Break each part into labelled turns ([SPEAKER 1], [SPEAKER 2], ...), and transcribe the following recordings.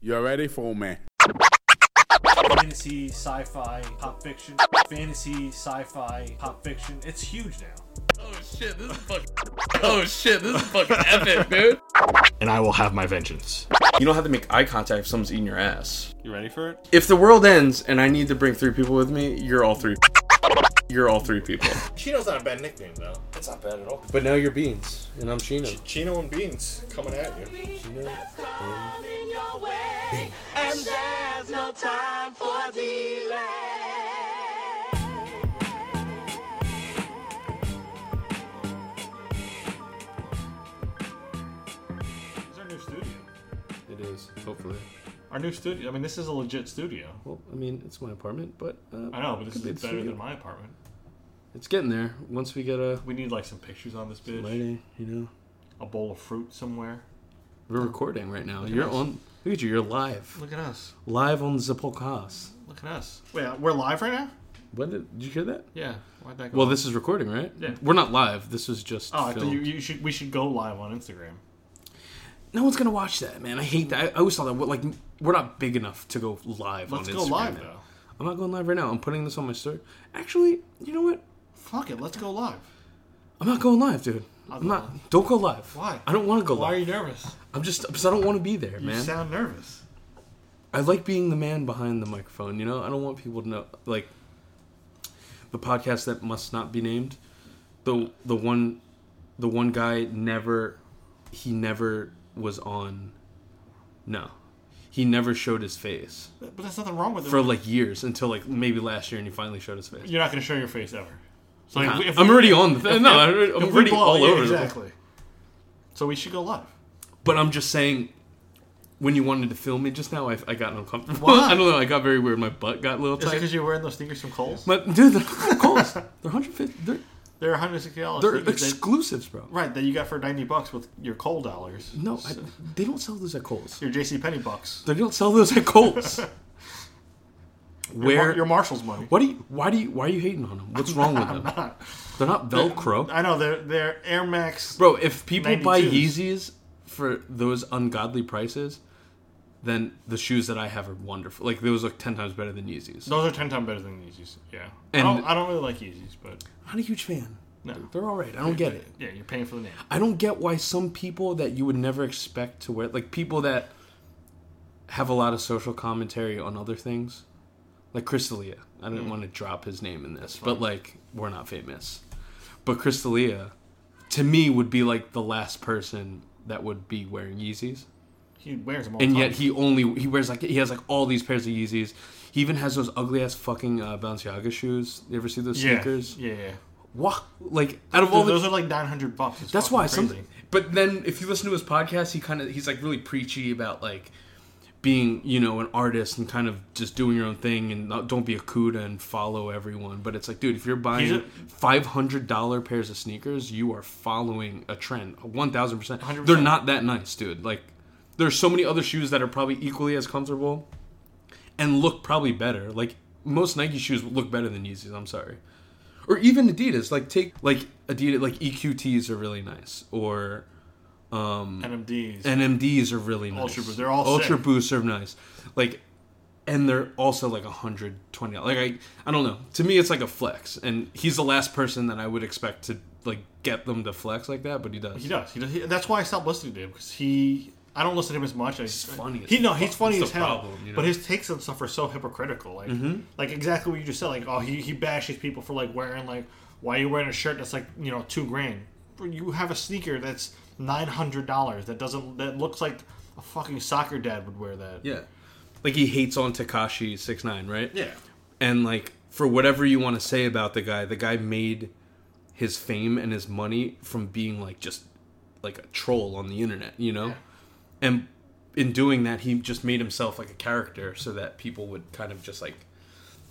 [SPEAKER 1] You ready for me?
[SPEAKER 2] fantasy, sci-fi, pop fiction, fantasy, sci-fi, pop fiction. It's huge now.
[SPEAKER 3] Oh shit, this is fucking. oh shit, this is fucking epic, dude.
[SPEAKER 4] and I will have my vengeance.
[SPEAKER 3] You don't have to make eye contact if someone's eating your ass.
[SPEAKER 5] You ready for it?
[SPEAKER 3] If the world ends and I need to bring three people with me, you're all three. You're all three people.
[SPEAKER 6] Chino's not a bad nickname though.
[SPEAKER 7] That's not bad at all.
[SPEAKER 4] But now you're Beans, and I'm Chino.
[SPEAKER 6] Chino and Beans coming at you.
[SPEAKER 2] It's our new studio.
[SPEAKER 4] It is, hopefully.
[SPEAKER 2] Our new studio. I mean, this is a legit studio.
[SPEAKER 4] Well, I mean, it's my apartment, but uh,
[SPEAKER 2] I know, but this is
[SPEAKER 4] could be
[SPEAKER 2] better
[SPEAKER 4] the studio.
[SPEAKER 2] than my apartment.
[SPEAKER 4] It's getting there. Once we get a
[SPEAKER 2] We need like some pictures on this bitch.
[SPEAKER 4] lighting, you know,
[SPEAKER 2] A bowl of fruit somewhere.
[SPEAKER 4] we're recording right now. You're on. Look at you. You're live.
[SPEAKER 2] Look at us.
[SPEAKER 4] Live on the podcast.
[SPEAKER 2] Look at us. Wait, uh, we're live right now?
[SPEAKER 4] When did, did you hear that?
[SPEAKER 2] Yeah. Why'd that go?
[SPEAKER 4] Well,
[SPEAKER 2] on?
[SPEAKER 4] this is recording, right?
[SPEAKER 2] Yeah.
[SPEAKER 4] We're not live. This is just.
[SPEAKER 2] Oh, I thought
[SPEAKER 4] filmed.
[SPEAKER 2] you, you should. We should go live on Instagram.
[SPEAKER 4] No one's gonna watch that, man. I hate that. I, I always thought that. We're, like, we're not big enough to go live.
[SPEAKER 2] Let's
[SPEAKER 4] on
[SPEAKER 2] go
[SPEAKER 4] Instagram,
[SPEAKER 2] live
[SPEAKER 4] man.
[SPEAKER 2] though.
[SPEAKER 4] I'm not going live right now. I'm putting this on my story. Actually, you know what?
[SPEAKER 2] Fuck it. Let's go live.
[SPEAKER 4] I'm not going live, dude. I'm
[SPEAKER 2] go
[SPEAKER 4] not. Don't go live.
[SPEAKER 2] Why?
[SPEAKER 4] I don't want to go
[SPEAKER 2] Why
[SPEAKER 4] live.
[SPEAKER 2] are you nervous?
[SPEAKER 4] I'm just because I don't want to be there,
[SPEAKER 2] You
[SPEAKER 4] man.
[SPEAKER 2] sound nervous.
[SPEAKER 4] I like being the man behind the microphone. You know, I don't want people to know like the podcast that must not be named. The the one the one guy never he never was on. No, he never showed his face
[SPEAKER 2] But there's nothing wrong with it.
[SPEAKER 4] for like years until like maybe last year, and he finally showed his face.
[SPEAKER 2] You're not gonna show your face ever. So
[SPEAKER 4] Nah,
[SPEAKER 2] if, if
[SPEAKER 4] I'm already on the thing. No, I'm already- I'm
[SPEAKER 2] if we
[SPEAKER 4] already
[SPEAKER 2] blow-
[SPEAKER 4] all
[SPEAKER 2] yeah,
[SPEAKER 4] over the place.
[SPEAKER 2] Exactly. So we should go live.
[SPEAKER 4] But I'm just saying, when you wanted to film me just now, I, I got uncomfortable.
[SPEAKER 2] Why?
[SPEAKER 4] I don't know. I got very weird. My butt got a little
[SPEAKER 2] Is it
[SPEAKER 4] tight.
[SPEAKER 2] because you're wearing those sneakers from Kohl's?
[SPEAKER 4] But dude, they're Kohl's. They're 150. They're,
[SPEAKER 2] They're 160 dollars.
[SPEAKER 4] they're exclusives, bro.
[SPEAKER 2] right, that you got for 90 bucks with your Kohl dollars,
[SPEAKER 4] No, I, they don't sell those at Kohl's.
[SPEAKER 2] your J.C. Penney bucks,
[SPEAKER 4] They don't sell those at Kohl's.
[SPEAKER 2] your, Mar-
[SPEAKER 4] Where?
[SPEAKER 2] your Marshall's money.
[SPEAKER 4] what do you? Why do you? Why are you hating on them? What's wrong with them? They're not Velcro,
[SPEAKER 2] I know they're they're Air Max.
[SPEAKER 4] bro. If people buy
[SPEAKER 2] 92s.
[SPEAKER 4] Yeezys for those ungodly prices, then the shoes that I have are wonderful. Like those look ten times better than Yeezys.
[SPEAKER 2] Those are 10 times better than Yeezys. Yeah,
[SPEAKER 4] And-
[SPEAKER 2] I, don't, I don't really like Yeezys, but
[SPEAKER 4] I'm not a huge fan.
[SPEAKER 2] no,
[SPEAKER 4] They're all right. I don't get it.
[SPEAKER 2] yeah, you're paying for the name.
[SPEAKER 4] I don't get why some people that you would never expect to wear, like people that have a lot of social commentary on other things, like Crystalia. I didn't want to drop his name in this, but like we're not famous. But Crystalia, to me, would be like the last person that would be wearing Yeezys,
[SPEAKER 2] He wears them all.
[SPEAKER 4] and
[SPEAKER 2] the
[SPEAKER 4] yet
[SPEAKER 2] time.
[SPEAKER 4] he only he wears like he has like all these pairs of Yeezys. He even has those ugly ass fucking uh, Balenciaga shoes. You ever see those
[SPEAKER 2] yeah,
[SPEAKER 4] sneakers?
[SPEAKER 2] Yeah, yeah.
[SPEAKER 4] What? Like out of all the
[SPEAKER 2] those are like 900 bucks. It's
[SPEAKER 4] that's
[SPEAKER 2] fucking
[SPEAKER 4] why
[SPEAKER 2] crazy.
[SPEAKER 4] something. But then, if you listen to his podcast, he kind of he's like really preachy about like being you know an artist and kind of just doing your own thing and not, don't be a cuda and follow everyone. But it's like, dude, if you're
[SPEAKER 2] He's
[SPEAKER 4] buying
[SPEAKER 2] a-
[SPEAKER 4] five hundred dollar pairs of sneakers, you are following a trend. One thousand percent.
[SPEAKER 2] 100%.
[SPEAKER 4] They're not that nice, dude. Like there's so many other shoes that are probably equally as comfortable and look probably better. Like most Nike shoes look better than Yeezys. I'm sorry, or even Adidas. Like take like Adidas like EQTs are really nice, or
[SPEAKER 2] NMDs.
[SPEAKER 4] NMDs are really nice.
[SPEAKER 2] Ultra Boost, they're all
[SPEAKER 4] Ultra
[SPEAKER 2] sick.
[SPEAKER 4] Boosts are nice. Like, and they're also like hundred twenty. Like I I don't know. To me, it's like a flex, and he's the last person that I would expect to like get them to flex like that, but he does.
[SPEAKER 2] He does. He does. He, that's why I stopped listening to him because he. I don't listen to him as much. He's
[SPEAKER 4] funny as
[SPEAKER 2] He no,
[SPEAKER 4] fuck.
[SPEAKER 2] he's funny
[SPEAKER 4] That's
[SPEAKER 2] as
[SPEAKER 4] the
[SPEAKER 2] hell.
[SPEAKER 4] problem, you know? Mm-hmm.
[SPEAKER 2] But his takes on stuff are so hypocritical. Like, like exactly what you just said. Like, oh, he, he bashes people for like wearing like, why are you wearing a shirt that's like you know two grand? Bro, You have a sneaker that's nine hundred dollars that doesn't that looks like a fucking soccer dad would wear that.
[SPEAKER 4] Yeah, like he hates on Takashi six nine, right?
[SPEAKER 2] Yeah.
[SPEAKER 4] and like for whatever you want to say about the guy the guy made his fame and his money from being like just like a troll on the internet you know and in doing that he just made himself like a character so that people would kind of just like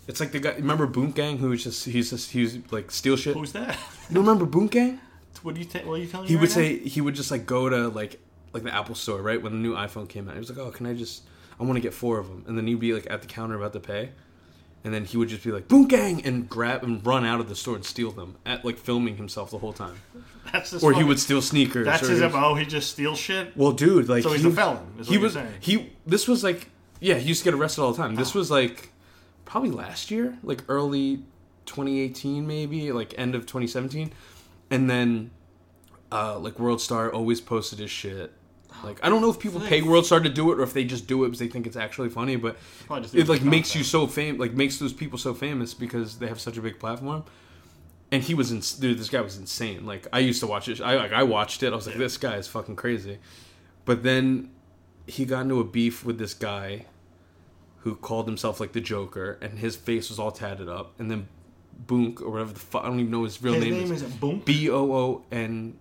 [SPEAKER 4] it's like the guy remember boom gang who was just he's just he was like steal shit
[SPEAKER 2] Who's that?
[SPEAKER 4] you remember boom gang
[SPEAKER 2] what do you ta- what are you telling me?
[SPEAKER 4] he
[SPEAKER 2] right
[SPEAKER 4] would
[SPEAKER 2] now?
[SPEAKER 4] say he would just like go to like like the Apple store, right? When the new iPhone came out, he was like, "Oh, can I just? I want to get four of them." And then he'd be like at the counter about to pay, and then he would just be like boom gang and grab and run out of the store and steal them at like filming himself the whole time
[SPEAKER 2] That's his
[SPEAKER 4] or he
[SPEAKER 2] fucking-
[SPEAKER 4] would steal sneakers
[SPEAKER 2] That's
[SPEAKER 4] or
[SPEAKER 2] his
[SPEAKER 4] he was-
[SPEAKER 2] mo. He just steals shit.
[SPEAKER 4] well dude like
[SPEAKER 2] So he's
[SPEAKER 4] he,
[SPEAKER 2] a felon, is what
[SPEAKER 4] he
[SPEAKER 2] you're
[SPEAKER 4] was
[SPEAKER 2] saying. Oh.
[SPEAKER 4] he this was like yeah he used to get arrested all the time this was like probably last year like early 2018 maybe like end of 2017 and then uh like world star always posted his shit
[SPEAKER 2] Oh,
[SPEAKER 4] like I don't know if people pay World Star to do it or if they just do it because they think it's actually funny, but
[SPEAKER 2] Probably just do it
[SPEAKER 4] it like
[SPEAKER 2] for
[SPEAKER 4] makes
[SPEAKER 2] content.
[SPEAKER 4] you so fam like makes those people so famous because they have such a big platform. And he was in dude, this guy was insane. Like I used to watch it. I like I watched it. I was like, this guy is fucking crazy. But then he got into a beef with this guy who called himself like the Joker, and his face was all tatted up. And then Boonk or whatever the fuck I don't even know his real
[SPEAKER 2] His
[SPEAKER 4] name,
[SPEAKER 2] name
[SPEAKER 4] is
[SPEAKER 2] is Boonk?
[SPEAKER 4] B O O N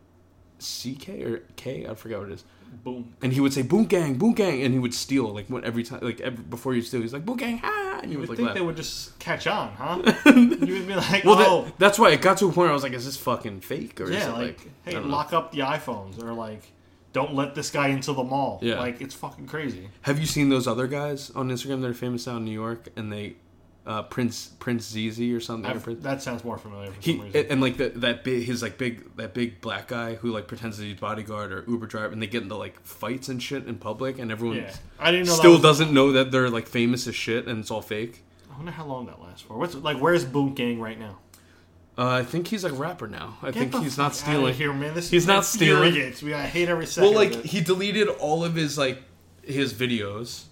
[SPEAKER 4] C K or K I forgot what it is.
[SPEAKER 2] Boom.
[SPEAKER 4] And he would say Boonk Gang, Boonk Gang, and he would steal like when every time like every, before you steal, he's like Boonk Gang, ah, and you
[SPEAKER 2] You would
[SPEAKER 4] would like
[SPEAKER 2] think
[SPEAKER 4] laugh.
[SPEAKER 2] they would just catch on, huh? you would be like,
[SPEAKER 4] Well,
[SPEAKER 2] oh,
[SPEAKER 4] that, that's why it got to a point where I was like, is this fucking fake or is
[SPEAKER 2] yeah,
[SPEAKER 4] it
[SPEAKER 2] like,
[SPEAKER 4] like, I
[SPEAKER 2] hey,
[SPEAKER 4] don't know.
[SPEAKER 2] lock up the iPhones or like, don't let this guy into the mall.
[SPEAKER 4] Yeah.
[SPEAKER 2] like it's fucking crazy.
[SPEAKER 4] Have you seen those other guys on Instagram that are famous out in New York and they uh, Prince Prince Zizi or something?
[SPEAKER 2] I've-
[SPEAKER 4] Prince-
[SPEAKER 2] that sounds more familiar for
[SPEAKER 4] he
[SPEAKER 2] some reason.
[SPEAKER 4] and, and, like the, that big his like big that big black guy who like pretends that he's bodyguard or Uber driver and they get into like fights and shit in public and everyone
[SPEAKER 2] yeah, I didn't know.
[SPEAKER 4] still
[SPEAKER 2] that was,
[SPEAKER 4] doesn't know that they're like famous as shit and it's all fake.
[SPEAKER 2] I wonder how long that lasts for. What's like? Where's Boom Gang right now?
[SPEAKER 4] Uh, I think he's a rapper now. I
[SPEAKER 2] Get
[SPEAKER 4] think
[SPEAKER 2] the
[SPEAKER 4] he's not
[SPEAKER 2] fuck outta
[SPEAKER 4] stealing.
[SPEAKER 2] here, man. This
[SPEAKER 4] He's not stealing.
[SPEAKER 2] infuriates me. I hate every second.
[SPEAKER 4] Well, like
[SPEAKER 2] of it.
[SPEAKER 4] he deleted all of his like his videos,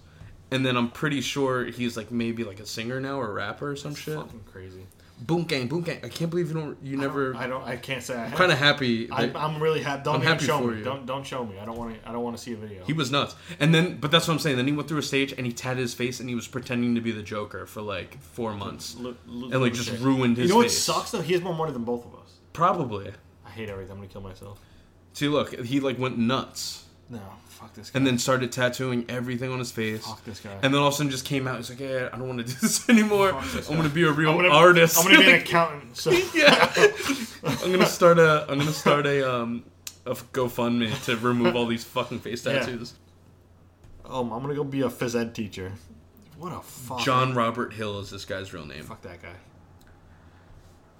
[SPEAKER 4] and then I'm pretty sure he's like maybe like a singer now or a rapper or some shit.
[SPEAKER 2] fucking crazy.
[SPEAKER 4] Boom gang, boom gang. I can't believe you don't. You never.
[SPEAKER 2] I don't. I can't say. I
[SPEAKER 4] I'm kind of happy.
[SPEAKER 2] I,
[SPEAKER 4] That
[SPEAKER 2] I'm really happy. Don't
[SPEAKER 4] I'm
[SPEAKER 2] even
[SPEAKER 4] happy
[SPEAKER 2] show
[SPEAKER 4] for
[SPEAKER 2] me.
[SPEAKER 4] you.
[SPEAKER 2] Don't don't show me. I don't want to. I don't want to see a video.
[SPEAKER 4] he was nuts, and then but that's what I'm saying. Then he went through a stage and he tatted his face and he was pretending to be the Joker for like four months,
[SPEAKER 2] Lu- lu-
[SPEAKER 4] and like just
[SPEAKER 2] lunatic.
[SPEAKER 4] ruined his.
[SPEAKER 2] You know what
[SPEAKER 4] face.
[SPEAKER 2] sucks though? He has more money than both of us.
[SPEAKER 4] Probably.
[SPEAKER 2] I hate everything. I'm gonna kill myself.
[SPEAKER 4] See, look, he like went nuts.
[SPEAKER 2] No, fuck this guy.
[SPEAKER 4] and then started tattooing everything on his face.
[SPEAKER 2] Fuck this guy.
[SPEAKER 4] And then all of a sudden just came out. He's like, yeah, I don't want to do this anymore.
[SPEAKER 2] Fuck this
[SPEAKER 4] I'm
[SPEAKER 2] guy.
[SPEAKER 4] going to be a real
[SPEAKER 2] I'm gonna,
[SPEAKER 4] artist.
[SPEAKER 2] I'm gonna be an
[SPEAKER 4] Like,
[SPEAKER 2] accountant. So
[SPEAKER 4] yeah. I'm going to start a, I'm going to start a, um, a GoFundMe to remove all these fucking face
[SPEAKER 2] Yeah.
[SPEAKER 4] tattoos.
[SPEAKER 2] um, I'm gonna go be a phys ed teacher. What a fuck.
[SPEAKER 4] John Robert Hill is this guy's real name.
[SPEAKER 2] Fuck that guy.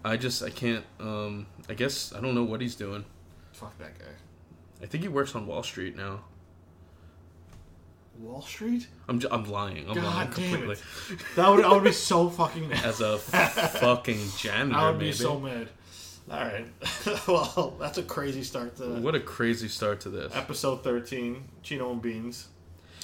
[SPEAKER 4] I just, I can't, um, I guess, I don't know what he's doing.
[SPEAKER 2] Fuck that guy.
[SPEAKER 4] I think he works on Wall Street now.
[SPEAKER 2] Wall Street?
[SPEAKER 4] I'm, j- I'm lying. I'm
[SPEAKER 2] God
[SPEAKER 4] lying
[SPEAKER 2] damn
[SPEAKER 4] completely.
[SPEAKER 2] it. That would I would be so fucking mad.
[SPEAKER 4] As a f- fucking janitor,
[SPEAKER 2] I would
[SPEAKER 4] maybe.
[SPEAKER 2] be so mad. All right. well, that's a crazy start to
[SPEAKER 4] what a crazy start to this.
[SPEAKER 2] episode 13. Chino and beans.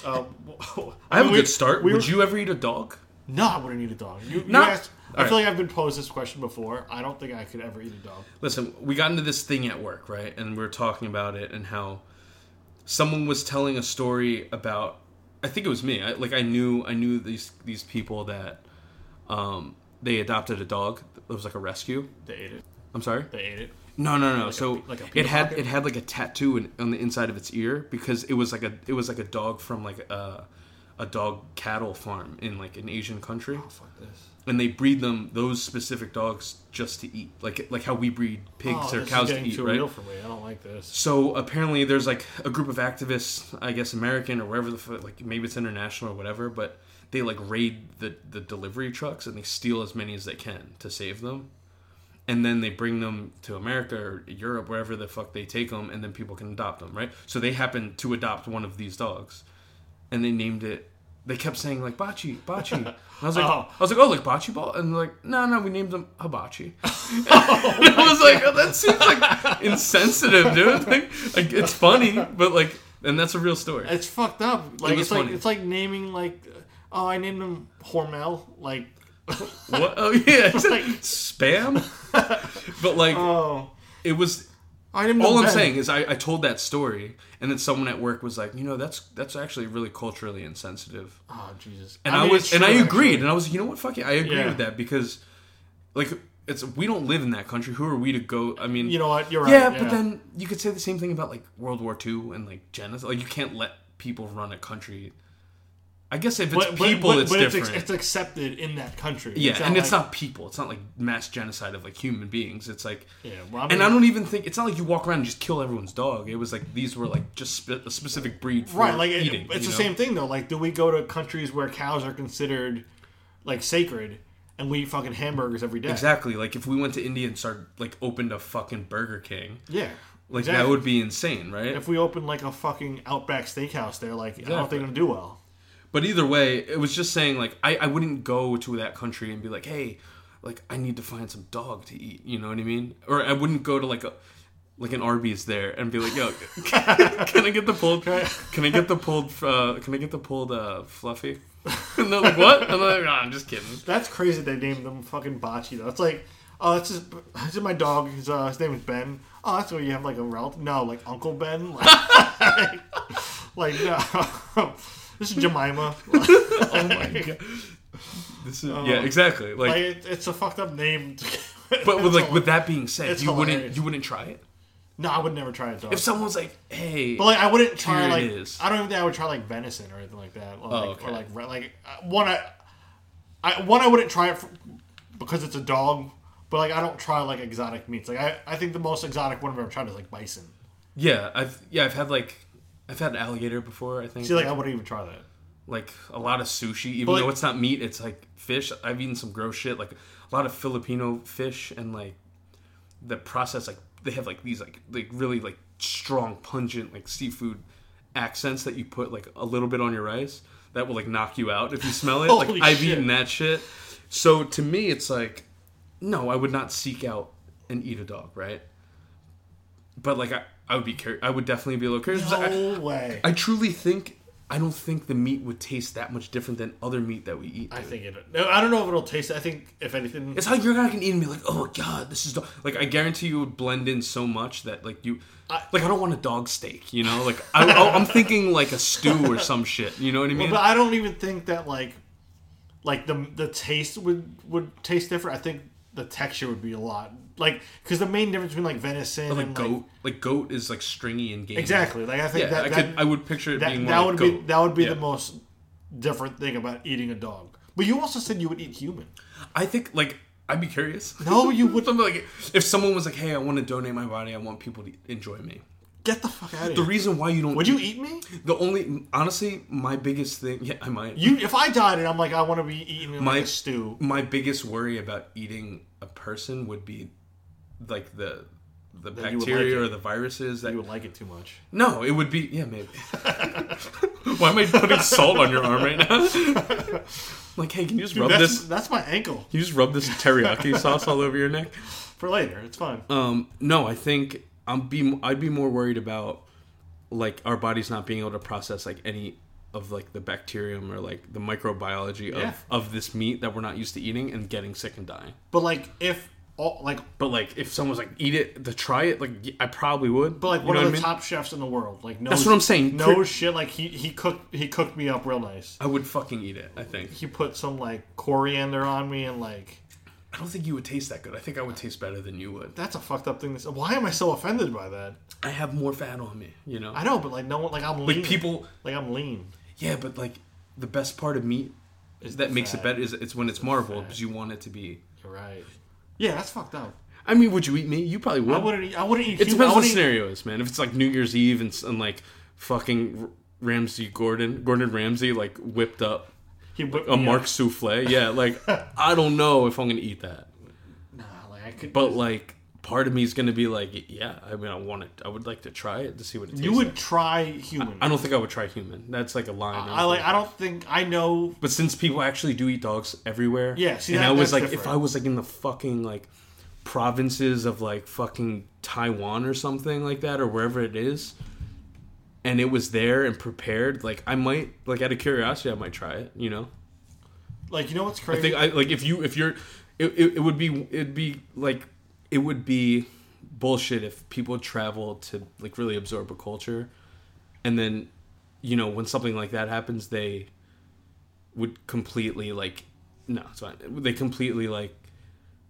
[SPEAKER 2] Um,
[SPEAKER 4] I
[SPEAKER 2] mean,
[SPEAKER 4] have a
[SPEAKER 2] we-
[SPEAKER 4] good start.
[SPEAKER 2] we
[SPEAKER 4] Would
[SPEAKER 2] were-
[SPEAKER 4] you ever eat a dog?
[SPEAKER 2] No, I wouldn't eat a dog. You, you
[SPEAKER 4] No.
[SPEAKER 2] asked- I
[SPEAKER 4] All
[SPEAKER 2] feel like I've been posed this question before. I don't think I could ever eat a dog.
[SPEAKER 4] Listen, we got into this thing at work, right? And we were talking about it and how someone was telling a story about. I think it was me. I, like I knew, I knew these these people that um, they adopted a dog. It was like a rescue.
[SPEAKER 2] They ate it.
[SPEAKER 4] I'm sorry.
[SPEAKER 2] They ate it.
[SPEAKER 4] No, no, no. so
[SPEAKER 2] pe- like a
[SPEAKER 4] it
[SPEAKER 2] Peter
[SPEAKER 4] had
[SPEAKER 2] Parker?
[SPEAKER 4] it had like a tattoo in, on the inside of its ear because it was like a it was like a dog from like a a dog cattle farm in like an Asian country.
[SPEAKER 2] Oh, fuck this.
[SPEAKER 4] and they breed them those specific dogs just to eat, like like how we breed pigs
[SPEAKER 2] oh,
[SPEAKER 4] or
[SPEAKER 2] this
[SPEAKER 4] cows
[SPEAKER 2] is
[SPEAKER 4] to
[SPEAKER 2] getting
[SPEAKER 4] eat,
[SPEAKER 2] too
[SPEAKER 4] right?
[SPEAKER 2] real for me. I don't like this.
[SPEAKER 4] So apparently, there's like a group of activists, I guess American or wherever the fu- like maybe it's international or whatever, but they like raid the the delivery trucks and they steal as many as they can to save them, and then they bring them to America or Europe, wherever the fuck they take them, and then people can adopt them, right? So they happen to adopt one of these dogs, and they named it. They kept saying like Bachi, Bachi. And I was like,
[SPEAKER 2] Oh.
[SPEAKER 4] I was like, oh, like Bachi Ball, and they're like, no, no, we named them Hibachi. I was like, oh, that seems like insensitive, dude. Like, like, it's funny, but like, and that's a real story.
[SPEAKER 2] It's fucked up. Like
[SPEAKER 4] was
[SPEAKER 2] it's like
[SPEAKER 4] funny.
[SPEAKER 2] it's like naming like uh, oh I named him Hormel. Like
[SPEAKER 4] What? Oh yeah, it's
[SPEAKER 2] like-
[SPEAKER 4] like spam. But like,
[SPEAKER 2] oh
[SPEAKER 4] it was.
[SPEAKER 2] I named
[SPEAKER 4] All
[SPEAKER 2] him
[SPEAKER 4] I'm
[SPEAKER 2] Ben.
[SPEAKER 4] saying is, I, I told that story, and then someone at work was like, you know, that's that's actually really culturally insensitive.
[SPEAKER 2] Oh Jesus.
[SPEAKER 4] And
[SPEAKER 2] I
[SPEAKER 4] I,
[SPEAKER 2] mean,
[SPEAKER 4] was,
[SPEAKER 2] it's
[SPEAKER 4] and I
[SPEAKER 2] true,
[SPEAKER 4] agreed,
[SPEAKER 2] actually.
[SPEAKER 4] and I was, you know what, fuck it, I agree
[SPEAKER 2] Yeah.
[SPEAKER 4] with that because, like, it's we don't live in that country. Who are we to go? I mean,
[SPEAKER 2] You know what? You're right.
[SPEAKER 4] yeah, but then you could say the same thing about like World War II and like genocide. Like you can't let people run a country. I guess if it's
[SPEAKER 2] But- but-
[SPEAKER 4] people,
[SPEAKER 2] but-
[SPEAKER 4] it's
[SPEAKER 2] but
[SPEAKER 4] different.
[SPEAKER 2] It's, accepted in that country.
[SPEAKER 4] yeah, and it's
[SPEAKER 2] like-
[SPEAKER 4] not people. It's not like mass genocide of like human beings. It's like,
[SPEAKER 2] Yeah, well, I
[SPEAKER 4] and I
[SPEAKER 2] mean-
[SPEAKER 4] don't even think it's not like you walk around and just kill everyone's dog. It was like these were like just spe- a specific breed, for
[SPEAKER 2] right. Like it-
[SPEAKER 4] eating,
[SPEAKER 2] it's the
[SPEAKER 4] you know?
[SPEAKER 2] same thing though. Like, do we go to countries where cows are considered like sacred, and we eat fucking hamburgers every day.
[SPEAKER 4] Exactly. Like if we went to India and started like opened a fucking Burger King,
[SPEAKER 2] Yeah.
[SPEAKER 4] like that
[SPEAKER 2] Exactly.
[SPEAKER 4] would be insane, right?
[SPEAKER 2] If we open like a fucking Outback Steakhouse, they're like, I don't
[SPEAKER 4] Exactly.
[SPEAKER 2] think they're gonna do well.
[SPEAKER 4] But either way, it was just saying like I, I wouldn't go to that country and be like, hey, like I need to find some dog to eat. You know what I mean? Or I wouldn't go to like a like an Arby's there and be like, yo, can I get the pulled? Can I get the pulled? Uh, can I get the pulled uh, fluffy? and they're like, what? And they're like, nah, I'm just kidding.
[SPEAKER 2] That's crazy. They named them fucking Bocce though. It's like, oh, that's just this is my dog. His, uh, his name is Ben. Oh, that's where you have like a relative. No, like Uncle Ben. Like, like no. this is Jemima.
[SPEAKER 4] Oh my god. This is yeah, exactly. Like,
[SPEAKER 2] Oh. Like, it, it's a fucked up name.
[SPEAKER 4] but with like with that being said,
[SPEAKER 2] it's
[SPEAKER 4] you wouldn't
[SPEAKER 2] hilarious.
[SPEAKER 4] you wouldn't try it.
[SPEAKER 2] no, I would never try a dog.
[SPEAKER 4] If someone's like, hey,
[SPEAKER 2] But like I wouldn't try
[SPEAKER 4] Here it
[SPEAKER 2] like
[SPEAKER 4] is. Oh,
[SPEAKER 2] I don't even think I would try like venison or anything like that. Or, like,
[SPEAKER 4] okay.
[SPEAKER 2] or like re- like uh, one I, I one I wouldn't try it for, because it's a dog. But like I don't try like exotic meats. Like I, I think the most exotic one I've ever tried is like bison.
[SPEAKER 4] yeah, I've yeah, I've had like. I've had alligator before, I think.
[SPEAKER 2] See, like I wouldn't even try that.
[SPEAKER 4] like a lot of sushi, even
[SPEAKER 2] But, like-
[SPEAKER 4] though it's not meat, it's like fish. I've eaten some gross shit, like a lot of Filipino fish, and like the process, like they have like these like like really like strong, pungent like seafood accents that you put like a little bit on your rice that will like knock you out if you smell it. like
[SPEAKER 2] Holy
[SPEAKER 4] I've
[SPEAKER 2] shit.
[SPEAKER 4] eaten that shit, so to me, it's like no, I would not seek out and eat a dog, right? But like I, I would be curious. I would definitely be a little curious. 'cause I-
[SPEAKER 2] No way. I,
[SPEAKER 4] I truly think I don't think the meat would taste that much different than other meat that we eat.
[SPEAKER 2] think it. No, I don't know if it'll taste. I think if anything,
[SPEAKER 4] It's like you're not gonna eat and be like, oh my god, this is dog. like I guarantee you would blend in so much that like you, like I don't want a dog steak, you know? Like I, I, am thinking like a stew or some shit. You know what I mean?
[SPEAKER 2] but I don't even think that like like the the taste would would taste different. I think the texture would be a lot like because the main difference between like venison
[SPEAKER 4] like
[SPEAKER 2] and
[SPEAKER 4] goat, like goat is like stringy and gamey.
[SPEAKER 2] Exactly. Like I think
[SPEAKER 4] Yeah,
[SPEAKER 2] that,
[SPEAKER 4] I
[SPEAKER 2] that,
[SPEAKER 4] could. I would picture it being
[SPEAKER 2] that,
[SPEAKER 4] more
[SPEAKER 2] that would
[SPEAKER 4] like
[SPEAKER 2] be
[SPEAKER 4] goat.
[SPEAKER 2] that would be
[SPEAKER 4] Yeah.
[SPEAKER 2] the most different thing about eating a dog. But you also said you would eat human.
[SPEAKER 4] I think like I'd be curious.
[SPEAKER 2] No, you would
[SPEAKER 4] Something like if someone was like, hey, I want to donate my body. I want people to enjoy me.
[SPEAKER 2] get the fuck out of
[SPEAKER 4] The
[SPEAKER 2] here.
[SPEAKER 4] reason why you don't
[SPEAKER 2] Would you eat me?
[SPEAKER 4] The only, honestly, my biggest thing. Yeah, I might.
[SPEAKER 2] You if I died and I'm like I want to be eaten in
[SPEAKER 4] My-
[SPEAKER 2] like a stew.
[SPEAKER 4] my biggest worry about eating a person would be like the the
[SPEAKER 2] you would
[SPEAKER 4] bacteria
[SPEAKER 2] like it.
[SPEAKER 4] or the viruses that
[SPEAKER 2] You would like it too much.
[SPEAKER 4] no it would be yeah maybe why am i putting salt on your arm right now like hey can you just rub
[SPEAKER 2] That's
[SPEAKER 4] this
[SPEAKER 2] that's my ankle
[SPEAKER 4] can you just rub this teriyaki sauce all over your neck
[SPEAKER 2] for later. It's fine.
[SPEAKER 4] um no i think i'm be i'd be more worried about like our bodies not being able to process like any of like the bacterium or like the microbiology
[SPEAKER 2] Yeah.
[SPEAKER 4] of of this meat that we're not used to eating and getting sick and dying
[SPEAKER 2] but like if all like
[SPEAKER 4] But like, if someone's like, eat it to try it, like y- I probably would.
[SPEAKER 2] but like
[SPEAKER 4] You
[SPEAKER 2] one
[SPEAKER 4] know
[SPEAKER 2] of the
[SPEAKER 4] what I mean?
[SPEAKER 2] top chefs in the world like knows,
[SPEAKER 4] what I'm saying.
[SPEAKER 2] No
[SPEAKER 4] Pre-
[SPEAKER 2] shit. Like he he cooked he cooked me up real nice.
[SPEAKER 4] I would fucking eat it. I think.
[SPEAKER 2] He put some like coriander on me and like
[SPEAKER 4] I don't think you would taste that good. I think I would taste better than you would.
[SPEAKER 2] that's a fucked up thing. To say. Why am I so offended by that?
[SPEAKER 4] I have more fat on me, you know.
[SPEAKER 2] I know, but like no one, like I'm lean.
[SPEAKER 4] like people,
[SPEAKER 2] like I'm lean.
[SPEAKER 4] yeah, but like the best part of meat is that
[SPEAKER 2] the
[SPEAKER 4] makes
[SPEAKER 2] fat.
[SPEAKER 4] it better is it's when it's marveled because you want it to be.
[SPEAKER 2] You're right. Yeah, that's fucked up.
[SPEAKER 4] I mean, would you eat meat? You probably would.
[SPEAKER 2] I wouldn't. Eat, I wouldn't eat.
[SPEAKER 4] it
[SPEAKER 2] human.
[SPEAKER 4] depends
[SPEAKER 2] I
[SPEAKER 4] what the
[SPEAKER 2] wouldn't eat-
[SPEAKER 4] scenario is, man. If it's like New Year's Eve and, s- and like fucking R- Ramsey Gordon, Gordon Ramsay, like whipped up
[SPEAKER 2] He would,
[SPEAKER 4] a Mark souffle, yeah, like I don't know if I'm gonna eat that.
[SPEAKER 2] Nah, like I could.
[SPEAKER 4] But like, part of me is going to be like, yeah. I mean, I want it. I would like to try it to see what it tastes.
[SPEAKER 2] you would
[SPEAKER 4] Like.
[SPEAKER 2] try human.
[SPEAKER 4] I don't think I would try human. That's like a line.
[SPEAKER 2] I like. I don't think I know.
[SPEAKER 4] But since people actually do eat dogs everywhere,
[SPEAKER 2] Yeah, see,
[SPEAKER 4] and
[SPEAKER 2] that-
[SPEAKER 4] I was
[SPEAKER 2] that's
[SPEAKER 4] like, if
[SPEAKER 2] different.
[SPEAKER 4] I was like in the fucking like provinces of like fucking Taiwan or something like that, or wherever it is, and it was there and prepared, like I might, like out of curiosity, I might try it. You know.
[SPEAKER 2] Like you know what's
[SPEAKER 4] I
[SPEAKER 2] crazy?
[SPEAKER 4] think I like if you if you're it, it, it would be it'd be like it would be bullshit if people travel to like really absorb a culture and then you know when something like that happens they would completely like no it's fine they completely like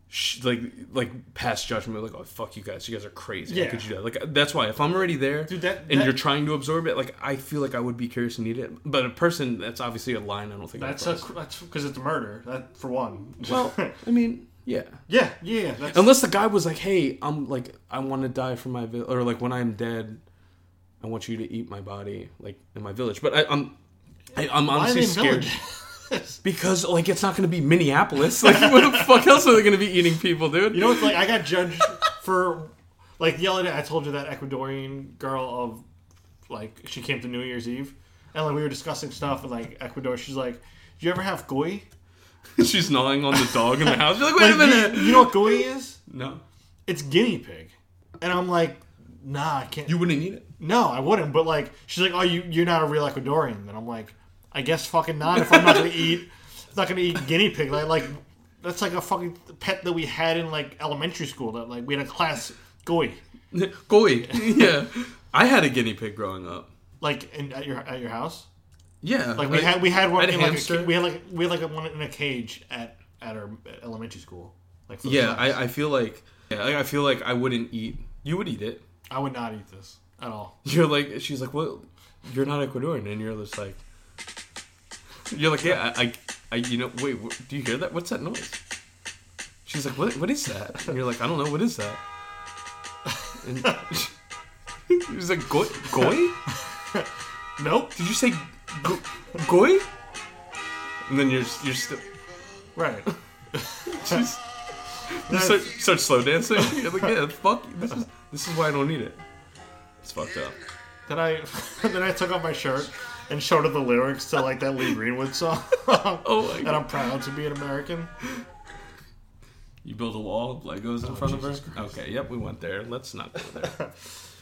[SPEAKER 4] sh- like like pass judgment like oh fuck you guys you guys are crazy yeah.
[SPEAKER 2] Yeah.
[SPEAKER 4] could you do that? like that's why if i'm already there
[SPEAKER 2] Dude, that-
[SPEAKER 4] and
[SPEAKER 2] that-
[SPEAKER 4] you're trying to absorb it like i feel like i would be curious and eat it but a person that's obviously a line i don't think I'd
[SPEAKER 2] that's a,
[SPEAKER 4] cross.
[SPEAKER 2] that's because it's murder. That for one.
[SPEAKER 4] Well, I mean, yeah.
[SPEAKER 2] yeah, yeah. yeah, That's,
[SPEAKER 4] Unless the guy was like, "Hey, I'm like, I want to die for my village, or like when I'm dead, I want you to eat my body, like in my village." But I, I'm, I, I'm
[SPEAKER 2] why are they
[SPEAKER 4] honestly
[SPEAKER 2] in
[SPEAKER 4] scared.
[SPEAKER 2] village?
[SPEAKER 4] Because like it's not going to be Minneapolis. Like what the fuck else are they going to be eating people, dude?
[SPEAKER 2] You know, it's like I got judged for like the other day. I told you that Ecuadorian girl of like she came to New Year's Eve, and like we were discussing stuff and like Ecuador. She's like, "Do you ever have goy?"
[SPEAKER 4] She's gnawing on the dog in the house. You're like, wait a
[SPEAKER 2] Like,
[SPEAKER 4] minute.
[SPEAKER 2] You, you know what goy is?
[SPEAKER 4] No,
[SPEAKER 2] It's guinea pig, and I'm like, "Nah, I can't."
[SPEAKER 4] you wouldn't eat it.
[SPEAKER 2] No, I wouldn't. But like, she's like, "Oh, you you're not a real Ecuadorian." And I'm like, "I guess fucking not. If I'm not gonna eat, not gonna eat guinea pig. Like, like that's like a fucking pet that we had in like elementary school. That like we had a class goy,
[SPEAKER 4] Goy. Yeah, I had a guinea pig growing up.
[SPEAKER 2] like in, at your at your house.
[SPEAKER 4] Yeah,
[SPEAKER 2] Like we had we had
[SPEAKER 4] I
[SPEAKER 2] one
[SPEAKER 4] had a
[SPEAKER 2] in like a,
[SPEAKER 4] hamster.
[SPEAKER 2] ca- we had like we had like a one in a cage at at our elementary school. Like for the
[SPEAKER 4] Yeah,
[SPEAKER 2] class.
[SPEAKER 4] I, I feel like yeah, like, I feel like I wouldn't eat. You would eat it.
[SPEAKER 2] I would not eat this at all.
[SPEAKER 4] You're like she's like, well, you're not Ecuadorian, and you're just like, you're like, yeah, I, I, I you know, wait, what, do you hear that? What's that noise? She's like, what, what is that? And you're like, I don't know, what is that? And he's like, goy, goy?
[SPEAKER 2] Nope.
[SPEAKER 4] Did you say go- goy? And then you're you're still.
[SPEAKER 2] Right.
[SPEAKER 4] She's, you start, start slow dancing. You're like, yeah, fuck. This is this is why I don't need it. It's fucked up.
[SPEAKER 2] Then I then I took off my shirt and showed her the lyrics to like that Lee Greenwood song.
[SPEAKER 4] Oh my
[SPEAKER 2] and
[SPEAKER 4] god.
[SPEAKER 2] I'm proud to be an American.
[SPEAKER 4] You build a wall of Legos in front
[SPEAKER 2] Jesus
[SPEAKER 4] of her. Okay, yep, we went there. Let's not go there.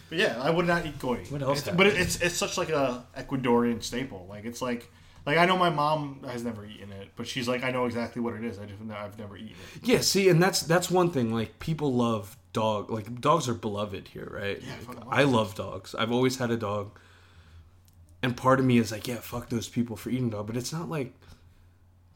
[SPEAKER 2] But yeah, I would not eat goy.
[SPEAKER 4] What else
[SPEAKER 2] It's, but it, it's it's such like a Ecuadorian staple. Like it's like like I know my mom has never eaten it, but she's like I know exactly what it is. I just I've never eaten it.
[SPEAKER 4] yeah, see, and that's that's one thing. Like people love dog. Like dogs are beloved here, right? Like,
[SPEAKER 2] fucking love
[SPEAKER 4] I love dogs. I've always had a dog. And part of me is like, yeah, fuck those people for eating dog, but it's not like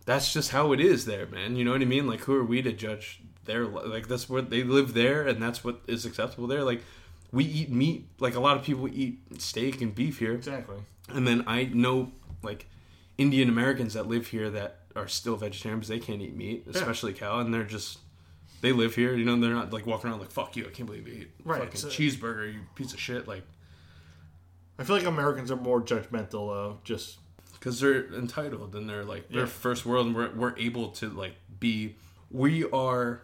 [SPEAKER 4] that's just how it is there, man. You know what I mean? Like, who are we to judge their li- like? That's what they live there, and that's what is acceptable there. Like, we eat meat. Like a lot of people eat steak and beef here.
[SPEAKER 2] Exactly.
[SPEAKER 4] And then I know like Indian Americans that live here that are still vegetarians. They can't eat meat, especially cow, and they're just they live here. You know, they're not like walking around like "fuck you, I can't believe you ate
[SPEAKER 2] Right,
[SPEAKER 4] fucking
[SPEAKER 2] so-
[SPEAKER 4] cheeseburger, you piece of shit." Like
[SPEAKER 2] I feel like Americans are more judgmental of just
[SPEAKER 4] because they're entitled and they're like they're
[SPEAKER 2] Yeah.
[SPEAKER 4] first world, and we're we're able to like be we are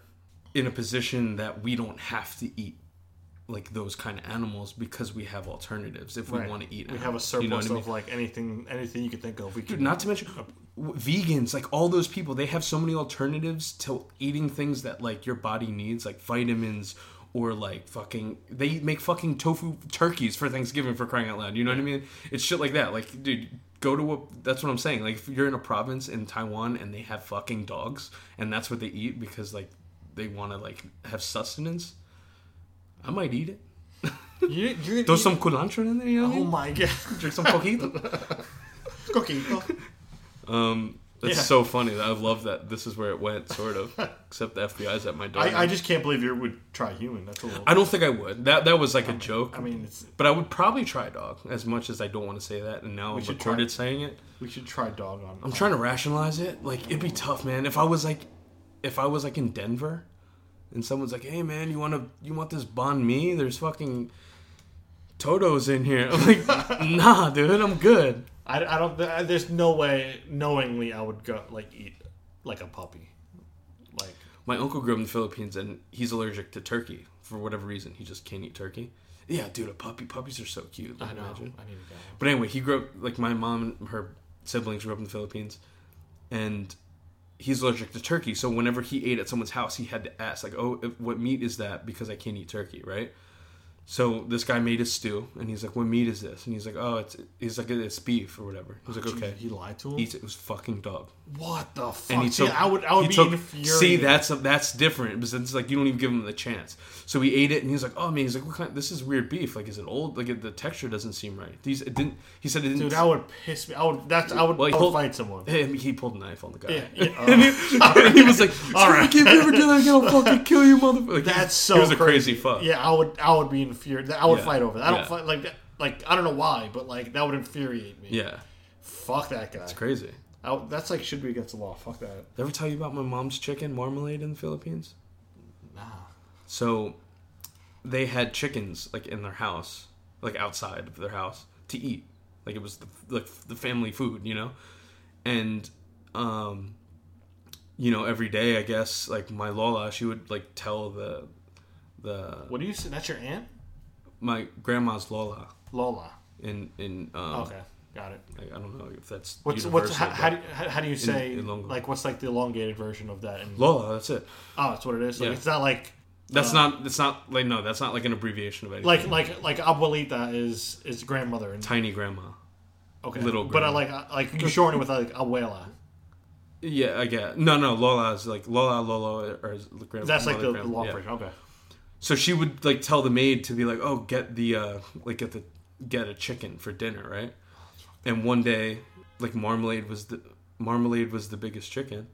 [SPEAKER 4] in a position that we don't have to eat like those kind of animals because we have alternatives if we
[SPEAKER 2] right.
[SPEAKER 4] want to eat.
[SPEAKER 2] We have a
[SPEAKER 4] animals, you know
[SPEAKER 2] surplus
[SPEAKER 4] what I mean?
[SPEAKER 2] of like anything anything you could think of. We
[SPEAKER 4] Dude,
[SPEAKER 2] could
[SPEAKER 4] not to mention w- vegans, like all those people, they have so many alternatives to eating things that like your body needs, like vitamins or like fucking. They make fucking tofu turkeys for Thanksgiving for crying out loud. You know what I mean? It's shit like that. Like, dude, go to a. That's what I'm saying. Like, if you're in a province in Taiwan and they have fucking dogs and that's what they eat because like they want to like have sustenance, I might eat it.
[SPEAKER 2] you, you,
[SPEAKER 4] Throw some culantro in there. You know? what I
[SPEAKER 2] Oh
[SPEAKER 4] mean?
[SPEAKER 2] my god,
[SPEAKER 4] Drink some poquito.
[SPEAKER 2] cookie.
[SPEAKER 4] Um, that's
[SPEAKER 2] Yeah.
[SPEAKER 4] so funny. I love that. This is where it went, sort of. Except the FBI's at my door.
[SPEAKER 2] I, I just can't believe you would try human. That's a little.
[SPEAKER 4] I don't think I would. That that was like a joke.
[SPEAKER 2] I mean, it's
[SPEAKER 4] but I would probably try dog. As much as I don't want to say that, and now I'm
[SPEAKER 2] should
[SPEAKER 4] recorded
[SPEAKER 2] try.
[SPEAKER 4] saying it.
[SPEAKER 2] we should try dog on.
[SPEAKER 4] I'm trying to rationalize it. Like it'd be tough, man. If I was like, if I was like in Denver, and someone's like, "Hey, man, you want to you want this bond me? There's fucking Toto's in here." I'm like, "Nah, dude, I'm good."
[SPEAKER 2] I, I don't. I- There's no way knowingly I would go like eat like a puppy. Like
[SPEAKER 4] My uncle grew up in the Philippines and he's allergic to turkey for whatever reason. He just can't eat turkey. Yeah, dude, a puppy. Puppies are so cute. I imagine.
[SPEAKER 2] I need to go.
[SPEAKER 4] But anyway, he grew up like my mom and her siblings grew up in the Philippines, and he's allergic to turkey. So whenever he ate at someone's house, he had to ask like, "Oh, if- what meat is that?" Because I can't eat turkey, right? So this guy made a stew, and he's like, "What meat is this?" And he's like, "Oh, it's he's like it's beef or whatever." He's
[SPEAKER 2] Oh,
[SPEAKER 4] like, "Okay."
[SPEAKER 2] He lied to him.
[SPEAKER 4] Eats it. It was fucking dog
[SPEAKER 2] what the fuck?
[SPEAKER 4] and he
[SPEAKER 2] See,
[SPEAKER 4] took.
[SPEAKER 2] I would. I would
[SPEAKER 4] he
[SPEAKER 2] be
[SPEAKER 4] took-
[SPEAKER 2] infuriated.
[SPEAKER 4] See, that's that's different. Because it's like you don't even give him the chance. So he ate it, and he was like, "Oh man, he's like, what kind? This is weird beef. Like, is it old? Like, the texture doesn't seem right. These it didn't. He said it didn't.
[SPEAKER 2] dude. That would piss me. I would. That's. I would.
[SPEAKER 4] Well, he
[SPEAKER 2] I would
[SPEAKER 4] pulled-
[SPEAKER 2] fight someone.
[SPEAKER 4] Him- he pulled a knife on the guy.
[SPEAKER 2] Yeah, yeah, uh,
[SPEAKER 4] and he was like, "All
[SPEAKER 2] right.
[SPEAKER 4] right, if you ever do that, again, I'll fucking kill you, motherfucker." Like, he-
[SPEAKER 2] That's so.
[SPEAKER 4] He was a crazy, fuck.
[SPEAKER 2] Yeah, I would. I would be infuriated. I would
[SPEAKER 4] Yeah,
[SPEAKER 2] fight over that. I don't
[SPEAKER 4] yeah.
[SPEAKER 2] fight like that. Like I don't know why, but like that would infuriate me.
[SPEAKER 4] yeah,
[SPEAKER 2] Fuck that guy.
[SPEAKER 4] crazy.
[SPEAKER 2] I would- that's like should be against the law. Fuck that.
[SPEAKER 4] Did I ever tell you about my mom's chicken marmalade in the Philippines?
[SPEAKER 2] Nah.
[SPEAKER 4] So they had chickens like in their house, like outside of their house to eat. Like it was the, the, the family food, you know? And um, you know, every day, I guess, like my Lola, she would like tell the the
[SPEAKER 2] What do you say? That's your aunt,
[SPEAKER 4] my grandma's Lola
[SPEAKER 2] Lola.
[SPEAKER 4] in in um,
[SPEAKER 2] Okay, got it.
[SPEAKER 4] like, I don't know if that's
[SPEAKER 2] Oh. What's what's
[SPEAKER 4] universal,
[SPEAKER 2] how, how, do,
[SPEAKER 4] but-
[SPEAKER 2] you- how, how do you say
[SPEAKER 4] in Longo.
[SPEAKER 2] like what's like the elongated version of that? In,
[SPEAKER 4] Lola. That's it.
[SPEAKER 2] oh, that's what it is. Like,
[SPEAKER 4] Yeah.
[SPEAKER 2] It's not like
[SPEAKER 4] That's not. That's not like no. That's not like an abbreviation of anything.
[SPEAKER 2] Oh. like like like abuelita is is grandmother and
[SPEAKER 4] tiny grandma.
[SPEAKER 2] okay,
[SPEAKER 4] little
[SPEAKER 2] but I
[SPEAKER 4] grandma.
[SPEAKER 2] like I- like you shorten it with like abuela.
[SPEAKER 4] Yeah, I get. No, no. Lola is like Lola, Lolo, or is grandma.
[SPEAKER 2] That's like
[SPEAKER 4] mother,
[SPEAKER 2] the, the
[SPEAKER 4] grandma,
[SPEAKER 2] long
[SPEAKER 4] yeah.
[SPEAKER 2] version. Okay,
[SPEAKER 4] So she would like tell the maid to be like, "Oh, get the uh, like get the get a chicken for dinner, right?" And one day, like marmalade was the marmalade was the biggest chicken.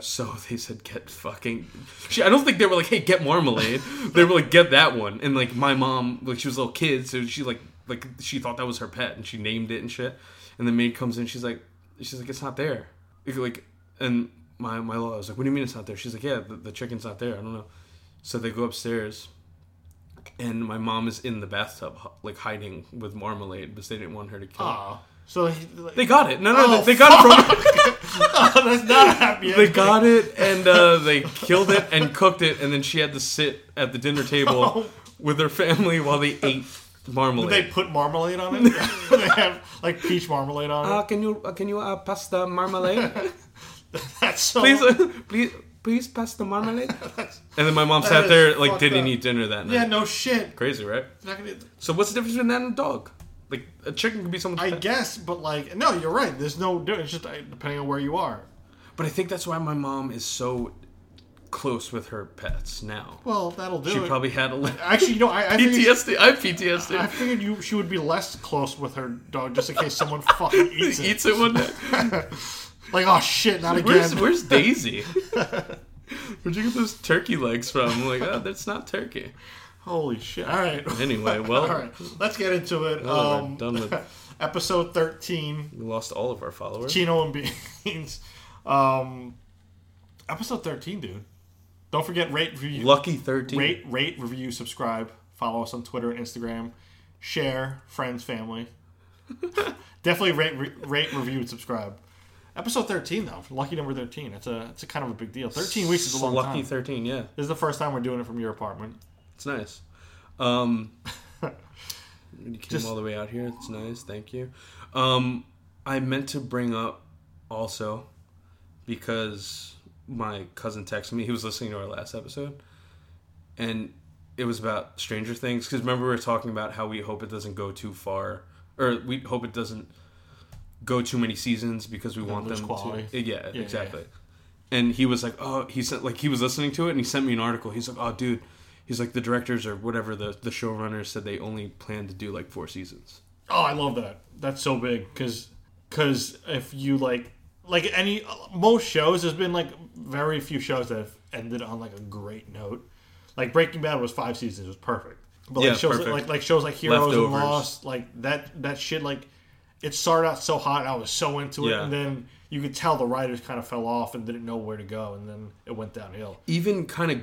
[SPEAKER 4] So they said, "Get fucking." She, I don't think they were like, "Hey, get marmalade." They were like, "Get that one." And like my mom, like she was a little kid, so she like like she thought that was her pet, and she named it and shit. And the maid comes in, she's like, she's like, "It's not there." Like- Like, and my my law was like, "What do you mean it's not there?" She's like, "Yeah, the, the chicken's not there." I don't know. So they go upstairs, and my mom is in the bathtub, h- like hiding with marmalade, because they didn't want her to kill. her.
[SPEAKER 2] oh, so he, like,
[SPEAKER 4] They got it. No, no,
[SPEAKER 2] Oh,
[SPEAKER 4] they, they got it from.
[SPEAKER 2] oh, that's not a happy.
[SPEAKER 4] they
[SPEAKER 2] ending.
[SPEAKER 4] got it, and uh, they killed it and cooked it, and then she had to sit at the dinner table with her family while they ate marmalade.
[SPEAKER 2] Oh. They put marmalade on it. they have like peach marmalade on it.
[SPEAKER 4] uh, can you uh, can you uh, pass the marmalade?
[SPEAKER 2] That's so.
[SPEAKER 4] please, uh, please, please pass the marmalade. And then my mom
[SPEAKER 2] That
[SPEAKER 4] sat
[SPEAKER 2] is
[SPEAKER 4] there like
[SPEAKER 2] fucked
[SPEAKER 4] didn't
[SPEAKER 2] up.
[SPEAKER 4] eat dinner that night.
[SPEAKER 2] yeah, no shit.
[SPEAKER 4] Crazy, right?
[SPEAKER 2] Not gonna-
[SPEAKER 4] So what's the difference between that and a dog? Like a chicken could be someone's
[SPEAKER 2] I
[SPEAKER 4] pet.
[SPEAKER 2] guess, but like, no, you're right. There's no. difference. It's just uh, depending on where you are.
[SPEAKER 4] But I think that's why my mom is so close with her pets now.
[SPEAKER 2] Well, that'll do
[SPEAKER 4] She
[SPEAKER 2] it.
[SPEAKER 4] probably had a li-
[SPEAKER 2] Actually, you know, I, I, figured,
[SPEAKER 4] PTSD. I have PTSD.
[SPEAKER 2] I figured you she would be less close with her dog just in case someone fucking eats it.
[SPEAKER 4] Eats it one day.
[SPEAKER 2] Like, oh shit, not
[SPEAKER 4] Where's,
[SPEAKER 2] again.
[SPEAKER 4] where's Daisy? Where'd you get those turkey legs from? I'm like, oh, that's not turkey.
[SPEAKER 2] Holy shit! All right,
[SPEAKER 4] Anyway, well,
[SPEAKER 2] all right. Let's get into it.
[SPEAKER 4] Oh, we're
[SPEAKER 2] um,
[SPEAKER 4] done with-
[SPEAKER 2] episode thirteen.
[SPEAKER 4] we lost all of our followers.
[SPEAKER 2] Chino and Beans. Um, episode 13, dude. Don't forget rate, review,
[SPEAKER 4] Lucky 13.
[SPEAKER 2] rate, rate, review, subscribe, follow us on Twitter and Instagram, share, friends, family. Definitely rate, re- rate, review, and subscribe. Episode 13, though, lucky number 13. That's a it's a kind of a big deal. 13 weeks is a long
[SPEAKER 4] Lucky
[SPEAKER 2] time.
[SPEAKER 4] 13, yeah.
[SPEAKER 2] this is the first time we're doing it from your apartment.
[SPEAKER 4] It's nice. Um, you came
[SPEAKER 2] Just-
[SPEAKER 4] all the way out here. It's nice. Thank you. Um, I meant to bring up also because my cousin texted me. He was listening to our last episode, and it was about Stranger Things. Because remember we were talking about how we hope it doesn't go too far, or we hope it doesn't go too many seasons because we want
[SPEAKER 2] lose
[SPEAKER 4] them
[SPEAKER 2] quality.
[SPEAKER 4] to. Yeah,
[SPEAKER 2] yeah.
[SPEAKER 4] exactly and he was like, "Oh, he sent like he was listening to it, and he sent me an article. He's like, "Oh, dude," he's like, "The directors or whatever the the showrunners said they only plan to do like four seasons."
[SPEAKER 2] Oh, I love that. That's so big because because if you like like any most shows, there's been like very few shows that have ended on like a great note. Like Breaking Bad was five seasons, it was perfect. But like
[SPEAKER 4] Yeah,
[SPEAKER 2] shows
[SPEAKER 4] perfect.
[SPEAKER 2] like like shows like Heroes
[SPEAKER 4] Leftovers.
[SPEAKER 2] and Lost, like that that shit like it started out so hot, I was so into it,
[SPEAKER 4] Yeah.
[SPEAKER 2] and then you could tell the writers kind of fell off and didn't know where to go, and then it went downhill.
[SPEAKER 4] Even kind of,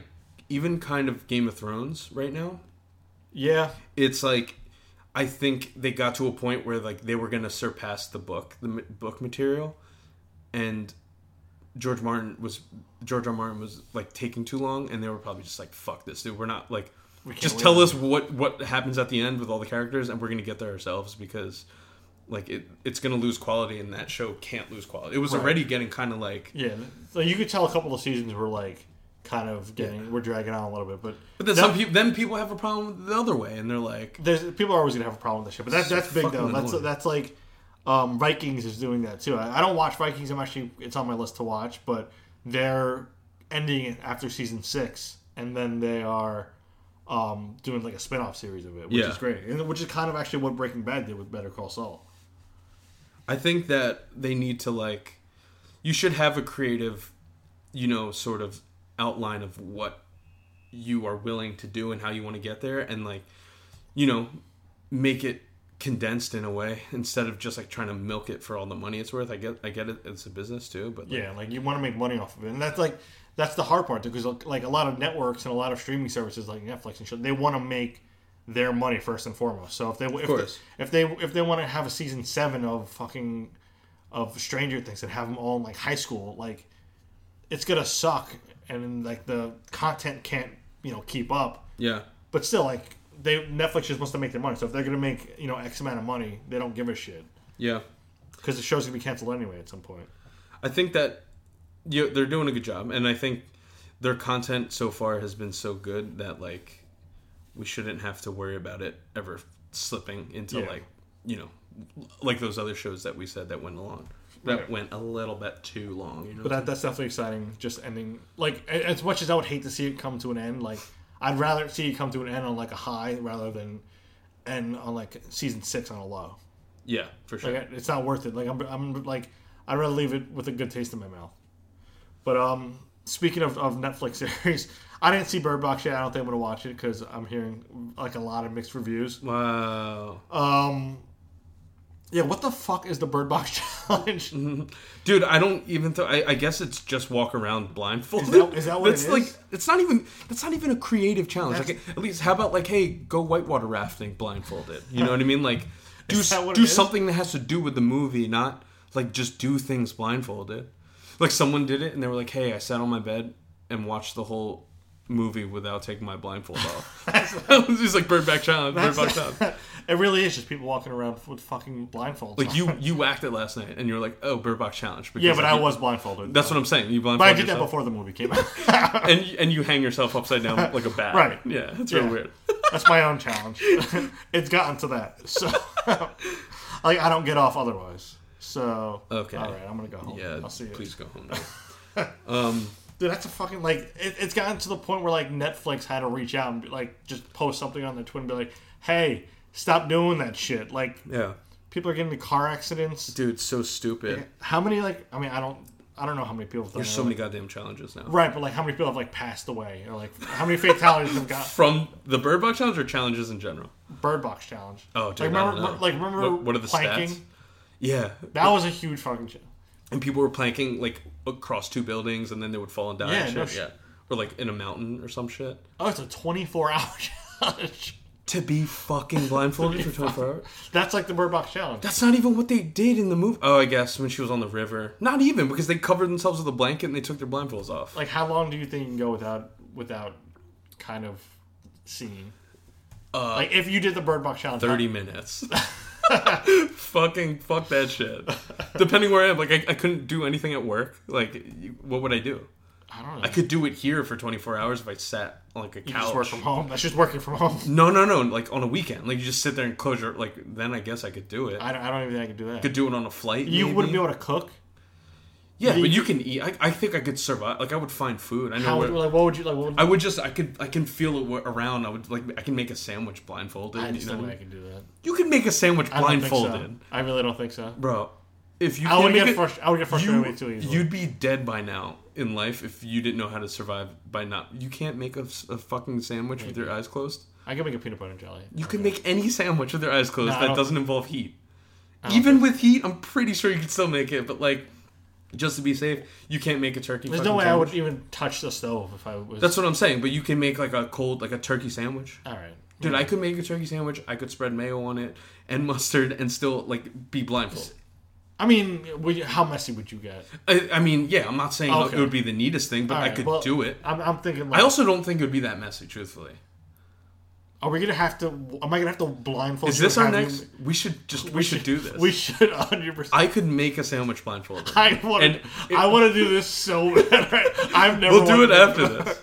[SPEAKER 4] even kind of Game of Thrones right now.
[SPEAKER 2] Yeah,
[SPEAKER 4] It's like, I think they got to a point where like they were gonna surpass the book, the m- book material, and George Martin was George R. Martin was like taking too long, and they were probably just like, "Fuck this, dude. We're not like."
[SPEAKER 2] can't
[SPEAKER 4] just
[SPEAKER 2] wait.
[SPEAKER 4] tell us what what happens at the end with all the characters, and we're gonna get there ourselves because, like, it it's gonna lose quality, and that show can't lose quality. It was already getting kind of like,
[SPEAKER 2] yeah. So you could tell a couple of seasons were like kind of getting we're dragging on a little bit, but
[SPEAKER 4] but then
[SPEAKER 2] that-
[SPEAKER 4] some people then people have a problem with it the other way, and they're like,
[SPEAKER 2] there's people are always gonna have a problem with that shit, but that's that's big
[SPEAKER 4] fucking
[SPEAKER 2] though. That's
[SPEAKER 4] annoying.
[SPEAKER 2] that's like um, Vikings is doing that too. I, I don't watch Vikings. I'm actually it's on my list to watch, but they're ending it after season six, and then they are um, doing like a spin off series of it, which
[SPEAKER 4] Yeah.
[SPEAKER 2] is great, and which is kind of actually what Breaking Bad did with Better Call Saul.
[SPEAKER 4] I think that they need to like you should have a creative, you know, sort of outline of what you are willing to do and how you want to get there and like you know, make it condensed in a way instead of just like trying to milk it for all the money it's worth. I get I get it it's a business too, but like,
[SPEAKER 2] Yeah, like you want to make money off of it, and that's like that's the hard part because like a lot of networks and a lot of streaming services like Netflix and shit, they want to make their money first and foremost. So if they if
[SPEAKER 4] course.
[SPEAKER 2] they, if they if they want to have a season seven of fucking of Stranger Things and have them all in like high school, like it's gonna suck, and like the content can't you know keep up.
[SPEAKER 4] Yeah.
[SPEAKER 2] But still, like they Netflix just wants to make their money. So if they're gonna make you know X amount of money, they don't give a shit
[SPEAKER 4] Yeah.
[SPEAKER 2] because the show's gonna be canceled anyway at some point.
[SPEAKER 4] I think that you they're doing a good job, and I think their content so far has been so good that like we shouldn't have to worry about it ever slipping into
[SPEAKER 2] Yeah.
[SPEAKER 4] like you know like those other shows that we said that went along that
[SPEAKER 2] Right.
[SPEAKER 4] went a little bit too long. You know,
[SPEAKER 2] But that, that's definitely exciting. Just ending like a- as much as I would hate to see it come to an end. Like I'd rather see it come to an end on like a high rather than end on like season six on a low.
[SPEAKER 4] yeah, for sure.
[SPEAKER 2] Like it's not worth it. Like I'm, I'm like I'd rather leave it with a good taste in my mouth. But um, speaking of, of Netflix series, I didn't see Bird Box yet. I don't think I'm gonna watch it because I'm hearing like a lot of mixed reviews.
[SPEAKER 4] Wow,
[SPEAKER 2] Um, yeah, what the fuck is the Bird Box challenge?
[SPEAKER 4] Mm-hmm. dude! I don't even. Th- I, I guess it's just walk around blindfolded.
[SPEAKER 2] Is that- is that what it
[SPEAKER 4] that's
[SPEAKER 2] is?
[SPEAKER 4] like? It's not even. That's not even a creative challenge.
[SPEAKER 2] That's-
[SPEAKER 4] Like at least, how about like, hey, go whitewater rafting blindfolded. You know what I mean? Like, do
[SPEAKER 2] Is that what it
[SPEAKER 4] do
[SPEAKER 2] is?
[SPEAKER 4] something that has to do with the movie, not like just do things blindfolded. Like someone did it, and they were like, hey, I sat on my bed and watched the whole movie without taking my blindfold off. it was just like bird back challenge. Bird back challenge.
[SPEAKER 2] it really is just people walking around with fucking blindfolds.
[SPEAKER 4] Like
[SPEAKER 2] on.
[SPEAKER 4] you, you whacked it last night, and you were like, "Oh, Bird Box challenge." Because
[SPEAKER 2] yeah, but
[SPEAKER 4] like,
[SPEAKER 2] I
[SPEAKER 4] you-
[SPEAKER 2] was blindfolded.
[SPEAKER 4] That's what I'm saying. You blindfold
[SPEAKER 2] But I did that
[SPEAKER 4] yourself,
[SPEAKER 2] before the movie came out.
[SPEAKER 4] and you- and you hang yourself upside down like a bat.
[SPEAKER 2] Right.
[SPEAKER 4] Yeah, it's really
[SPEAKER 2] Yeah.
[SPEAKER 4] weird.
[SPEAKER 2] That's my own challenge. it's gotten to that, so like I don't get off otherwise. So
[SPEAKER 4] Okay.
[SPEAKER 2] all right, I'm gonna go home.
[SPEAKER 4] Yeah,
[SPEAKER 2] I'll see you.
[SPEAKER 4] please go home.
[SPEAKER 2] Dude, that's a fucking like. It, it's gotten to the point where like Netflix had to reach out and be, like just post something on their Twitter and be like, "Hey, stop doing that shit." Like
[SPEAKER 4] yeah,
[SPEAKER 2] people are getting into car accidents.
[SPEAKER 4] dude, it's so stupid.
[SPEAKER 2] How many like? I mean, I don't. I don't know how many people. Have done
[SPEAKER 4] There's
[SPEAKER 2] it.
[SPEAKER 4] so many goddamn challenges now.
[SPEAKER 2] Uh, Right, but like, how many people have like passed away, or like, how many fatalities have got
[SPEAKER 4] From the Bird Box challenge or challenges in general?
[SPEAKER 2] Bird Box challenge?
[SPEAKER 4] Oh,
[SPEAKER 2] like,
[SPEAKER 4] dude, I
[SPEAKER 2] remember,
[SPEAKER 4] don't know.
[SPEAKER 2] like, remember,
[SPEAKER 4] What- what are the
[SPEAKER 2] planking?
[SPEAKER 4] stats? Yeah,
[SPEAKER 2] That was a huge fucking shit.
[SPEAKER 4] and people were planking like across two buildings, and then they would fall and die.
[SPEAKER 2] Yeah,
[SPEAKER 4] and shit.
[SPEAKER 2] no
[SPEAKER 4] yeah,
[SPEAKER 2] shit.
[SPEAKER 4] or like in a mountain or some shit.
[SPEAKER 2] Oh, it's a twenty-four hour challenge.
[SPEAKER 4] To be fucking blindfolded for 24 hours.
[SPEAKER 2] That's like the Bird Box challenge.
[SPEAKER 4] That's not even what they did in the movie. Oh, I guess when she was on the river. Not even because they covered themselves with a blanket and they took their blindfolds off.
[SPEAKER 2] like, how long do you think you can go without without kind of seeing? like, if you did the Bird Box challenge,
[SPEAKER 4] Uh, Thirty minutes. Fucking fuck that shit. Depending where I am, like I, I couldn't do anything at work. Like, you- what would I do?
[SPEAKER 2] I, I don't know.
[SPEAKER 4] I could do it here for twenty four hours if I sat on like a
[SPEAKER 2] you
[SPEAKER 4] couch.
[SPEAKER 2] just work from home. That's just working from home.
[SPEAKER 4] No, no, no. Like on a weekend, like you just sit there and close your. Like then I guess I could do it. I
[SPEAKER 2] I don't, I don't even think I could do that.
[SPEAKER 4] could do it on a flight.
[SPEAKER 2] you
[SPEAKER 4] maybe.
[SPEAKER 2] wouldn't be able to cook.
[SPEAKER 4] Yeah, but you can eat. I, I think I could survive. Like I would find food. I know.
[SPEAKER 2] How
[SPEAKER 4] where-
[SPEAKER 2] would, like, what would you like? What would,
[SPEAKER 4] I would just I could I can feel it wa- around. I would like I can make a sandwich blindfolded.
[SPEAKER 2] I just
[SPEAKER 4] you, know?
[SPEAKER 2] don't think I can do that.
[SPEAKER 4] you can make a sandwich
[SPEAKER 2] I don't think so.
[SPEAKER 4] blindfolded,
[SPEAKER 2] I really don't think so.
[SPEAKER 4] bro. If you
[SPEAKER 2] I would
[SPEAKER 4] can't make
[SPEAKER 2] get
[SPEAKER 4] it-
[SPEAKER 2] frust- I would get frustrated way too
[SPEAKER 4] you,
[SPEAKER 2] easily.
[SPEAKER 4] you'd be dead by now in life if you didn't know how to survive by not. You can't make a, s- a fucking sandwich with your eyes closed.
[SPEAKER 2] I could make a peanut butter and jelly.
[SPEAKER 4] You can make any sandwich with your eyes closed
[SPEAKER 2] No, I
[SPEAKER 4] that
[SPEAKER 2] don't-
[SPEAKER 4] doesn't involve heat. Even with heat, I'm pretty sure you could still make it. But like, just to be safe, you can't make a turkey.
[SPEAKER 2] There's no
[SPEAKER 4] fucking
[SPEAKER 2] way I would
[SPEAKER 4] sandwich.
[SPEAKER 2] even touch the stove if I was.
[SPEAKER 4] That's what I'm saying. But you can make like a cold, like a turkey sandwich.
[SPEAKER 2] all right.
[SPEAKER 4] Dude, I could make a turkey sandwich. I could spread mayo on it and mustard and still like be blindfolded.
[SPEAKER 2] I mean, would you, how messy would you get?
[SPEAKER 4] I, I mean, yeah, I'm not saying
[SPEAKER 2] Okay.
[SPEAKER 4] it would be the neatest thing, but
[SPEAKER 2] All
[SPEAKER 4] I
[SPEAKER 2] right,
[SPEAKER 4] could
[SPEAKER 2] well,
[SPEAKER 4] do it.
[SPEAKER 2] I'm, I'm thinking. Like,
[SPEAKER 4] I also don't think it would be that messy, truthfully.
[SPEAKER 2] are we gonna have to? Am I gonna have to blindfold?
[SPEAKER 4] Is
[SPEAKER 2] you
[SPEAKER 4] this
[SPEAKER 2] and
[SPEAKER 4] our
[SPEAKER 2] have
[SPEAKER 4] next?
[SPEAKER 2] you-
[SPEAKER 4] We should just we should do this.
[SPEAKER 2] We should 100. percent
[SPEAKER 4] I could make a sandwich blindfolded.
[SPEAKER 2] I want.
[SPEAKER 4] and
[SPEAKER 2] to.
[SPEAKER 4] it-
[SPEAKER 2] I want to do this so bad. I've never.
[SPEAKER 4] We'll do it
[SPEAKER 2] wanted to-
[SPEAKER 4] after this.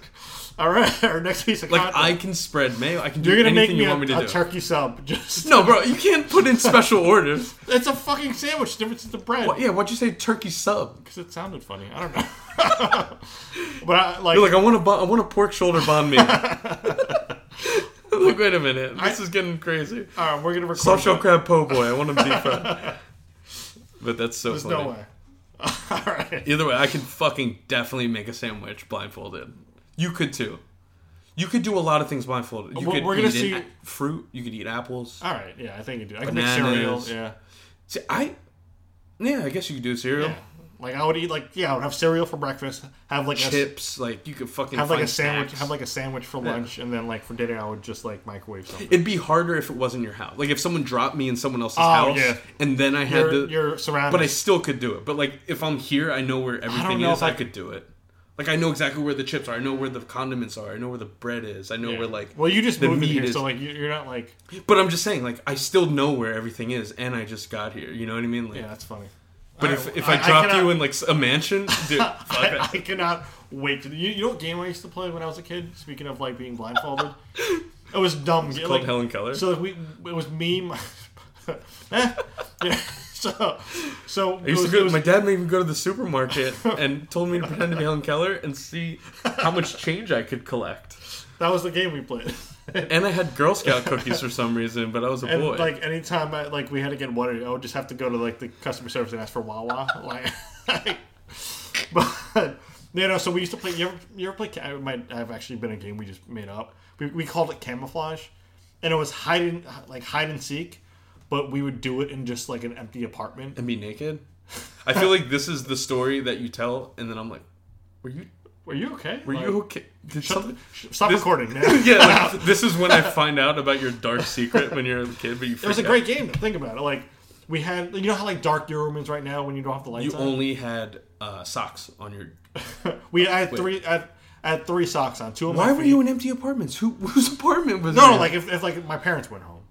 [SPEAKER 2] All right. Our next piece of
[SPEAKER 4] Like
[SPEAKER 2] content.
[SPEAKER 4] I can spread mayo. I can do
[SPEAKER 2] You're gonna make
[SPEAKER 4] anything
[SPEAKER 2] me
[SPEAKER 4] you
[SPEAKER 2] a,
[SPEAKER 4] want me to
[SPEAKER 2] a
[SPEAKER 4] do.
[SPEAKER 2] turkey sub. Just
[SPEAKER 4] no, bro, you can't put in special orders.
[SPEAKER 2] It's a fucking sandwich. The difference is the bread.
[SPEAKER 4] What, yeah, what'd you say? Turkey sub.
[SPEAKER 2] Because it sounded funny. I don't know. but I, like,
[SPEAKER 4] You're like I want a bon- I want a pork shoulder bomb me. like wait a minute, this is getting crazy.
[SPEAKER 2] all right, uh, we're gonna record.
[SPEAKER 4] Soft shell
[SPEAKER 2] that.
[SPEAKER 4] crab po' boy. I want him deep fried. but that's so
[SPEAKER 2] There's
[SPEAKER 4] funny.
[SPEAKER 2] no way. all right.
[SPEAKER 4] Either way, I could fucking definitely make a sandwich blindfolded. You could too. You could do a lot of things blindfolded. You
[SPEAKER 2] Well,
[SPEAKER 4] could
[SPEAKER 2] we're gonna
[SPEAKER 4] eat
[SPEAKER 2] see-
[SPEAKER 4] an a- fruit. You could eat apples.
[SPEAKER 2] All right. Yeah, I think you do. I can
[SPEAKER 4] Bananas.
[SPEAKER 2] make cereal. Yeah.
[SPEAKER 4] See, I yeah, I guess you could do cereal.
[SPEAKER 2] Yeah. Like I would eat like yeah, I would have cereal for breakfast, have like a
[SPEAKER 4] Chips, like you could fucking
[SPEAKER 2] have like a
[SPEAKER 4] find
[SPEAKER 2] sandwich,
[SPEAKER 4] snacks.
[SPEAKER 2] have like a sandwich for lunch, and then like for dinner I would just like microwave something.
[SPEAKER 4] It'd be harder if it wasn't your house. Like if someone dropped me in someone else's
[SPEAKER 2] Oh,
[SPEAKER 4] house,
[SPEAKER 2] yeah.
[SPEAKER 4] and then I had
[SPEAKER 2] Your,
[SPEAKER 4] to,
[SPEAKER 2] your surroundings.
[SPEAKER 4] but I still could do it. But like if I'm here, I know where everything
[SPEAKER 2] know
[SPEAKER 4] is.
[SPEAKER 2] if I
[SPEAKER 4] I could do it. Like I know exactly where the chips are. I know where the condiments are. I know where the bread is. I know where like
[SPEAKER 2] well, you just
[SPEAKER 4] the
[SPEAKER 2] moved in
[SPEAKER 4] meat
[SPEAKER 2] here,
[SPEAKER 4] is.
[SPEAKER 2] so like you- you're not like
[SPEAKER 4] But I'm just saying, like I still know where everything is, and I just got here. You know what I mean? Like,
[SPEAKER 2] yeah, that's funny.
[SPEAKER 4] But
[SPEAKER 2] I-
[SPEAKER 4] if, if I,
[SPEAKER 2] I- I
[SPEAKER 4] dropped
[SPEAKER 2] cannot-
[SPEAKER 4] you in like s- a mansion, dude, fuck
[SPEAKER 2] I,
[SPEAKER 4] it.
[SPEAKER 2] I cannot wait to you, you know what game I used to play when I was a kid. Speaking of like being blindfolded, it was dumb. It's
[SPEAKER 4] called Helen Keller?
[SPEAKER 2] So like, we it was me. My, Eh, yeah. So so
[SPEAKER 4] I used to go, my dad made me go to the supermarket and told me to pretend to be Helen Keller and see how much change I could collect.
[SPEAKER 2] that was the game we played.
[SPEAKER 4] And I had Girl Scout cookies for some reason, but I was a
[SPEAKER 2] And
[SPEAKER 4] boy.
[SPEAKER 2] like anytime I like we had to get water, I would just have to go to like the customer service and ask for Wawa. Like, but you know, so we used to play. You ever you ever play? ca- I might have actually been a game we just made up. We, we called it camouflage, and it was hide and like hide and seek, but we would do it in just like an empty apartment.
[SPEAKER 4] and be naked. I feel like this is the story that you tell, and then I'm like, were you
[SPEAKER 2] Were you okay?
[SPEAKER 4] were
[SPEAKER 2] Like,
[SPEAKER 4] you okay? Did something?
[SPEAKER 2] sh- Stop
[SPEAKER 4] this-
[SPEAKER 2] recording. Man.
[SPEAKER 4] Yeah, like, this is when I find out about your dark secret when you're a kid, but you
[SPEAKER 2] it was a great game. to Think about it. Like we had, you know how like dark your room is right now when you don't have the lights
[SPEAKER 4] You
[SPEAKER 2] on.
[SPEAKER 4] only had uh, socks on your.
[SPEAKER 2] we I had three. I had, I had three socks on. Two of my
[SPEAKER 4] Why were
[SPEAKER 2] feet.
[SPEAKER 4] you in empty apartments? Who whose apartment was
[SPEAKER 2] No,
[SPEAKER 4] it?
[SPEAKER 2] no, like if, if like my parents went home.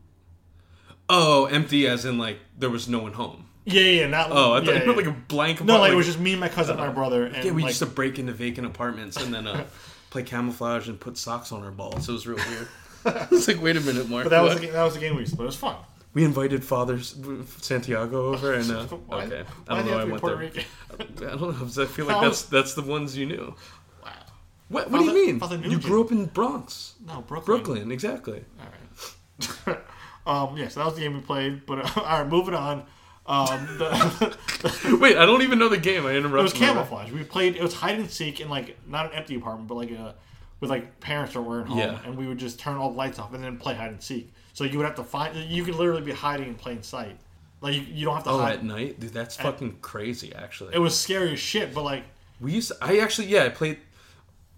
[SPEAKER 4] Oh, empty as in like there was no one home.
[SPEAKER 2] Yeah, yeah, yeah, not.
[SPEAKER 4] Oh, I thought
[SPEAKER 2] yeah,
[SPEAKER 4] you
[SPEAKER 2] yeah,
[SPEAKER 4] meant like
[SPEAKER 2] yeah.
[SPEAKER 4] a blank.
[SPEAKER 2] no,
[SPEAKER 4] apart-
[SPEAKER 2] like, it was just me, and my cousin, and my brother, and
[SPEAKER 4] yeah. We
[SPEAKER 2] like,
[SPEAKER 4] used to break into vacant apartments and then uh, play camouflage and put socks on our balls. It was real weird. it's like wait a minute, Mark.
[SPEAKER 2] but that was
[SPEAKER 4] what?
[SPEAKER 2] the, ga- that was the game we used to play. It was fun.
[SPEAKER 4] we invited Father S- Santiago over and uh,
[SPEAKER 2] Why-
[SPEAKER 4] okay.
[SPEAKER 2] why
[SPEAKER 4] I don't
[SPEAKER 2] do you have to
[SPEAKER 4] know. I
[SPEAKER 2] be
[SPEAKER 4] went
[SPEAKER 2] Puerto
[SPEAKER 4] there.
[SPEAKER 2] Rican?
[SPEAKER 4] I don't know. I feel like
[SPEAKER 2] How-
[SPEAKER 4] that's that's the ones you knew.
[SPEAKER 2] Wow.
[SPEAKER 4] What, what do you
[SPEAKER 2] Father-
[SPEAKER 4] mean?
[SPEAKER 2] Father
[SPEAKER 4] you
[SPEAKER 2] Nugent.
[SPEAKER 4] grew up in Bronx,
[SPEAKER 2] No, Brooklyn.
[SPEAKER 4] Brooklyn, exactly.
[SPEAKER 2] All right. um, yeah, so that was the game we played. But uh, all right, moving on. Um, the,
[SPEAKER 4] Wait, I don't even know the game. I interrupted.
[SPEAKER 2] it was
[SPEAKER 4] my-
[SPEAKER 2] camouflage. We played. It was hide and seek in like not an empty apartment, but like a with like parents that weren't home,
[SPEAKER 4] Yeah.
[SPEAKER 2] and we would just turn all the lights off and then play hide and seek. So you would have to find. You could literally be hiding in plain sight. Like you, you don't have to
[SPEAKER 4] Oh,
[SPEAKER 2] hide.
[SPEAKER 4] at night, dude, that's fucking crazy. Actually,
[SPEAKER 2] It was scary as shit, but like
[SPEAKER 4] We used to, I actually yeah, I played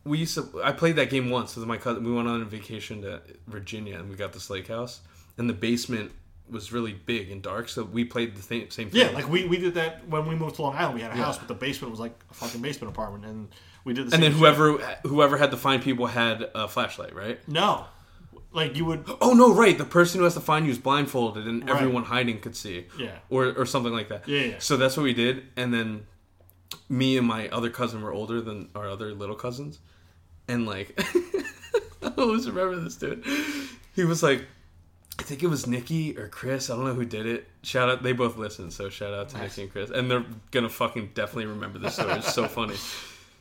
[SPEAKER 4] we used to I played that game once with my cousin we went on a vacation to Virginia and we got this lake house and the basement was really big and dark so we played the same same thing.
[SPEAKER 2] Yeah, like we, we did that when we moved to Long Island. We had a house, but the basement was like a fucking basement apartment, and we did the.
[SPEAKER 4] and
[SPEAKER 2] same
[SPEAKER 4] then whoever whoever had to find people had a flashlight, right?
[SPEAKER 2] shit. No, like you would.
[SPEAKER 4] Oh no, right. The person who has to find you is blindfolded and
[SPEAKER 2] Right.
[SPEAKER 4] everyone hiding could see.
[SPEAKER 2] Yeah.
[SPEAKER 4] Or or something like that.
[SPEAKER 2] Yeah, yeah.
[SPEAKER 4] So that's what we did and then me and my other cousin were older than our other little cousins and like I always remember this dude. He was like I think it was Nikki or Chris. I don't know who did it. Shout out. They both listened, so shout out to Nikki and Chris. And they're gonna fucking definitely remember this story. It's so funny.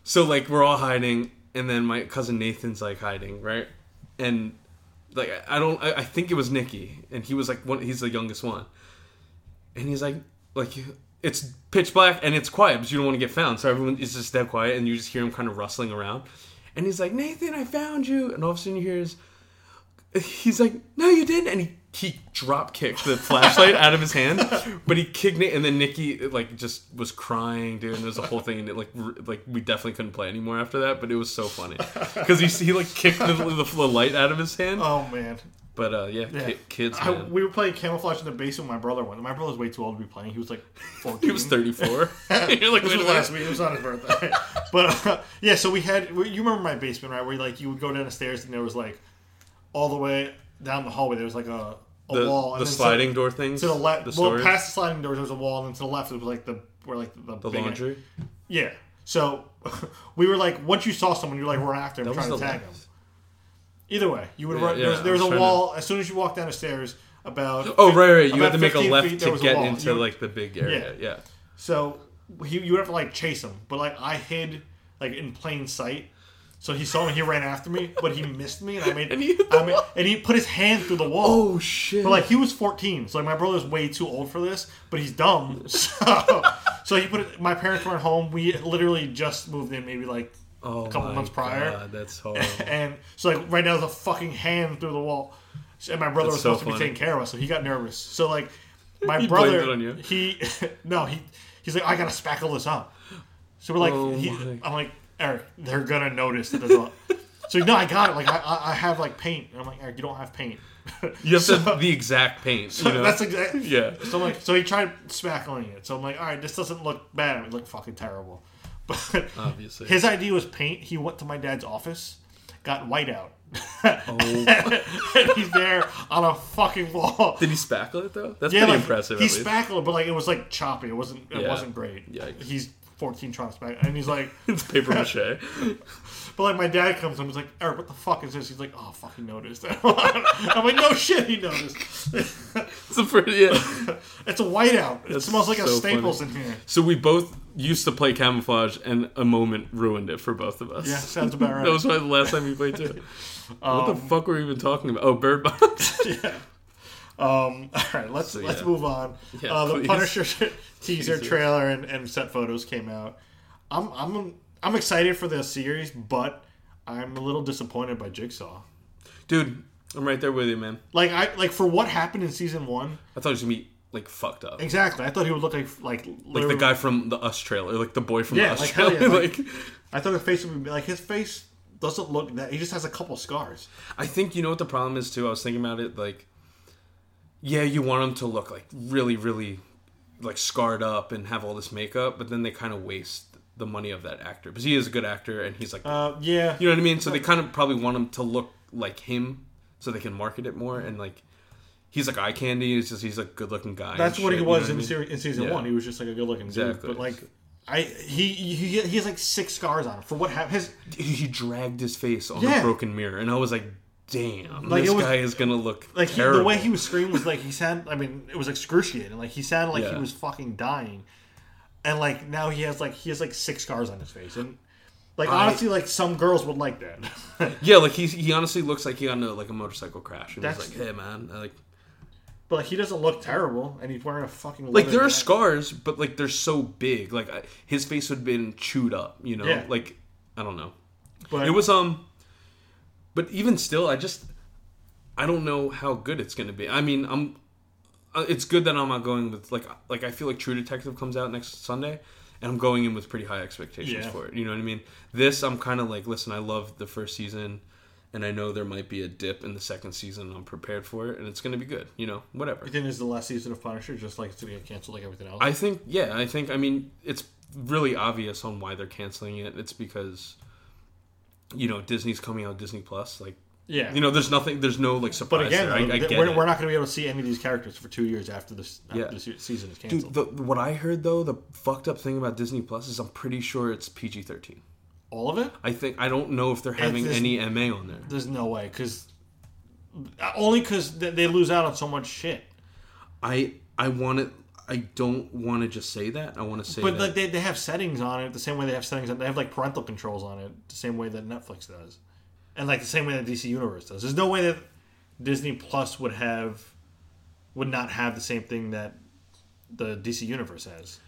[SPEAKER 4] So like we're all hiding, and then my cousin Nathan's like hiding, right? And like I I don't. I, I think it was Nikki, and he was like one. He's the youngest one, and he's like like it's pitch black and it's quiet because you don't want to get found. So everyone is just dead quiet, and you just hear him kind of rustling around. And he's like, Nathan, I found you. And all of a sudden you hear his he's like, "No, you didn't," and he he drop kicked the flashlight out of his hand, but he kicked it, and then Nikki like just was crying, dude. And there was a whole thing, and it like r- like we definitely couldn't play anymore after that. But it was so funny because he he like kicked the, the, the light out of his hand.
[SPEAKER 2] Oh man,
[SPEAKER 4] But uh, yeah,
[SPEAKER 2] Yeah.
[SPEAKER 4] Ki- kids,
[SPEAKER 2] I,
[SPEAKER 4] man.
[SPEAKER 2] we were playing camouflage in the basement. with My brother one. My brother's way too old to be playing. He was like fourteen.
[SPEAKER 4] he was thirty four. You're like,
[SPEAKER 2] This
[SPEAKER 4] "Wait
[SPEAKER 2] was
[SPEAKER 4] a
[SPEAKER 2] last
[SPEAKER 4] minute."
[SPEAKER 2] week. It was on his birthday. but uh, yeah, so we had. we- You remember my basement, right? Where like you would go down the stairs, and there was like all the way down the hallway. There was like a, a
[SPEAKER 4] the,
[SPEAKER 2] wall.
[SPEAKER 4] the
[SPEAKER 2] then to-
[SPEAKER 4] sliding door things
[SPEAKER 2] to the left.
[SPEAKER 4] the
[SPEAKER 2] well,
[SPEAKER 4] storage,
[SPEAKER 2] past the sliding doors, there was a wall, and then to the left it was like the where like the,
[SPEAKER 4] the laundry.
[SPEAKER 2] Yeah. So we were like, once you saw someone, you're like, we're after him,
[SPEAKER 4] That was
[SPEAKER 2] trying to
[SPEAKER 4] the
[SPEAKER 2] tag
[SPEAKER 4] last.
[SPEAKER 2] him. Either way, you would
[SPEAKER 4] Yeah,
[SPEAKER 2] run.
[SPEAKER 4] yeah,
[SPEAKER 2] there was, there was
[SPEAKER 4] I
[SPEAKER 2] a
[SPEAKER 4] was trying
[SPEAKER 2] wall as soon as you walked down the stairs. About
[SPEAKER 4] Oh
[SPEAKER 2] fif-
[SPEAKER 4] right, right. You
[SPEAKER 2] about
[SPEAKER 4] had to make a
[SPEAKER 2] 15
[SPEAKER 4] left
[SPEAKER 2] feet, there
[SPEAKER 4] to
[SPEAKER 2] was a
[SPEAKER 4] get
[SPEAKER 2] wall.
[SPEAKER 4] into
[SPEAKER 2] You-
[SPEAKER 4] like the big area. Yeah.
[SPEAKER 2] So he, you would have to like chase him, but like I hid like in plain sight. So he saw me. He ran after me, but he missed me, and I made.
[SPEAKER 4] And he hit the
[SPEAKER 2] I made, and he put his hand through the wall.
[SPEAKER 4] Oh shit!
[SPEAKER 2] But like he was 14, so like my brother's way too old for this, but he's dumb. So so he put it, my parents weren't home. We literally just moved in maybe like
[SPEAKER 4] oh,
[SPEAKER 2] a couple
[SPEAKER 4] my
[SPEAKER 2] months prior.
[SPEAKER 4] God, that's horrible.
[SPEAKER 2] And so like right now there's a fucking hand through the wall. And my brother
[SPEAKER 4] That's
[SPEAKER 2] was
[SPEAKER 4] so
[SPEAKER 2] supposed to be
[SPEAKER 4] funny.
[SPEAKER 2] taking care of us, so he got nervous. So like my
[SPEAKER 4] He blamed
[SPEAKER 2] brother
[SPEAKER 4] it on you.
[SPEAKER 2] he no, he He's like, I gotta spackle this up. So we're like,
[SPEAKER 4] Oh
[SPEAKER 2] he,
[SPEAKER 4] my.
[SPEAKER 2] I'm like, Eric, they're gonna notice that there's a. So he's, no, I got it. Like I, I, I have like paint. And I'm like, Eric, you don't have paint.
[SPEAKER 4] You have to the exact paint. You know?
[SPEAKER 2] That's exactly.
[SPEAKER 4] yeah.
[SPEAKER 2] So I'm like, so he tried spackling it. So I'm like, all right, this doesn't look bad. It looked fucking terrible. But
[SPEAKER 4] Obviously.
[SPEAKER 2] his idea was paint. He went to my dad's office, got whiteout.
[SPEAKER 4] Oh.
[SPEAKER 2] and he's there on a fucking wall.
[SPEAKER 4] Did he spackle it though? That's
[SPEAKER 2] Yeah,
[SPEAKER 4] pretty
[SPEAKER 2] like,
[SPEAKER 4] impressive.
[SPEAKER 2] He
[SPEAKER 4] at least.
[SPEAKER 2] spackled, but like it was like choppy. It wasn't. It
[SPEAKER 4] Yeah.
[SPEAKER 2] wasn't great.
[SPEAKER 4] Yikes.
[SPEAKER 2] He's 14 trying to spack, and he's like,
[SPEAKER 4] it's paper mache.
[SPEAKER 2] but like my dad comes and he's like, Eric, what the fuck is this? He's like, oh, fucking noticed. I'm like, no shit, he noticed.
[SPEAKER 4] It's a pretty. Yeah.
[SPEAKER 2] It's a whiteout. It
[SPEAKER 4] That's
[SPEAKER 2] smells like a
[SPEAKER 4] so
[SPEAKER 2] Staples in here.
[SPEAKER 4] So we both used to play camouflage, and a moment ruined it for both of us.
[SPEAKER 2] Yeah, sounds about right.
[SPEAKER 4] that was my the last time we played too. Um, what the fuck were we even talking about? Oh, Bird Box.
[SPEAKER 2] Um, all right, let's let's
[SPEAKER 4] yeah.
[SPEAKER 2] move on.
[SPEAKER 4] Yeah,
[SPEAKER 2] uh, the
[SPEAKER 4] please.
[SPEAKER 2] Punisher teaser
[SPEAKER 4] Jesus.
[SPEAKER 2] trailer and, and set photos came out. I'm I'm I'm excited for the series, but I'm a little disappointed by Jigsaw.
[SPEAKER 4] Dude, I'm right there with you, man.
[SPEAKER 2] Like I like for what happened in season one.
[SPEAKER 4] I thought it was gonna be like fucked up,
[SPEAKER 2] Exactly, I thought he would look like like
[SPEAKER 4] like the guy from the Us trailer, like the boy from
[SPEAKER 2] Yeah,
[SPEAKER 4] the Us
[SPEAKER 2] like, hell
[SPEAKER 4] trailer.
[SPEAKER 2] yeah,
[SPEAKER 4] like,
[SPEAKER 2] I thought his face would be like his face doesn't look that. He just has a couple scars.
[SPEAKER 4] I think you know what the problem is too. I was thinking about it. Like, yeah, you want them to look like really, really like scarred up and have all this makeup, but then they kind of waste the money of that actor because he is a good actor and he's like
[SPEAKER 2] Uh, yeah,
[SPEAKER 4] You know what I mean? So they kind of probably want him to look like him, so they can market it more. And like, he's like eye candy. It's just he's a good looking guy.
[SPEAKER 2] that's
[SPEAKER 4] and
[SPEAKER 2] what
[SPEAKER 4] shit,
[SPEAKER 2] he
[SPEAKER 4] you know
[SPEAKER 2] was
[SPEAKER 4] I
[SPEAKER 2] in,
[SPEAKER 4] mean?
[SPEAKER 2] seri- in season
[SPEAKER 4] Yeah.
[SPEAKER 2] one. He was just like a good looking
[SPEAKER 4] Exactly.
[SPEAKER 2] dude, but like. I he, he he has like six scars on him for what happened. His
[SPEAKER 4] He he dragged his face on
[SPEAKER 2] Yeah.
[SPEAKER 4] a broken mirror, and I was like, "Damn,
[SPEAKER 2] Like,
[SPEAKER 4] this
[SPEAKER 2] it was-
[SPEAKER 4] guy is gonna look
[SPEAKER 2] like he,
[SPEAKER 4] terrible."
[SPEAKER 2] the way he was screaming was like he sounded. I mean, it was excruciating. Like he sounded like
[SPEAKER 4] Yeah.
[SPEAKER 2] he was fucking dying, and like now he has like he has like six scars on his face, and like
[SPEAKER 4] I-
[SPEAKER 2] honestly, like some girls would like that.
[SPEAKER 4] yeah, like he he honestly looks like he got into like a motorcycle crash, and he's
[SPEAKER 2] That's-
[SPEAKER 4] like, "Hey, man," I like
[SPEAKER 2] but like, he doesn't look terrible, and he's wearing a fucking
[SPEAKER 4] like
[SPEAKER 2] leather
[SPEAKER 4] there are
[SPEAKER 2] jacket.
[SPEAKER 4] scars, but like they're so big. Like I, his face would have been chewed up. You know,
[SPEAKER 2] Yeah.
[SPEAKER 4] like I don't know.
[SPEAKER 2] But
[SPEAKER 4] It was um, but even still, I just I don't know how good it's gonna be. I mean, I'm. uh, It's good that I'm not going with like like I feel like True Detective comes out next Sunday, and I'm going in with pretty high expectations
[SPEAKER 2] Yeah.
[SPEAKER 4] for it. You know what I mean? This I'm kind of like, listen, I love the first season, and I know there might be a dip in the second season. and I'm prepared for it, and it's gonna be good. You know, whatever.
[SPEAKER 2] Then is the last season of Punisher just like it's gonna get canceled like everything else?
[SPEAKER 4] I think yeah, I think I mean it's really obvious on why they're canceling it. It's because you know Disney's coming out with Disney Plus like
[SPEAKER 2] yeah,
[SPEAKER 4] you know, there's nothing, there's no like surprise.
[SPEAKER 2] But again,
[SPEAKER 4] there. I, I
[SPEAKER 2] th-
[SPEAKER 4] get
[SPEAKER 2] we're,
[SPEAKER 4] it.
[SPEAKER 2] we're not going to be able to see any of these characters for two years after this after
[SPEAKER 4] Yeah.
[SPEAKER 2] the se- season is canceled.
[SPEAKER 4] Dude, the, what I heard though, the fucked up thing about Disney Plus is I'm pretty sure it's PG 13.
[SPEAKER 2] All of it?
[SPEAKER 4] I think I don't know if they're having
[SPEAKER 2] this-
[SPEAKER 4] any MA on there.
[SPEAKER 2] There's no way because only because they lose out on so much shit.
[SPEAKER 4] I I want to. I don't want to just say that. I want to say
[SPEAKER 2] But
[SPEAKER 4] that.
[SPEAKER 2] like they, they have settings on it the same way they have settings on they have like parental controls on it the same way that Netflix does, and like the same way that DC Universe does. There's no way that Disney Plus would have would not have the same thing that the DC Universe has.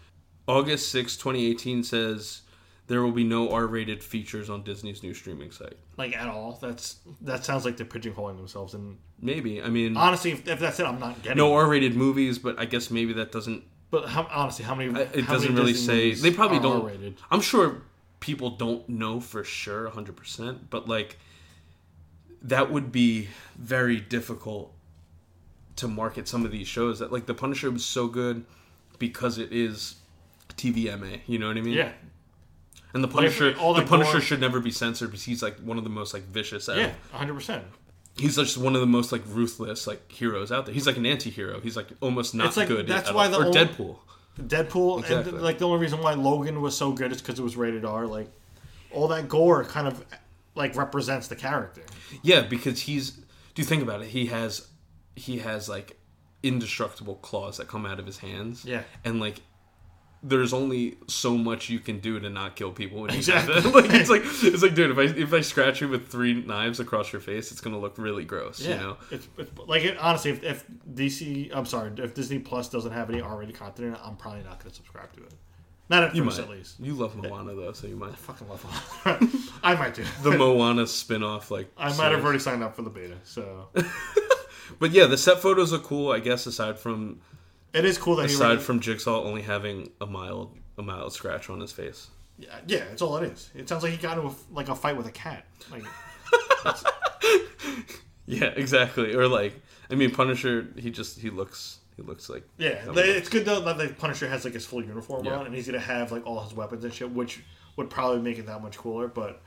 [SPEAKER 4] August sixth, 2018 says there will be no R-rated features on Disney's new streaming site.
[SPEAKER 2] Like at all. That's that sounds like they're pigeonholing themselves. And
[SPEAKER 4] Maybe. I mean,
[SPEAKER 2] honestly, if, if that's it, I'm not getting. it.
[SPEAKER 4] no R-rated movies, but I guess maybe that doesn't
[SPEAKER 2] But how, honestly, how many?
[SPEAKER 4] it
[SPEAKER 2] how
[SPEAKER 4] doesn't
[SPEAKER 2] many
[SPEAKER 4] really
[SPEAKER 2] Disney
[SPEAKER 4] say
[SPEAKER 2] movies
[SPEAKER 4] they probably
[SPEAKER 2] are
[SPEAKER 4] don't
[SPEAKER 2] R-rated?
[SPEAKER 4] i'm sure people don't know for sure 100% but like that would be very difficult to market some of these shows that like the punisher was so good because it is tvma you know what i mean
[SPEAKER 2] Yeah,
[SPEAKER 4] and the punisher
[SPEAKER 2] all
[SPEAKER 4] the
[SPEAKER 2] that
[SPEAKER 4] punisher
[SPEAKER 2] gore-
[SPEAKER 4] should never be censored because he's like one of the most like vicious out
[SPEAKER 2] yeah,
[SPEAKER 4] of
[SPEAKER 2] hundred percent.
[SPEAKER 4] he's just one of the most like ruthless like heroes out there he's like an anti-hero he's like almost not
[SPEAKER 2] It's like-
[SPEAKER 4] good
[SPEAKER 2] that's
[SPEAKER 4] at
[SPEAKER 2] why
[SPEAKER 4] all.
[SPEAKER 2] the
[SPEAKER 4] or
[SPEAKER 2] only-
[SPEAKER 4] deadpool
[SPEAKER 2] Deadpool,
[SPEAKER 4] Exactly.
[SPEAKER 2] and like the only reason why Logan was so good is because it was rated R. Like all that gore kind of like represents the character.
[SPEAKER 4] Yeah, because he's. Do you think about it? He has, he has like, indestructible claws that come out of his hands.
[SPEAKER 2] Yeah.
[SPEAKER 4] and like, there's only so much you can do to not kill people. When you have
[SPEAKER 2] Exactly.
[SPEAKER 4] that. like it's like it's like, dude, if I if I scratch you with three knives across your face, it's gonna look really gross.
[SPEAKER 2] Yeah,
[SPEAKER 4] You know.
[SPEAKER 2] it's, it's like it, honestly, if, if DC, I'm sorry, if Disney Plus doesn't have any R-rated content, in it, I'm probably not going to subscribe to it. Not at
[SPEAKER 4] You
[SPEAKER 2] first,
[SPEAKER 4] might.
[SPEAKER 2] at least.
[SPEAKER 4] You love Moana though, so you might.
[SPEAKER 2] Fucking love it. I might do.
[SPEAKER 4] The Moana spin-off, like
[SPEAKER 2] I might have already signed up for the beta, so
[SPEAKER 4] But yeah, the set photos are cool, I guess. Aside from
[SPEAKER 2] It is cool that he
[SPEAKER 4] Aside
[SPEAKER 2] already-
[SPEAKER 4] from Jigsaw only having a mild a mild scratch on his face.
[SPEAKER 2] yeah, yeah, that's all it is. It sounds like he got into a, like a fight with a cat. Like
[SPEAKER 4] Yeah, exactly. Or like, I mean, Punisher. He just he looks he looks like
[SPEAKER 2] yeah,
[SPEAKER 4] that
[SPEAKER 2] they-
[SPEAKER 4] would-
[SPEAKER 2] it's good though that the Punisher has like his full uniform
[SPEAKER 4] Yeah.
[SPEAKER 2] on, and he's gonna have like all his weapons and shit, which would probably make it that much cooler. But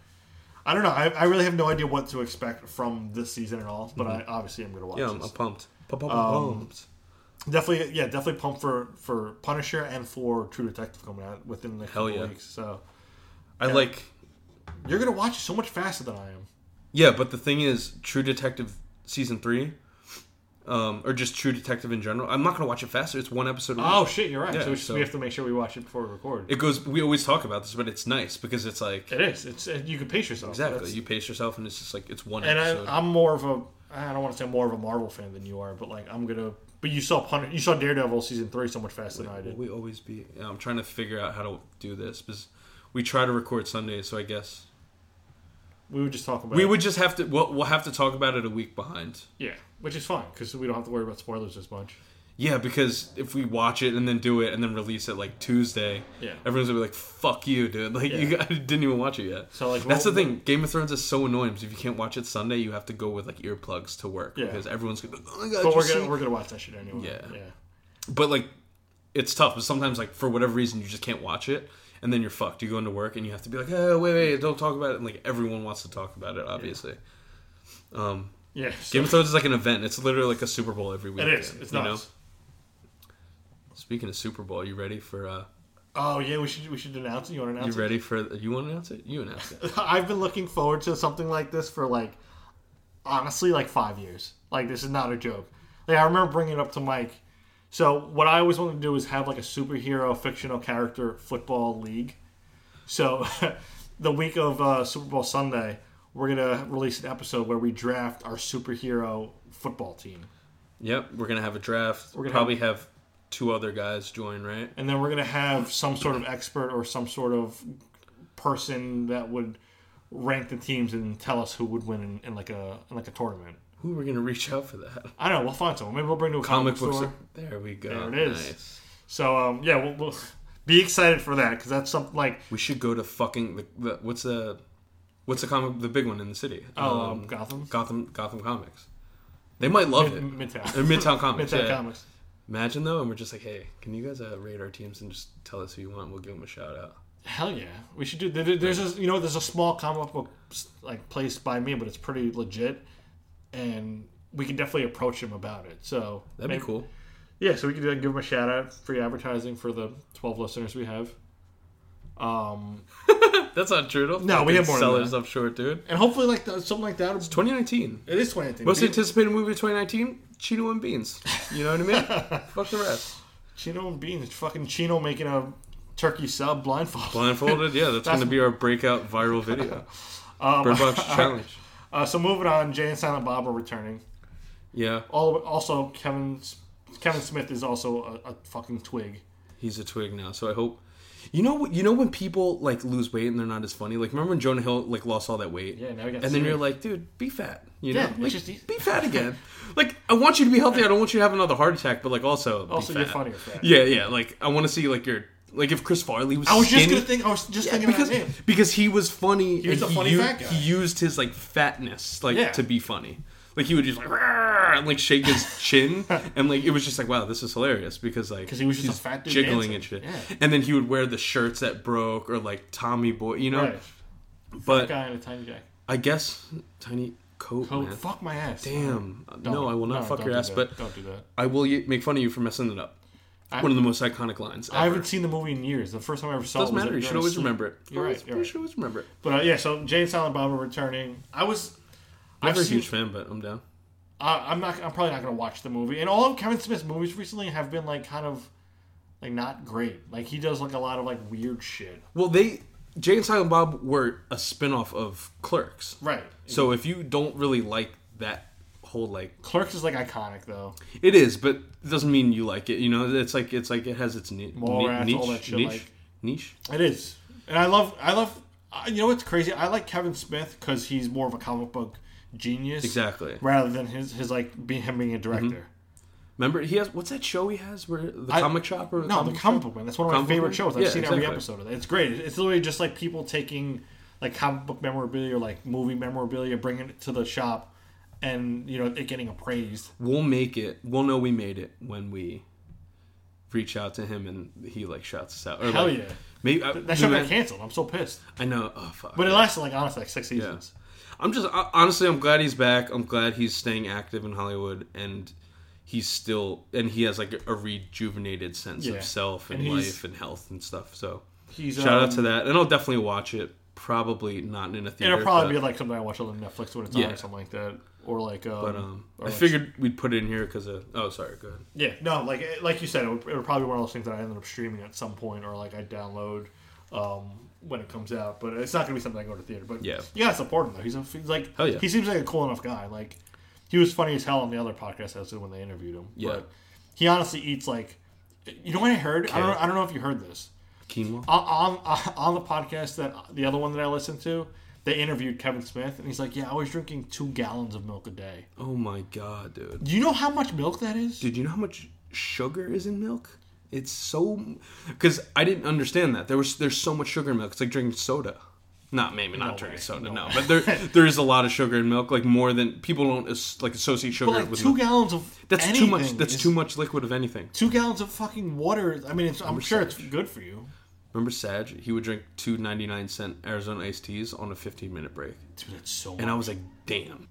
[SPEAKER 2] I don't know. I, I really have no idea what to expect from this season at all. But I obviously am gonna watch.
[SPEAKER 4] yeah, I'm,
[SPEAKER 2] this.
[SPEAKER 4] I'm pumped. Pump, pump,
[SPEAKER 2] um,
[SPEAKER 4] pumped.
[SPEAKER 2] Definitely, yeah, definitely pumped for for Punisher and for True Detective coming out within the next
[SPEAKER 4] Hell
[SPEAKER 2] couple
[SPEAKER 4] yeah.
[SPEAKER 2] weeks. So
[SPEAKER 4] I like.
[SPEAKER 2] you're gonna watch it so much faster than I am.
[SPEAKER 4] Yeah, but the thing is, True Detective season three, um, or just True Detective in general. I'm not gonna watch it faster. It's one episode. a week.
[SPEAKER 2] Oh shit, you're right.
[SPEAKER 4] Yeah,
[SPEAKER 2] so, we just-
[SPEAKER 4] so-
[SPEAKER 2] we have to make sure we watch it before we record.
[SPEAKER 4] It goes. We always talk about this, but it's nice because it's like
[SPEAKER 2] it is. It's you can pace yourself.
[SPEAKER 4] exactly
[SPEAKER 2] That's-
[SPEAKER 4] you pace yourself, and it's just like it's one
[SPEAKER 2] and
[SPEAKER 4] episode.
[SPEAKER 2] I, I'm more of a I don't want to say more of a Marvel fan than you are, but like I'm gonna. But you saw Punisher, you saw Daredevil season three so much faster than I
[SPEAKER 4] Will
[SPEAKER 2] did.
[SPEAKER 4] we always be? I'm trying to figure out how to do this because we try to record Sundays, so I guess
[SPEAKER 2] We would just talk about
[SPEAKER 4] we
[SPEAKER 2] it.
[SPEAKER 4] would just have to. We'll, we'll have to talk about it a week behind.
[SPEAKER 2] yeah, which is fine because we don't have to worry about spoilers as much.
[SPEAKER 4] Yeah, because if we watch it and then do it and then release it like Tuesday,
[SPEAKER 2] Yeah.
[SPEAKER 4] everyone's gonna be like, "Fuck you, dude! Like you
[SPEAKER 2] Yeah.
[SPEAKER 4] guys didn't even watch it yet."
[SPEAKER 2] So, like,
[SPEAKER 4] that's
[SPEAKER 2] we'll-
[SPEAKER 4] the thing. Game of Thrones is so annoying. 'cause if you can't watch it Sunday, you have to go with like earplugs to work
[SPEAKER 2] Yeah.
[SPEAKER 4] because everyone's gonna. Be like, oh my god!
[SPEAKER 2] But
[SPEAKER 4] you
[SPEAKER 2] we're
[SPEAKER 4] see-"
[SPEAKER 2] gonna we're gonna watch that shit anyway.
[SPEAKER 4] Yeah.
[SPEAKER 2] yeah.
[SPEAKER 4] but like, it's tough. But sometimes, like for whatever reason, you just can't watch it, and then you're fucked. You go into work and you have to be like, "Oh wait, wait, don't talk about it." And like everyone wants to talk about it, obviously. Um,
[SPEAKER 2] Yeah, so-
[SPEAKER 4] Game of Thrones is like an event. It's literally like a Super Bowl every week.
[SPEAKER 2] it is. It's nuts.
[SPEAKER 4] Speaking of Super Bowl, you ready for? uh
[SPEAKER 2] Oh yeah, we should we should announce it. You want to
[SPEAKER 4] You
[SPEAKER 2] announce it?
[SPEAKER 4] ready for? You want to announce it? You announce it.
[SPEAKER 2] I've been looking forward to something like this for like honestly like five years. Like this is not a joke. Like I remember bringing it up to Mike. So what I always wanted to do is have like a superhero fictional character football league. So the week of uh, Super Bowl Sunday, we're gonna release an episode where we draft our superhero football team,
[SPEAKER 4] Yep, we're gonna have a draft. We're
[SPEAKER 2] gonna
[SPEAKER 4] gonna probably have, two other guys join, right?
[SPEAKER 2] and then we're gonna have some sort of expert or some sort of person that would rank the teams and tell us who would win in, in like a in like a tournament.
[SPEAKER 4] Who we're gonna reach out for that?
[SPEAKER 2] I don't know. We'll find someone. Maybe we'll bring to a comic,
[SPEAKER 4] Comic
[SPEAKER 2] book
[SPEAKER 4] books.
[SPEAKER 2] store.
[SPEAKER 4] There we go.
[SPEAKER 2] There it is.
[SPEAKER 4] Nice.
[SPEAKER 2] So um, yeah, we'll, we'll be excited for that because that's something like
[SPEAKER 4] We should go to fucking the, the what's the what's the comic the big one in the city?
[SPEAKER 2] oh, um, Gotham,
[SPEAKER 4] Gotham Gotham Comics. They might love it.
[SPEAKER 2] Mid-
[SPEAKER 4] Or
[SPEAKER 2] Midtown,
[SPEAKER 4] Midtown Comics.
[SPEAKER 2] Midtown
[SPEAKER 4] yeah.
[SPEAKER 2] Comics.
[SPEAKER 4] Imagine though, and we're just like, hey, can you guys uh, rate our teams and just tell us who you want? We'll give them a shout out.
[SPEAKER 2] Hell yeah, we should do. There, there- there's a you know there's a small comic book like place by me, but it's pretty legit, and we can definitely approach him about it. So
[SPEAKER 4] That'd
[SPEAKER 2] maybe-
[SPEAKER 4] be cool.
[SPEAKER 2] Yeah, so we can do that and give him a shout out, free advertising for the twelve listeners we have. Um,
[SPEAKER 4] That's not true. Don't
[SPEAKER 2] No, we
[SPEAKER 4] fucking
[SPEAKER 2] have more than
[SPEAKER 4] sell
[SPEAKER 2] that.
[SPEAKER 4] yourself short, dude.
[SPEAKER 2] and hopefully like the, something like that. It
[SPEAKER 4] 2019.
[SPEAKER 2] is twenty nineteen.
[SPEAKER 4] Most anticipated movie of 2019, Chino and Beans. You know what I mean? Fuck the rest.
[SPEAKER 2] Chino and Beans, fucking Chino making a turkey sub blindfold.
[SPEAKER 4] Blindfolded, yeah, that's,
[SPEAKER 2] That's-
[SPEAKER 4] going to be our breakout viral video. Bird Box Challenge.
[SPEAKER 2] Uh, so moving on, Jay and Silent Bob are returning.
[SPEAKER 4] Yeah,
[SPEAKER 2] All also Kevin Kevin Smith is also a, a fucking twig.
[SPEAKER 4] he's a twig now, so I hope. You know, what- you know when people like lose weight and they're not as funny. Like, remember when Jonah Hill like lost all that weight?
[SPEAKER 2] Yeah, now he got
[SPEAKER 4] And then you're
[SPEAKER 2] skinny.
[SPEAKER 4] like, dude, be fat. You
[SPEAKER 2] Yeah,
[SPEAKER 4] know,
[SPEAKER 2] it's
[SPEAKER 4] like,
[SPEAKER 2] just e- easy.
[SPEAKER 4] be fat again. like, I want you to be healthy. I don't want you to have another heart attack. But like, also, be
[SPEAKER 2] Also, you're
[SPEAKER 4] fat.
[SPEAKER 2] funnier fat.
[SPEAKER 4] Yeah, yeah. Like, I want to see like your like if Chris Farley was.
[SPEAKER 2] I was just
[SPEAKER 4] skinny-
[SPEAKER 2] gonna think. I was just
[SPEAKER 4] Yeah,
[SPEAKER 2] thinking
[SPEAKER 4] because
[SPEAKER 2] about him.
[SPEAKER 4] because he was funny.
[SPEAKER 2] was
[SPEAKER 4] and
[SPEAKER 2] a funny
[SPEAKER 4] u-
[SPEAKER 2] fat guy.
[SPEAKER 4] He used his like fatness like
[SPEAKER 2] Yeah.
[SPEAKER 4] to be funny. Like he would just like "Rrrr," and like shake his chin and like it was just like wow this is hilarious because like
[SPEAKER 2] 'Cause he was just a
[SPEAKER 4] he's
[SPEAKER 2] fat dude
[SPEAKER 4] jiggling
[SPEAKER 2] dancing.
[SPEAKER 4] and shit.
[SPEAKER 2] Yeah.
[SPEAKER 4] And then he would wear the shirts that broke or like Tommy Boy, you know.
[SPEAKER 2] Right,
[SPEAKER 4] But
[SPEAKER 2] guy in a tiny guy.
[SPEAKER 4] I guess tiny coat.
[SPEAKER 2] Oh
[SPEAKER 4] man.
[SPEAKER 2] fuck my ass!
[SPEAKER 4] Damn.
[SPEAKER 2] Don't.
[SPEAKER 4] no, I will not fuck
[SPEAKER 2] don't
[SPEAKER 4] your
[SPEAKER 2] do
[SPEAKER 4] ass,
[SPEAKER 2] that.
[SPEAKER 4] but
[SPEAKER 2] don't do that.
[SPEAKER 4] I will y- make fun of you for messing it up. One of the most iconic lines. Ever.
[SPEAKER 2] I haven't seen the movie in years. The first time I ever saw
[SPEAKER 4] Doesn't
[SPEAKER 2] it was
[SPEAKER 4] matter. You
[SPEAKER 2] during
[SPEAKER 4] should always
[SPEAKER 2] sleep.
[SPEAKER 4] remember it.
[SPEAKER 2] You're right,
[SPEAKER 4] Always-
[SPEAKER 2] you're
[SPEAKER 4] You
[SPEAKER 2] right.
[SPEAKER 4] should always remember it.
[SPEAKER 2] But uh, yeah, so Jay and Silent Bob are returning. I was.
[SPEAKER 4] I'm
[SPEAKER 2] I've
[SPEAKER 4] a
[SPEAKER 2] seen,
[SPEAKER 4] huge fan, but I'm down.
[SPEAKER 2] I, I'm not. I'm probably not going to watch the movie. And all of Kevin Smith's movies recently have been like kind of, like not great. Like he does like a lot of like weird shit.
[SPEAKER 4] Well, they Jay and Silent Bob were a spin-off of Clerks.
[SPEAKER 2] Right.
[SPEAKER 4] So if you don't really like that whole like
[SPEAKER 2] Clerks is like iconic though.
[SPEAKER 4] it is, but it doesn't mean you like it. You know, it's like it's like it has its ni-
[SPEAKER 2] Mallrats,
[SPEAKER 4] ni- niche,
[SPEAKER 2] all that shit,
[SPEAKER 4] niche,
[SPEAKER 2] like-
[SPEAKER 4] niche.
[SPEAKER 2] It is, and I love. I love. I- You know what's crazy? I like Kevin Smith because he's more of a comic book genius,
[SPEAKER 4] Exactly.
[SPEAKER 2] rather than his his like be him being a director.
[SPEAKER 4] Remember, he has what's that show he has where the
[SPEAKER 2] I-
[SPEAKER 4] comic shop or
[SPEAKER 2] No, the comic
[SPEAKER 4] shop?
[SPEAKER 2] book man. That's one of
[SPEAKER 4] Comic
[SPEAKER 2] my
[SPEAKER 4] book
[SPEAKER 2] favorite
[SPEAKER 4] man?
[SPEAKER 2] shows. I've
[SPEAKER 4] Yeah,
[SPEAKER 2] seen every
[SPEAKER 4] exactly.
[SPEAKER 2] episode of that. It's great. It's literally just like people taking like comic book memorabilia, or, like movie memorabilia, bringing it to the shop, and you know it getting appraised.
[SPEAKER 4] We'll make it. We'll know we made it when we reach out to him and he like shouts us out. Or,
[SPEAKER 2] Hell
[SPEAKER 4] like,
[SPEAKER 2] yeah!
[SPEAKER 4] Maybe uh, I,
[SPEAKER 2] That show got
[SPEAKER 4] man,
[SPEAKER 2] canceled. I'm so pissed.
[SPEAKER 4] I know. Oh fuck.
[SPEAKER 2] But it lasted like honestly like six
[SPEAKER 4] yeah.
[SPEAKER 2] seasons.
[SPEAKER 4] I'm just I, honestly, I'm glad he's back. I'm glad he's staying active in Hollywood and he's still and he has like a rejuvenated sense
[SPEAKER 2] Yeah.
[SPEAKER 4] of self and,
[SPEAKER 2] And he's-
[SPEAKER 4] life and health and stuff. So
[SPEAKER 2] He's
[SPEAKER 4] shout out to
[SPEAKER 2] um,
[SPEAKER 4] that. And I'll definitely watch it. Probably not in a theater.
[SPEAKER 2] It'll probably
[SPEAKER 4] but-
[SPEAKER 2] be like something I watch on Netflix when it's on
[SPEAKER 4] Yeah.
[SPEAKER 2] or something like that, or like um,
[SPEAKER 4] But um,
[SPEAKER 2] or
[SPEAKER 4] I
[SPEAKER 2] like-
[SPEAKER 4] figured we'd put it in here because of. Oh, sorry. Go ahead.
[SPEAKER 2] Yeah, no, like eh, like you said, it would, it would probably be one of those things that I ended up streaming at some point, or like I download um, when it comes out. But it's not gonna be something I go to theater. But
[SPEAKER 4] Yeah.
[SPEAKER 2] yeah, support him though. He's, a, he's like,
[SPEAKER 4] Hell yeah.
[SPEAKER 2] he seems like a cool enough guy. Like he was funny as hell on the other podcast I was doing when they interviewed him.
[SPEAKER 4] Yeah.
[SPEAKER 2] But he honestly eats like, you know what I heard? I don't, I don't know if you heard this
[SPEAKER 4] Quinoa.
[SPEAKER 2] on, on on the podcast that the other one that I listened to. They interviewed Kevin Smith, and he's like, "Yeah, I was drinking two gallons of milk a day.
[SPEAKER 4] Oh my god, dude.
[SPEAKER 2] Do you know how much milk that is?
[SPEAKER 4] Dude, you know how much sugar is in milk? It's so because I didn't understand that there was there's so much sugar in milk. It's like drinking soda. Not maybe not
[SPEAKER 2] No
[SPEAKER 4] drinking
[SPEAKER 2] way.
[SPEAKER 4] soda,
[SPEAKER 2] No
[SPEAKER 4] no.
[SPEAKER 2] way.
[SPEAKER 4] But there there is a lot of sugar in milk, like more than people don't as, like associate sugar
[SPEAKER 2] But like
[SPEAKER 4] with
[SPEAKER 2] two
[SPEAKER 4] milk.
[SPEAKER 2] gallons of
[SPEAKER 4] That's too much.
[SPEAKER 2] anything
[SPEAKER 4] That's
[SPEAKER 2] is-
[SPEAKER 4] too much liquid of anything.
[SPEAKER 2] Two gallons of fucking water. I mean, it's, I'm sure it's good for you,
[SPEAKER 4] Remember Sag? He would drink two 99 cent Arizona iced teas on a 15 minute break,
[SPEAKER 2] dude. That's so.
[SPEAKER 4] and I was like, damn.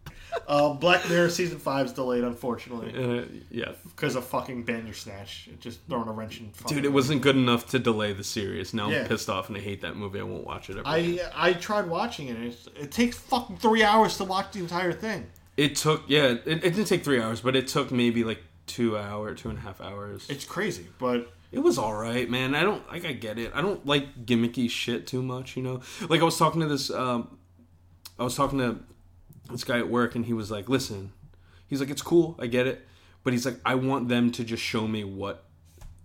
[SPEAKER 2] uh, Black Mirror season five is delayed, unfortunately,
[SPEAKER 4] Uh, yeah,
[SPEAKER 2] because of fucking Bandersnatch. It just throwing a wrench in. Fucking
[SPEAKER 4] Dude, it wasn't good enough to delay the series. Now
[SPEAKER 2] Yeah.
[SPEAKER 4] I'm pissed off and I hate that movie. I won't watch it ever. again.
[SPEAKER 2] I I tried watching it. and It's, it takes fucking three hours to watch the entire thing.
[SPEAKER 4] It took yeah, it, it didn't take three hours, but it took maybe like two hour, two and a half hours. It,
[SPEAKER 2] It's crazy, but
[SPEAKER 4] was all right, man. I don't like I get it. I don't like gimmicky shit too much, you know. Like I was talking to this, um, I was talking to this guy at work, and he was like, "Listen," he's like, "It's cool, I get it," but he's like, "I want them to just show me what."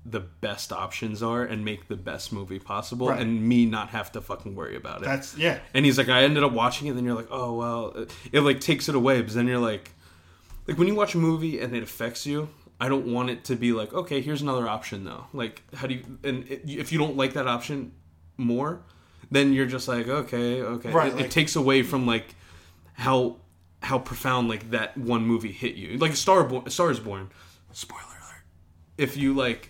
[SPEAKER 4] the best options are and make the best movie possible
[SPEAKER 2] Right.
[SPEAKER 4] and me not have to fucking worry about it
[SPEAKER 2] that's yeah.
[SPEAKER 4] and he's like, I ended up watching it. And then you're like, oh well, it, it like takes it away. But then you're like, like when you watch a movie and it affects you, I don't want it to be like, okay, here's another option though. Like, how do you? And it, if you don't like that option more, then you're just like, okay, okay.
[SPEAKER 2] Right,
[SPEAKER 4] It, it
[SPEAKER 2] like-
[SPEAKER 4] takes away from like how how profound like that one movie hit you. Like Star Bo- Star is Born. Spoiler alert. If you like.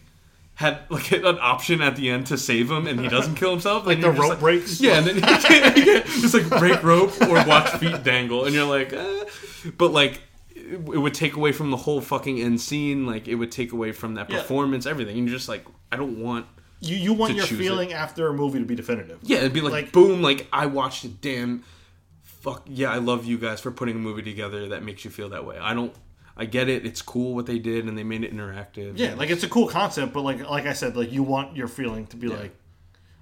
[SPEAKER 4] Had like an option at the end to save him, and he doesn't kill himself. Like
[SPEAKER 2] the rope breaks?
[SPEAKER 4] Yeah, and then he can't, he can't- it's like break rope or watch feet dangle, and you're like, eh. but like it it would take away from the whole fucking end scene. Like it would take away from that
[SPEAKER 2] Yeah.
[SPEAKER 4] performance, everything. And you're just like, I don't want.
[SPEAKER 2] You you want
[SPEAKER 4] To
[SPEAKER 2] your
[SPEAKER 4] choose
[SPEAKER 2] feeling after a movie to be definitive.
[SPEAKER 4] Yeah, it'd be like,
[SPEAKER 2] Like-
[SPEAKER 4] boom, like I watched it. Damn, fuck yeah, I love you guys for putting a movie together that makes you feel that way. I don't. I get it. It's cool what they did, and they made it interactive.
[SPEAKER 2] Yeah, like it's a cool concept, but like like I said, like you want your feeling to be like,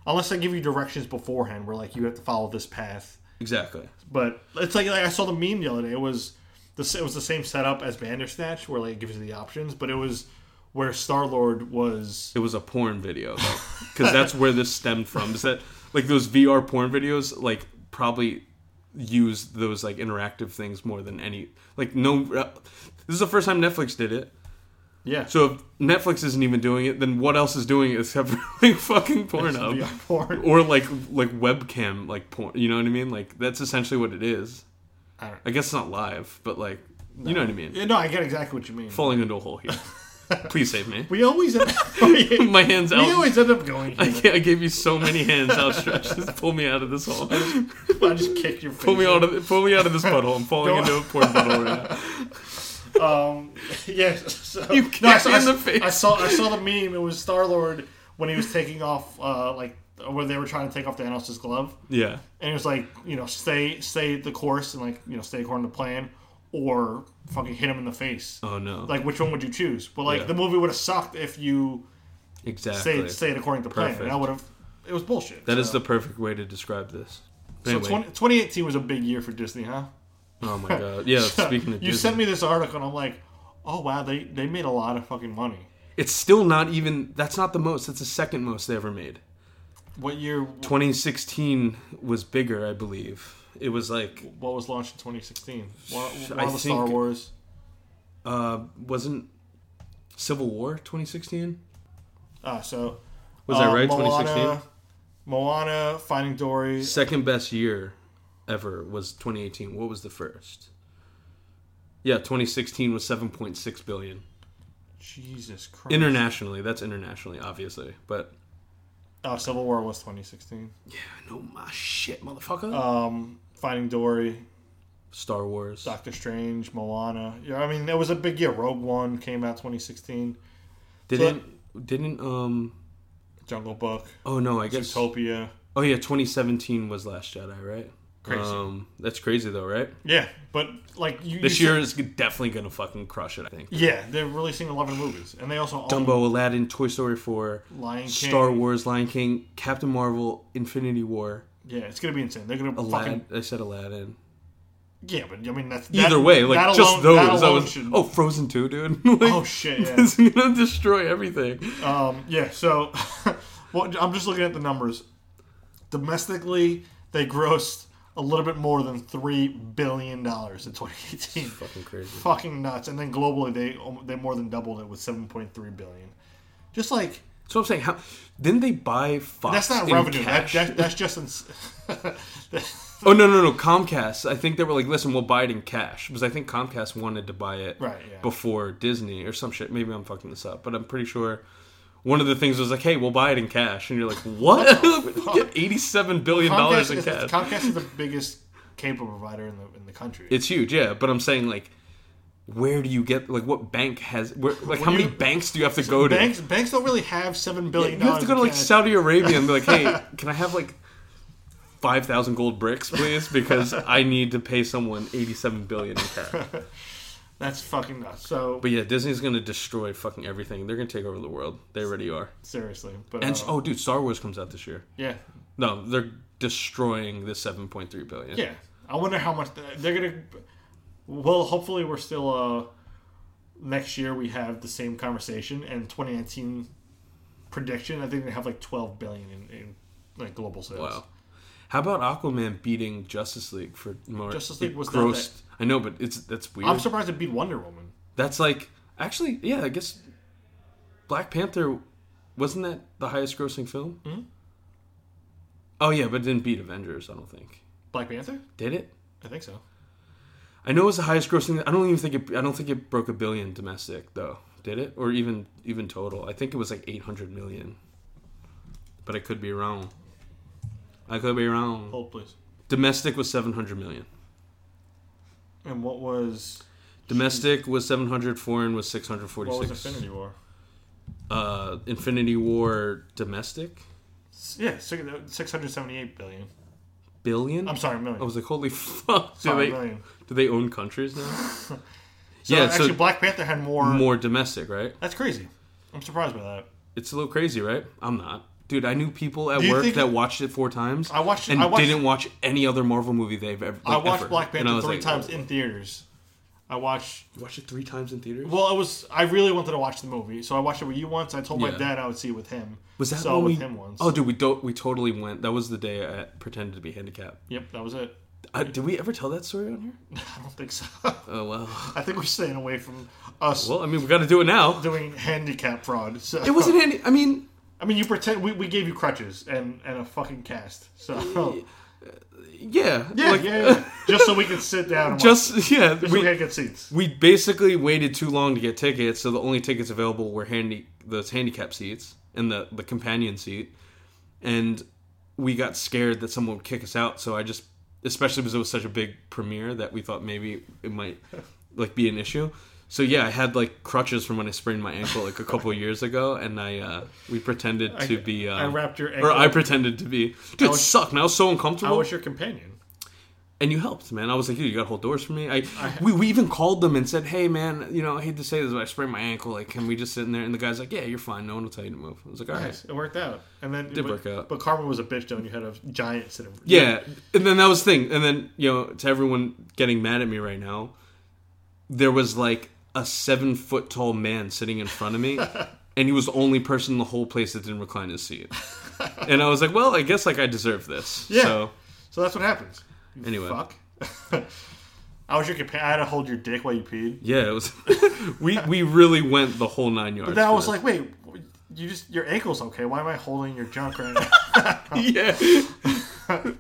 [SPEAKER 2] unless they give you directions beforehand, where like you have to follow this path.
[SPEAKER 4] exactly.
[SPEAKER 2] But it's like, like I saw the meme the other day. It was the it was the same setup as Bandersnatch, where like it gives you the options, but it was where Star Lord was.
[SPEAKER 4] It was a porn video, because that's where this stemmed from. Is that like those VR porn videos? Like probably use those like interactive things more than any. Like no, uh, this is the first time Netflix did it.
[SPEAKER 2] Yeah,
[SPEAKER 4] So if Netflix isn't even doing it, then what else is doing it except for like fucking Pornhub
[SPEAKER 2] VR porn.
[SPEAKER 4] or like like webcam like porn? You know what I mean? Like that's essentially what it is.
[SPEAKER 2] I don't-
[SPEAKER 4] I guess it's not live, but like you know what I mean.
[SPEAKER 2] Yeah, no, I get exactly what you mean.
[SPEAKER 4] Falling into a hole here. Please save me.
[SPEAKER 2] We always end up, we
[SPEAKER 4] My hands out.
[SPEAKER 2] always end up going.
[SPEAKER 4] I,
[SPEAKER 2] Here.
[SPEAKER 4] can't- I gave you so many hands outstretched. Just pull me out of this hole.
[SPEAKER 2] I just kicked your face.
[SPEAKER 4] Pull me out of pull me out of this butthole. I'm falling
[SPEAKER 2] Don't-
[SPEAKER 4] into a porn butthole right now.
[SPEAKER 2] Um, yeah, so,
[SPEAKER 4] You
[SPEAKER 2] no, I
[SPEAKER 4] kicked
[SPEAKER 2] saw,
[SPEAKER 4] me in
[SPEAKER 2] I
[SPEAKER 4] the
[SPEAKER 2] s-
[SPEAKER 4] face.
[SPEAKER 2] I saw I saw the meme. It was Star Lord when he was taking off, uh, like when they were trying to take off Thanos' glove.
[SPEAKER 4] Yeah.
[SPEAKER 2] and it was like you know stay stay the course and like you know stay according to plan or fucking hit him in the face
[SPEAKER 4] Oh no.
[SPEAKER 2] like which one would you choose but like
[SPEAKER 4] Yeah.
[SPEAKER 2] the movie would have sucked if you
[SPEAKER 4] exactly.
[SPEAKER 2] stayed stayed according to plan and
[SPEAKER 4] Perfect.
[SPEAKER 2] i would have it was bullshit
[SPEAKER 4] That
[SPEAKER 2] so.
[SPEAKER 4] is the perfect way to describe this.
[SPEAKER 2] so
[SPEAKER 4] Anyway.
[SPEAKER 2] 20, 2018 was a big year for disney huh
[SPEAKER 4] Oh my god. Yeah, speaking of
[SPEAKER 2] you sent me this article and i'm like oh wow they they made a lot of fucking money
[SPEAKER 4] it's still not even that's not the most, that's the second most they ever made.
[SPEAKER 2] what year
[SPEAKER 4] 2016 was bigger, I believe. It was like
[SPEAKER 2] what was launched in 2016 one, one
[SPEAKER 4] I
[SPEAKER 2] of the star
[SPEAKER 4] think-
[SPEAKER 2] wars
[SPEAKER 4] uh wasn't Civil War 2016.
[SPEAKER 2] Uh, so
[SPEAKER 4] Was that
[SPEAKER 2] uh,
[SPEAKER 4] right?
[SPEAKER 2] Moana-
[SPEAKER 4] 2016.
[SPEAKER 2] Moana, Finding Dory.
[SPEAKER 4] Second best year ever was 2018. What was the first? Yeah, 2016 was 7.6 billion
[SPEAKER 2] Jesus Christ.
[SPEAKER 4] internationally. That's internationally, obviously, but
[SPEAKER 2] Uh, Civil War was 2016.
[SPEAKER 4] I know my shit, motherfucker.
[SPEAKER 2] Um, Finding Dory,
[SPEAKER 4] Star Wars.
[SPEAKER 2] Doctor Strange, Moana. Yeah, I mean, it was a big year. Rogue One came out 2016.
[SPEAKER 4] Didn't didn't um.
[SPEAKER 2] Jungle Book,
[SPEAKER 4] Oh no, I guess.
[SPEAKER 2] Zootopia.
[SPEAKER 4] Oh yeah, 2017 was Last Jedi, right?
[SPEAKER 2] Crazy.
[SPEAKER 4] Um, that's crazy though, right?
[SPEAKER 2] Yeah, but like you,
[SPEAKER 4] This
[SPEAKER 2] you
[SPEAKER 4] year is definitely gonna fucking crush it. I think.
[SPEAKER 2] yeah, they're releasing 11 movies, and they also own
[SPEAKER 4] Dumbo, Aladdin, Toy Story 4,
[SPEAKER 2] Lion King.
[SPEAKER 4] Star Wars, Lion King, Captain Marvel, Infinity War,
[SPEAKER 2] Yeah, it's gonna be insane. They're gonna
[SPEAKER 4] Aladdin.
[SPEAKER 2] fucking
[SPEAKER 4] I said Aladdin.
[SPEAKER 2] yeah, but I mean that's
[SPEAKER 4] Either
[SPEAKER 2] that-
[SPEAKER 4] way, like
[SPEAKER 2] that
[SPEAKER 4] just
[SPEAKER 2] alone- that
[SPEAKER 4] those. I
[SPEAKER 2] alone
[SPEAKER 4] was,
[SPEAKER 2] should-
[SPEAKER 4] oh, Frozen 2, dude. like,
[SPEAKER 2] oh shit, yeah.
[SPEAKER 4] It's gonna destroy everything.
[SPEAKER 2] Um, yeah, so well, I'm just looking at the numbers. Domestically, they grossed a little bit more than three billion dollars in 2018.
[SPEAKER 4] Fucking crazy.
[SPEAKER 2] Fucking nuts! And then globally, they um, they more than doubled it with 7.3 billion. Just like
[SPEAKER 4] So I'm saying, how didn't they buy Fox?
[SPEAKER 2] that's not
[SPEAKER 4] in
[SPEAKER 2] revenue. That,
[SPEAKER 4] Cash?
[SPEAKER 2] that, that's just ins- that-
[SPEAKER 4] oh no no no Comcast. I think they were like, listen, we'll buy it in cash because I think Comcast wanted to buy it
[SPEAKER 2] Right, yeah.
[SPEAKER 4] before Disney or some shit. Maybe I'm fucking this up, but I'm pretty sure. One of the things was like, "Hey, we'll buy it in cash," and you're like, "What? Get eighty-seven billion dollars
[SPEAKER 2] Comcast,
[SPEAKER 4] in
[SPEAKER 2] is,
[SPEAKER 4] cash."
[SPEAKER 2] Comcast is the biggest cable provider in the in the country.
[SPEAKER 4] It's huge, yeah. But I'm saying like, where do you get like what bank has where like how
[SPEAKER 2] do
[SPEAKER 4] many
[SPEAKER 2] you-
[SPEAKER 4] banks do you have to go to?
[SPEAKER 2] banks banks don't really have seven billion.
[SPEAKER 4] you have to go to
[SPEAKER 2] in
[SPEAKER 4] like
[SPEAKER 2] cash.
[SPEAKER 4] Saudi Arabia and be like, hey, can I have like five thousand gold bricks, please? Because I need to pay someone eighty-seven billion in cash.
[SPEAKER 2] That's fucking nuts. So
[SPEAKER 4] But yeah, Disney's gonna destroy fucking everything. They're gonna take over the world. They already are.
[SPEAKER 2] seriously, but
[SPEAKER 4] And
[SPEAKER 2] uh,
[SPEAKER 4] oh, dude, Star Wars comes out this year.
[SPEAKER 2] yeah,
[SPEAKER 4] No, they're destroying the seven point three billion.
[SPEAKER 2] yeah. I wonder how much th- they're gonna. Well, hopefully we're still. uh Next year we have the same conversation and 2019 prediction. I think they have like 12 billion in, in like global sales.
[SPEAKER 4] Wow. How about Aquaman beating Justice League for more?
[SPEAKER 2] Justice League was not
[SPEAKER 4] grossed. I know, but it's that's weird.
[SPEAKER 2] I'm surprised it beat Wonder Woman.
[SPEAKER 4] That's like actually, yeah. I guess Black Panther wasn't that the highest grossing film?
[SPEAKER 2] Hmm?
[SPEAKER 4] Mm-hmm. Oh yeah, but it didn't beat Avengers. I don't think
[SPEAKER 2] Black Panther?
[SPEAKER 4] did it.
[SPEAKER 2] I think so.
[SPEAKER 4] I know it was the highest grossing. I don't even think it. I don't think it broke a billion domestic though. Did it or even even total? I think it was like eight hundred million. But I could be wrong. I could be wrong.
[SPEAKER 2] Hold please.
[SPEAKER 4] Domestic was seven hundred million.
[SPEAKER 2] And what was
[SPEAKER 4] Domestic was seven hundred. Foreign was six hundred
[SPEAKER 2] what was
[SPEAKER 4] forty-six.
[SPEAKER 2] Infinity War?
[SPEAKER 4] Uh, Infinity War domestic.
[SPEAKER 2] S- Yeah, six hundred seventy-eight billion.
[SPEAKER 4] billion.
[SPEAKER 2] I'm sorry, million.
[SPEAKER 4] I was like, holy fuck! Do
[SPEAKER 2] sorry,
[SPEAKER 4] they
[SPEAKER 2] million.
[SPEAKER 4] do they own countries now?
[SPEAKER 2] So
[SPEAKER 4] yeah,
[SPEAKER 2] actually,
[SPEAKER 4] so
[SPEAKER 2] Black Panther had more.
[SPEAKER 4] more domestic, right?
[SPEAKER 2] That's crazy. I'm surprised by that.
[SPEAKER 4] It's a little crazy, right? I'm not, dude. I knew people at
[SPEAKER 2] you
[SPEAKER 4] work
[SPEAKER 2] think-
[SPEAKER 4] that watched it four times.
[SPEAKER 2] I watched-
[SPEAKER 4] and
[SPEAKER 2] I watched-
[SPEAKER 4] didn't watch any other Marvel movie they've ever.
[SPEAKER 2] I
[SPEAKER 4] like,
[SPEAKER 2] watched
[SPEAKER 4] ever.
[SPEAKER 2] Black
[SPEAKER 4] And I
[SPEAKER 2] Panther
[SPEAKER 4] was
[SPEAKER 2] three
[SPEAKER 4] like,
[SPEAKER 2] times
[SPEAKER 4] "Oh."
[SPEAKER 2] in theaters. I watched.
[SPEAKER 4] You watched it three times in theaters.
[SPEAKER 2] Well, it was. I really wanted to watch the movie, so I watched it with you once. I told
[SPEAKER 4] Yeah.
[SPEAKER 2] my dad I would see it with him.
[SPEAKER 4] was that
[SPEAKER 2] saw
[SPEAKER 4] when
[SPEAKER 2] with
[SPEAKER 4] we-
[SPEAKER 2] him once?
[SPEAKER 4] Oh, dude, we don't. We totally went. That was the day I pretended to be handicapped.
[SPEAKER 2] yep, that was it.
[SPEAKER 4] Uh, did we ever tell that story on here?
[SPEAKER 2] I don't think so.
[SPEAKER 4] Oh wow.
[SPEAKER 2] I think we're staying away from us
[SPEAKER 4] Well, I mean, we got to do it now.
[SPEAKER 2] doing handicap fraud. So
[SPEAKER 4] It wasn't handy. I mean,
[SPEAKER 2] I mean, you pretend we, we gave you crutches and and a fucking cast. So
[SPEAKER 4] yeah,
[SPEAKER 2] yeah,
[SPEAKER 4] like,
[SPEAKER 2] yeah, yeah. just so we could sit down. And watch.
[SPEAKER 4] Just yeah,
[SPEAKER 2] Just so we
[SPEAKER 4] we,
[SPEAKER 2] had good seats.
[SPEAKER 4] we basically waited too long to get tickets, so the only tickets available were handy those handicap seats and the the companion seat, and we got scared that someone would kick us out. So I just, especially because it was such a big premiere, that we thought maybe it might like be an issue. So yeah, I had like crutches from when I sprained my ankle like a couple years ago, and I uh, we pretended to be uh,
[SPEAKER 2] I wrapped your
[SPEAKER 4] or I
[SPEAKER 2] ankle-
[SPEAKER 4] pretended to be dude it
[SPEAKER 2] was-
[SPEAKER 4] sucked. And I was so
[SPEAKER 2] I
[SPEAKER 4] uncomfortable
[SPEAKER 2] was your companion.
[SPEAKER 4] and you helped, man. I was like, dude, you got whole doors for me. I, we, we even called them and said, hey, man, you know, I hate to say this, but I sprained my ankle. Like, can we just sit in there? And the guy's like, yeah, you're fine. No one will tell you to move. I was like, all right.
[SPEAKER 2] Nice. It worked out. And then
[SPEAKER 4] Did
[SPEAKER 2] but,
[SPEAKER 4] work out.
[SPEAKER 2] But Karma was a bitch though, and you had a giant sitting.
[SPEAKER 4] Yeah. And then that was the thing. And then, you know, to everyone getting mad at me right now, there was like a seven foot tall man sitting in front of me. and he was the only person in the whole place that didn't recline his seat. and I was like, well, I guess like I deserve this.
[SPEAKER 2] Yeah.
[SPEAKER 4] So
[SPEAKER 2] So that's what happens. You
[SPEAKER 4] Anyway.
[SPEAKER 2] Fuck. I was your companion. I had to hold your dick while you peed.
[SPEAKER 4] Yeah, it was. we we really went the whole nine yards.
[SPEAKER 2] But then I
[SPEAKER 4] for
[SPEAKER 2] was
[SPEAKER 4] this.
[SPEAKER 2] like, wait, you just your ankle's okay. Why am I holding your junk right now?
[SPEAKER 4] yeah.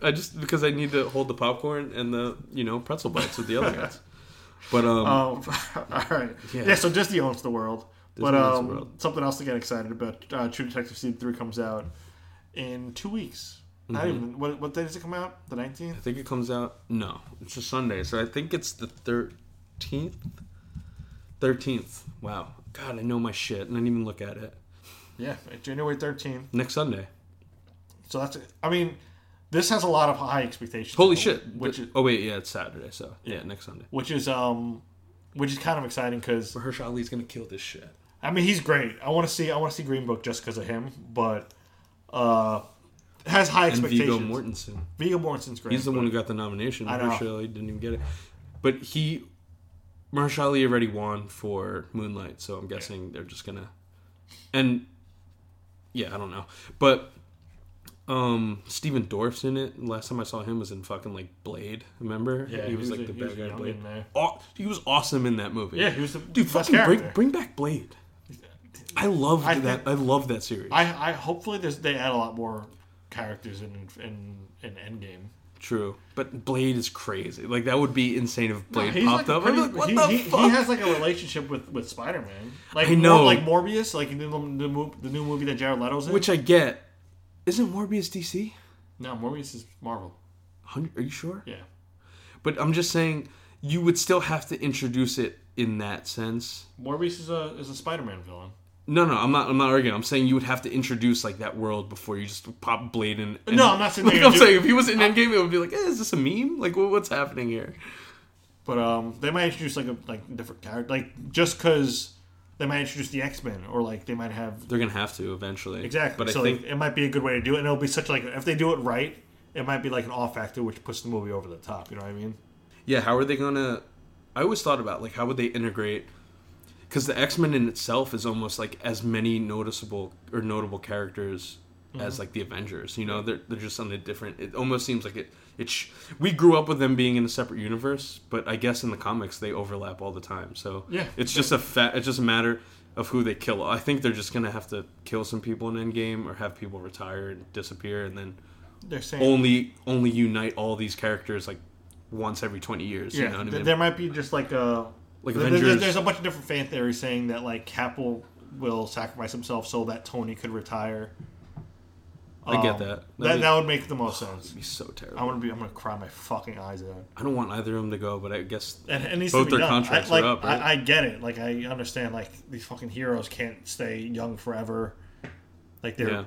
[SPEAKER 4] I just because I need to hold the popcorn and the you know pretzel bites with the other guys. But um,
[SPEAKER 2] Oh, all right. Yeah. so Disney owns the world. but
[SPEAKER 4] owns the
[SPEAKER 2] um,
[SPEAKER 4] world.
[SPEAKER 2] something else to get excited about. Uh, True Detective season three comes out in two weeks. Not
[SPEAKER 4] Mm-hmm.
[SPEAKER 2] even what, what day does it come out? The nineteenth.
[SPEAKER 4] I think it comes out. No, it's a Sunday, so I think it's the thirteenth. Thirteenth. Wow. God, I know my shit, and I didn't even look at it.
[SPEAKER 2] Yeah, Uh, January thirteenth.
[SPEAKER 4] Next Sunday.
[SPEAKER 2] So that's. I mean, this has a lot of high expectations.
[SPEAKER 4] Holy shit!
[SPEAKER 2] Which is
[SPEAKER 4] oh wait, yeah, it's Saturday, so yeah, next Sunday.
[SPEAKER 2] which is um, which is kind of exciting because
[SPEAKER 4] Hersh Ali's gonna kill this shit.
[SPEAKER 2] I mean he's great. I want to see I want to see Green Book just because of him, but uh, has high
[SPEAKER 4] And Viggo
[SPEAKER 2] expectations.
[SPEAKER 4] Mortensen.
[SPEAKER 2] Viggo Mortensen's great.
[SPEAKER 4] He's the one who got the nomination.
[SPEAKER 2] I know.
[SPEAKER 4] Mahershala Ali didn't even get it, but he, Mahershala Ali already won for Moonlight, so I'm guessing they're just gonna, and yeah, I don't know, but um, Steven Dorff's in it. Last time I saw him was in fucking like Blade. Remember?
[SPEAKER 2] Yeah,
[SPEAKER 4] he, was, like
[SPEAKER 2] a-
[SPEAKER 4] the
[SPEAKER 2] he
[SPEAKER 4] bad guy in
[SPEAKER 2] young
[SPEAKER 4] Blade.
[SPEAKER 2] in there.
[SPEAKER 4] Aw- he was awesome in that movie.
[SPEAKER 2] Yeah, he was the
[SPEAKER 4] dude.
[SPEAKER 2] best
[SPEAKER 4] Fucking bring,
[SPEAKER 2] character.
[SPEAKER 4] bring back Blade. I love
[SPEAKER 2] I
[SPEAKER 4] that.
[SPEAKER 2] think-
[SPEAKER 4] I love that series.
[SPEAKER 2] I, I hopefully there's, they add a lot more characters in in in Endgame.
[SPEAKER 4] True, but Blade is crazy. Like that would be insane if Blade
[SPEAKER 2] He's
[SPEAKER 4] popped
[SPEAKER 2] like a
[SPEAKER 4] up. I'd
[SPEAKER 2] pretty-
[SPEAKER 4] be like, what
[SPEAKER 2] he,
[SPEAKER 4] the
[SPEAKER 2] he, he
[SPEAKER 4] fuck?
[SPEAKER 2] has like a relationship with with Spider Man. Like
[SPEAKER 4] I know.
[SPEAKER 2] Mor- like Morbius, like in the, the, mo- the new movie that Jared Leto's in.
[SPEAKER 4] Which I get. Isn't Morbius DC?
[SPEAKER 2] no, Morbius is Marvel.
[SPEAKER 4] Hun- Are you sure?
[SPEAKER 2] Yeah,
[SPEAKER 4] But I'm just saying, you would still have to introduce it in that sense.
[SPEAKER 2] Morbius is a is a Spider Man villain.
[SPEAKER 4] No, no, I'm not. I'm not arguing. I'm saying you would have to introduce like that world before you just pop Blade in. and-
[SPEAKER 2] No, I'm not saying
[SPEAKER 4] Like,
[SPEAKER 2] they're
[SPEAKER 4] I'm
[SPEAKER 2] gonna do
[SPEAKER 4] saying if he was in Endgame, it would be like, eh, is this a meme? Like, wha- what's happening here?
[SPEAKER 2] But um, they might introduce like a like different character, like just because they might introduce the X Men or like they might have
[SPEAKER 4] They're gonna have to eventually.
[SPEAKER 2] exactly.
[SPEAKER 4] But
[SPEAKER 2] so
[SPEAKER 4] I think
[SPEAKER 2] like, it might be a good way to do it, and it'll be such like if they do it right, it might be like an off factor which puts the movie over the top. You know what I mean?
[SPEAKER 4] Yeah, how are they gonna? I always thought about like how would they integrate? Because the X Men in itself is almost like as many noticeable or notable characters as
[SPEAKER 2] Mm-hmm.
[SPEAKER 4] like the Avengers. You know, they're they're just on a different. It almost seems like it. It sh- we grew up with them being in a separate universe, but I guess in the comics they overlap all the time. So
[SPEAKER 2] Yeah.
[SPEAKER 4] it's just a fa- It's just a matter of who they kill. I think they're just gonna have to kill some people in Endgame or have people retire and disappear, and then
[SPEAKER 2] They're saying
[SPEAKER 4] only only unite all these characters like once every 20 years
[SPEAKER 2] yeah,
[SPEAKER 4] you know what i
[SPEAKER 2] th-
[SPEAKER 4] mean
[SPEAKER 2] there might be just like a
[SPEAKER 4] Like
[SPEAKER 2] there- there-
[SPEAKER 4] Avengers-
[SPEAKER 2] there's a bunch of different fan theories saying that like Cap will, will sacrifice himself so that Tony could retire.
[SPEAKER 4] i get
[SPEAKER 2] Um,
[SPEAKER 4] that That'd
[SPEAKER 2] That,
[SPEAKER 4] be,
[SPEAKER 2] that would make the most sense.
[SPEAKER 4] that'd be so
[SPEAKER 2] I'm
[SPEAKER 4] terrible
[SPEAKER 2] gonna be. I'm gonna cry my fucking eyes out.
[SPEAKER 4] i don't want either of them to go but i guess
[SPEAKER 2] And it needs to
[SPEAKER 4] Both
[SPEAKER 2] be
[SPEAKER 4] their
[SPEAKER 2] done.
[SPEAKER 4] contracts
[SPEAKER 2] I, like,
[SPEAKER 4] are up, right?
[SPEAKER 2] I, I get it. Like I understand. Like these fucking heroes can't stay young forever. Like they're,
[SPEAKER 4] Yeah.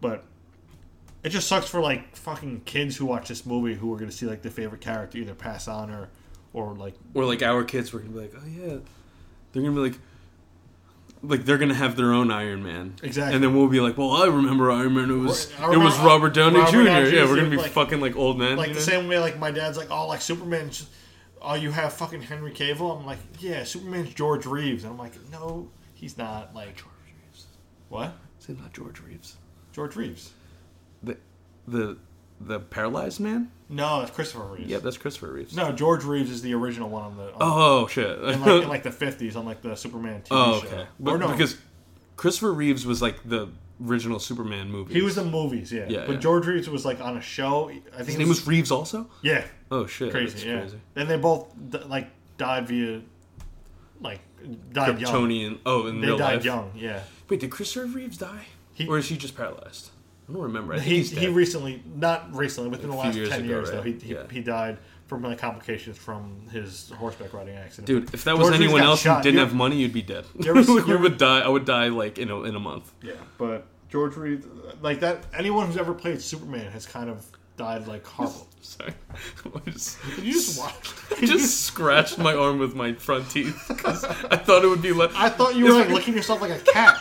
[SPEAKER 2] but it just sucks for like fucking kids who watch this movie who are gonna see like their favorite character either pass on or, or like
[SPEAKER 4] or like our kids were gonna be like oh yeah they're gonna be like like they're gonna have their own Iron Man,
[SPEAKER 2] Exactly.
[SPEAKER 4] and then we'll be like, "Well, I remember Iron Man. It was
[SPEAKER 2] I
[SPEAKER 4] it was
[SPEAKER 2] remember-
[SPEAKER 4] Robert Downey
[SPEAKER 2] Robert
[SPEAKER 4] Jr.
[SPEAKER 2] Downey
[SPEAKER 4] Yeah,
[SPEAKER 2] Jr.
[SPEAKER 4] we're gonna be
[SPEAKER 2] like-
[SPEAKER 4] fucking like old men.
[SPEAKER 2] like
[SPEAKER 4] you
[SPEAKER 2] the
[SPEAKER 4] know?
[SPEAKER 2] same way like my dad's like oh like Superman's oh you have fucking Henry Cavill. I'm like yeah Superman's George Reeves and I'm like no he's not like George Reeves. What
[SPEAKER 4] Is it not George Reeves?
[SPEAKER 2] George Reeves?
[SPEAKER 4] The the the paralyzed man?
[SPEAKER 2] No, that's Christopher Reeves.
[SPEAKER 4] Yeah, that's Christopher Reeves.
[SPEAKER 2] No, George Reeves is the original one on the. On
[SPEAKER 4] Oh shit!
[SPEAKER 2] in like, in like the fifties on like the Superman TV
[SPEAKER 4] Oh,
[SPEAKER 2] show.
[SPEAKER 4] okay.
[SPEAKER 2] or
[SPEAKER 4] But
[SPEAKER 2] no,
[SPEAKER 4] because Christopher Reeves was like the original Superman movie.
[SPEAKER 2] he was in movies, yeah.
[SPEAKER 4] Yeah,
[SPEAKER 2] but
[SPEAKER 4] yeah.
[SPEAKER 2] George Reeves was like on a show. I think
[SPEAKER 4] His
[SPEAKER 2] it
[SPEAKER 4] name was Reeves also.
[SPEAKER 2] yeah,
[SPEAKER 4] Oh shit!
[SPEAKER 2] crazy,
[SPEAKER 4] that's
[SPEAKER 2] yeah. And they both d- like died via like died young.
[SPEAKER 4] Kryptonian. Oh, in
[SPEAKER 2] They
[SPEAKER 4] real
[SPEAKER 2] died
[SPEAKER 4] life.
[SPEAKER 2] young, yeah.
[SPEAKER 4] Wait, did Christopher Reeves die?
[SPEAKER 2] He-
[SPEAKER 4] or is he just paralyzed? I don't remember. I think
[SPEAKER 2] He
[SPEAKER 4] he's dead.
[SPEAKER 2] he recently, not recently, within the
[SPEAKER 4] few
[SPEAKER 2] last
[SPEAKER 4] years
[SPEAKER 2] ten
[SPEAKER 4] ago,
[SPEAKER 2] years
[SPEAKER 4] right?
[SPEAKER 2] though, he he,
[SPEAKER 4] Yeah.
[SPEAKER 2] he died from like complications from his horseback riding accident.
[SPEAKER 4] Dude, if that was
[SPEAKER 2] George Reeves
[SPEAKER 4] anyone
[SPEAKER 2] got
[SPEAKER 4] else
[SPEAKER 2] shot.
[SPEAKER 4] who didn't
[SPEAKER 2] You-
[SPEAKER 4] have money, you'd be dead.
[SPEAKER 2] You ever see-
[SPEAKER 4] you would die. I would die like in a, in a month.
[SPEAKER 2] yeah, but George Reeves, like that, anyone who's ever played Superman has kind of died like horrible.
[SPEAKER 4] Sorry. I just,
[SPEAKER 2] You just watched.
[SPEAKER 4] I just scratched my arm with my front teeth because I thought it would be left.
[SPEAKER 2] I thought you were like licking yourself like a cat.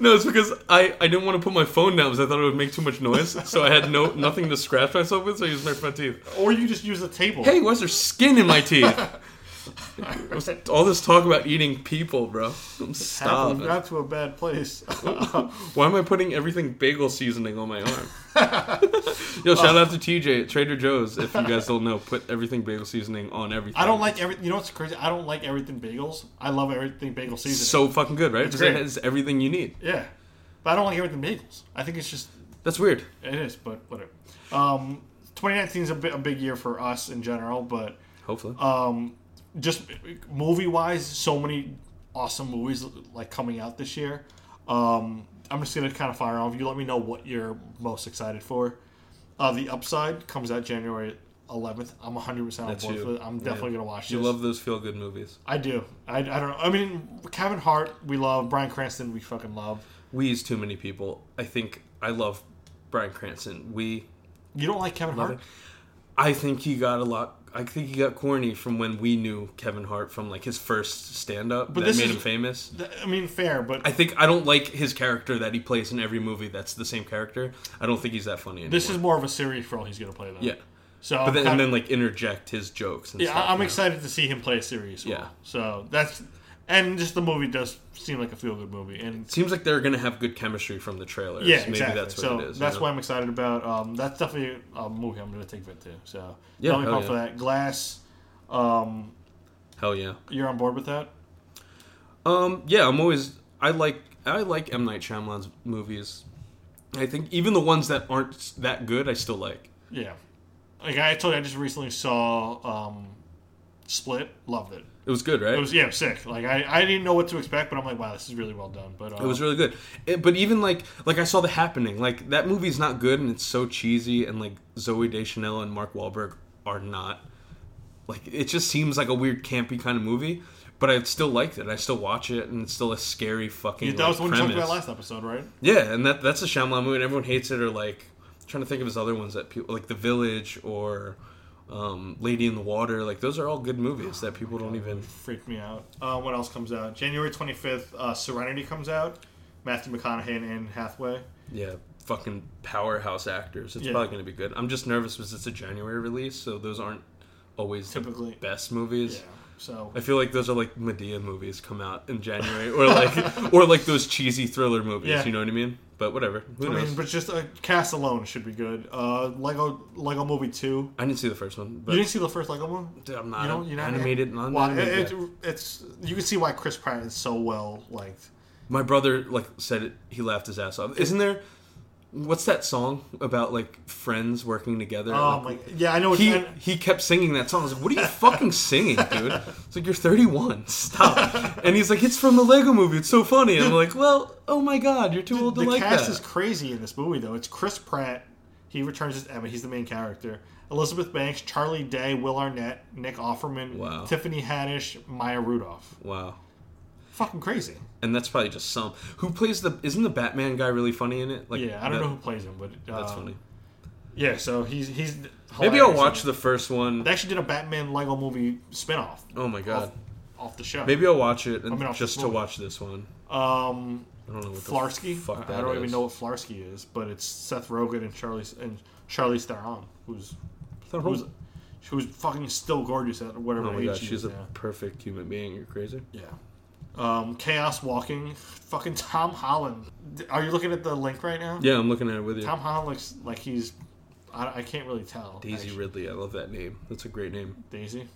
[SPEAKER 4] No, it's because I, I didn't want to put my phone down because I thought it would make too much noise. So I had no nothing to scratch myself with, so I used my front teeth.
[SPEAKER 2] or you just use the table.
[SPEAKER 4] Hey, why is there skin in my teeth? All this talk about eating people, bro. I'm
[SPEAKER 2] Happily
[SPEAKER 4] starving.
[SPEAKER 2] got to a bad place.
[SPEAKER 4] Why am I putting everything bagel seasoning on my arm? Yo, shout
[SPEAKER 2] Oh.
[SPEAKER 4] out to TJ at Trader Joe's. If you guys don't know, put everything bagel seasoning on everything.
[SPEAKER 2] I don't like every. You know what's crazy? I don't like everything bagels. I love everything bagel seasoning.
[SPEAKER 4] It's so fucking good, right? Because it
[SPEAKER 2] great.
[SPEAKER 4] has everything you need.
[SPEAKER 2] yeah, but I don't like everything bagels. I think it's just
[SPEAKER 4] That's weird.
[SPEAKER 2] it is, but whatever. Um, 2019 is a, bi- a big year for us in general, but
[SPEAKER 4] Hopefully.
[SPEAKER 2] Oh, just movie wise, so many awesome movies like coming out this year. Um, I'm just gonna kind of fire off. You let me know what you're most excited for. Uh, the Upside comes out January 11th. I'm 100 percent on
[SPEAKER 4] That's
[SPEAKER 2] board
[SPEAKER 4] you.
[SPEAKER 2] for it. I'm definitely
[SPEAKER 4] Yeah.
[SPEAKER 2] gonna watch.
[SPEAKER 4] you
[SPEAKER 2] this.
[SPEAKER 4] love those feel good movies.
[SPEAKER 2] I do. I, I don't. I mean, Kevin Hart, we love. Brian Cranston, we fucking love.
[SPEAKER 4] We is too many people. I think I love Brian Cranston. We.
[SPEAKER 2] You don't like Kevin Hart?
[SPEAKER 4] it. I think he got a lot. I think he got corny from when we knew Kevin Hart from like his first stand up that
[SPEAKER 2] this is-
[SPEAKER 4] made him famous.
[SPEAKER 2] Th- I mean, fair, but
[SPEAKER 4] I think I don't like his character that he plays in every movie. That's the same character. I don't think he's that funny anymore.
[SPEAKER 2] this is more of a serious role he's gonna play. Then.
[SPEAKER 4] yeah,
[SPEAKER 2] So,
[SPEAKER 4] but
[SPEAKER 2] I'm
[SPEAKER 4] then,
[SPEAKER 2] kind-
[SPEAKER 4] and then like interject his jokes. And
[SPEAKER 2] yeah,
[SPEAKER 4] stuff,
[SPEAKER 2] I- I'm
[SPEAKER 4] you know?
[SPEAKER 2] excited to see him play a serious role.
[SPEAKER 4] Yeah.
[SPEAKER 2] So that's and just the movie does seem like a feel good movie, and
[SPEAKER 4] Seems like they're gonna have good chemistry from the trailers.
[SPEAKER 2] yeah,
[SPEAKER 4] Maybe
[SPEAKER 2] exactly.
[SPEAKER 4] that's what
[SPEAKER 2] so
[SPEAKER 4] it is. you
[SPEAKER 2] that's
[SPEAKER 4] know?
[SPEAKER 2] what I'm excited about. Um, that's definitely a movie I'm gonna take it to. So
[SPEAKER 4] Yeah,
[SPEAKER 2] definitely
[SPEAKER 4] hell
[SPEAKER 2] pumped for
[SPEAKER 4] yeah.
[SPEAKER 2] that. Glass, um,
[SPEAKER 4] Hell yeah.
[SPEAKER 2] you're on board with that?
[SPEAKER 4] Um, yeah, I'm always I like I like M Night Shyamalan's movies. I think even the ones that aren't s- that good, I still like.
[SPEAKER 2] Yeah. Like I told you, I just recently saw um, Split. Loved it.
[SPEAKER 4] It was good, right?
[SPEAKER 2] It was yeah, sick. Like I, I didn't know what to expect, but I'm like, wow, this is really well done. But uh,
[SPEAKER 4] It was really good. It- but even like like I saw The Happening. Like that movie's not good and it's so cheesy and like Zoe Deschanel and Mark Wahlberg are not. Like it just seems like a weird campy kind of movie, but I still liked it. I still watch it and it's still a scary fucking
[SPEAKER 2] that was the one
[SPEAKER 4] like,
[SPEAKER 2] you talked
[SPEAKER 4] premise.
[SPEAKER 2] about last episode, right?
[SPEAKER 4] Yeah, and that that's a Shyamalan movie and everyone hates it or like I'm trying to think of his other ones that people like The Village or um, Lady in the Water. Like those are all good movies that people don't even
[SPEAKER 2] Freaked me out. Uh, what else comes out? January 25th, uh, Serenity comes out. Matthew McConaughey and Anne Hathaway.
[SPEAKER 4] Yeah, fucking powerhouse actors. It's
[SPEAKER 2] Yeah.
[SPEAKER 4] probably going to be good. I'm just nervous because it's a January release, so those aren't always
[SPEAKER 2] Typically.
[SPEAKER 4] the best
[SPEAKER 2] Yeah.
[SPEAKER 4] movies.
[SPEAKER 2] So
[SPEAKER 4] I feel like those are like Medea movies come out in January, or like or like those cheesy thriller movies.
[SPEAKER 2] Yeah.
[SPEAKER 4] You know what I mean? But whatever.
[SPEAKER 2] I
[SPEAKER 4] Who knows?
[SPEAKER 2] mean, but just a cast alone should be good. Uh, Lego Lego Movie Two.
[SPEAKER 4] I didn't see the first one, but
[SPEAKER 2] You didn't see the first Lego movie?
[SPEAKER 4] dude, I'm
[SPEAKER 2] you
[SPEAKER 4] not
[SPEAKER 2] don't- you're not-
[SPEAKER 4] animated. Not
[SPEAKER 2] Why? It,
[SPEAKER 4] animated yet.
[SPEAKER 2] it- it's you can see why Chris Pratt is so well liked.
[SPEAKER 4] My brother like said it, he laughed his ass off. Isn't there? What's that song about like friends working together?
[SPEAKER 2] Oh
[SPEAKER 4] Like,
[SPEAKER 2] my! Yeah, I know. What
[SPEAKER 4] he
[SPEAKER 2] you-
[SPEAKER 4] he kept singing that song. I was like, "What are you fucking singing, dude?" It's like you're 31. Stop. And he's like, "It's from the Lego Movie. It's so funny." And I'm like, "Well, oh my god, you're too old to
[SPEAKER 2] the
[SPEAKER 4] like
[SPEAKER 2] cast
[SPEAKER 4] that."
[SPEAKER 2] is crazy in this movie though it's chris pratt he returns as emma he's the main character elizabeth banks charlie day will arnett nick offerman
[SPEAKER 4] Wow.
[SPEAKER 2] tiffany haddish maya rudolph
[SPEAKER 4] wow.
[SPEAKER 2] fucking crazy
[SPEAKER 4] And that's probably just some. Who plays the? Isn't the Batman guy really funny in it? Like,
[SPEAKER 2] yeah i don't
[SPEAKER 4] that-
[SPEAKER 2] know who plays him but uh,
[SPEAKER 4] That's funny.
[SPEAKER 2] yeah so he's he's
[SPEAKER 4] Maybe
[SPEAKER 2] hilarious.
[SPEAKER 4] I'll watch the first one.
[SPEAKER 2] they actually did a batman lego movie spin-off
[SPEAKER 4] Oh my god.
[SPEAKER 2] off, off the show
[SPEAKER 4] Maybe I'll watch it and
[SPEAKER 2] mean, I'll
[SPEAKER 4] just to
[SPEAKER 2] just-
[SPEAKER 4] watch this one.
[SPEAKER 2] um
[SPEAKER 4] I don't know what the
[SPEAKER 2] flarsky
[SPEAKER 4] Fuck that
[SPEAKER 2] i don't even
[SPEAKER 4] is.
[SPEAKER 2] know what flarsky is but it's seth rogen and charlie and charlie theron who's who's she was fucking still gorgeous at whatever
[SPEAKER 4] Oh my
[SPEAKER 2] age
[SPEAKER 4] god,
[SPEAKER 2] she
[SPEAKER 4] she's
[SPEAKER 2] is
[SPEAKER 4] a
[SPEAKER 2] now.
[SPEAKER 4] perfect human being. You're crazy.
[SPEAKER 2] Yeah. Um, Chaos Walking, fucking Tom Holland. D- Are you looking at the link right now?
[SPEAKER 4] Yeah, I'm looking at it with you.
[SPEAKER 2] Tom Holland looks like he's. I, I can't really tell.
[SPEAKER 4] Daisy
[SPEAKER 2] actually.
[SPEAKER 4] Ridley. I love that name. That's a great name.
[SPEAKER 2] Daisy.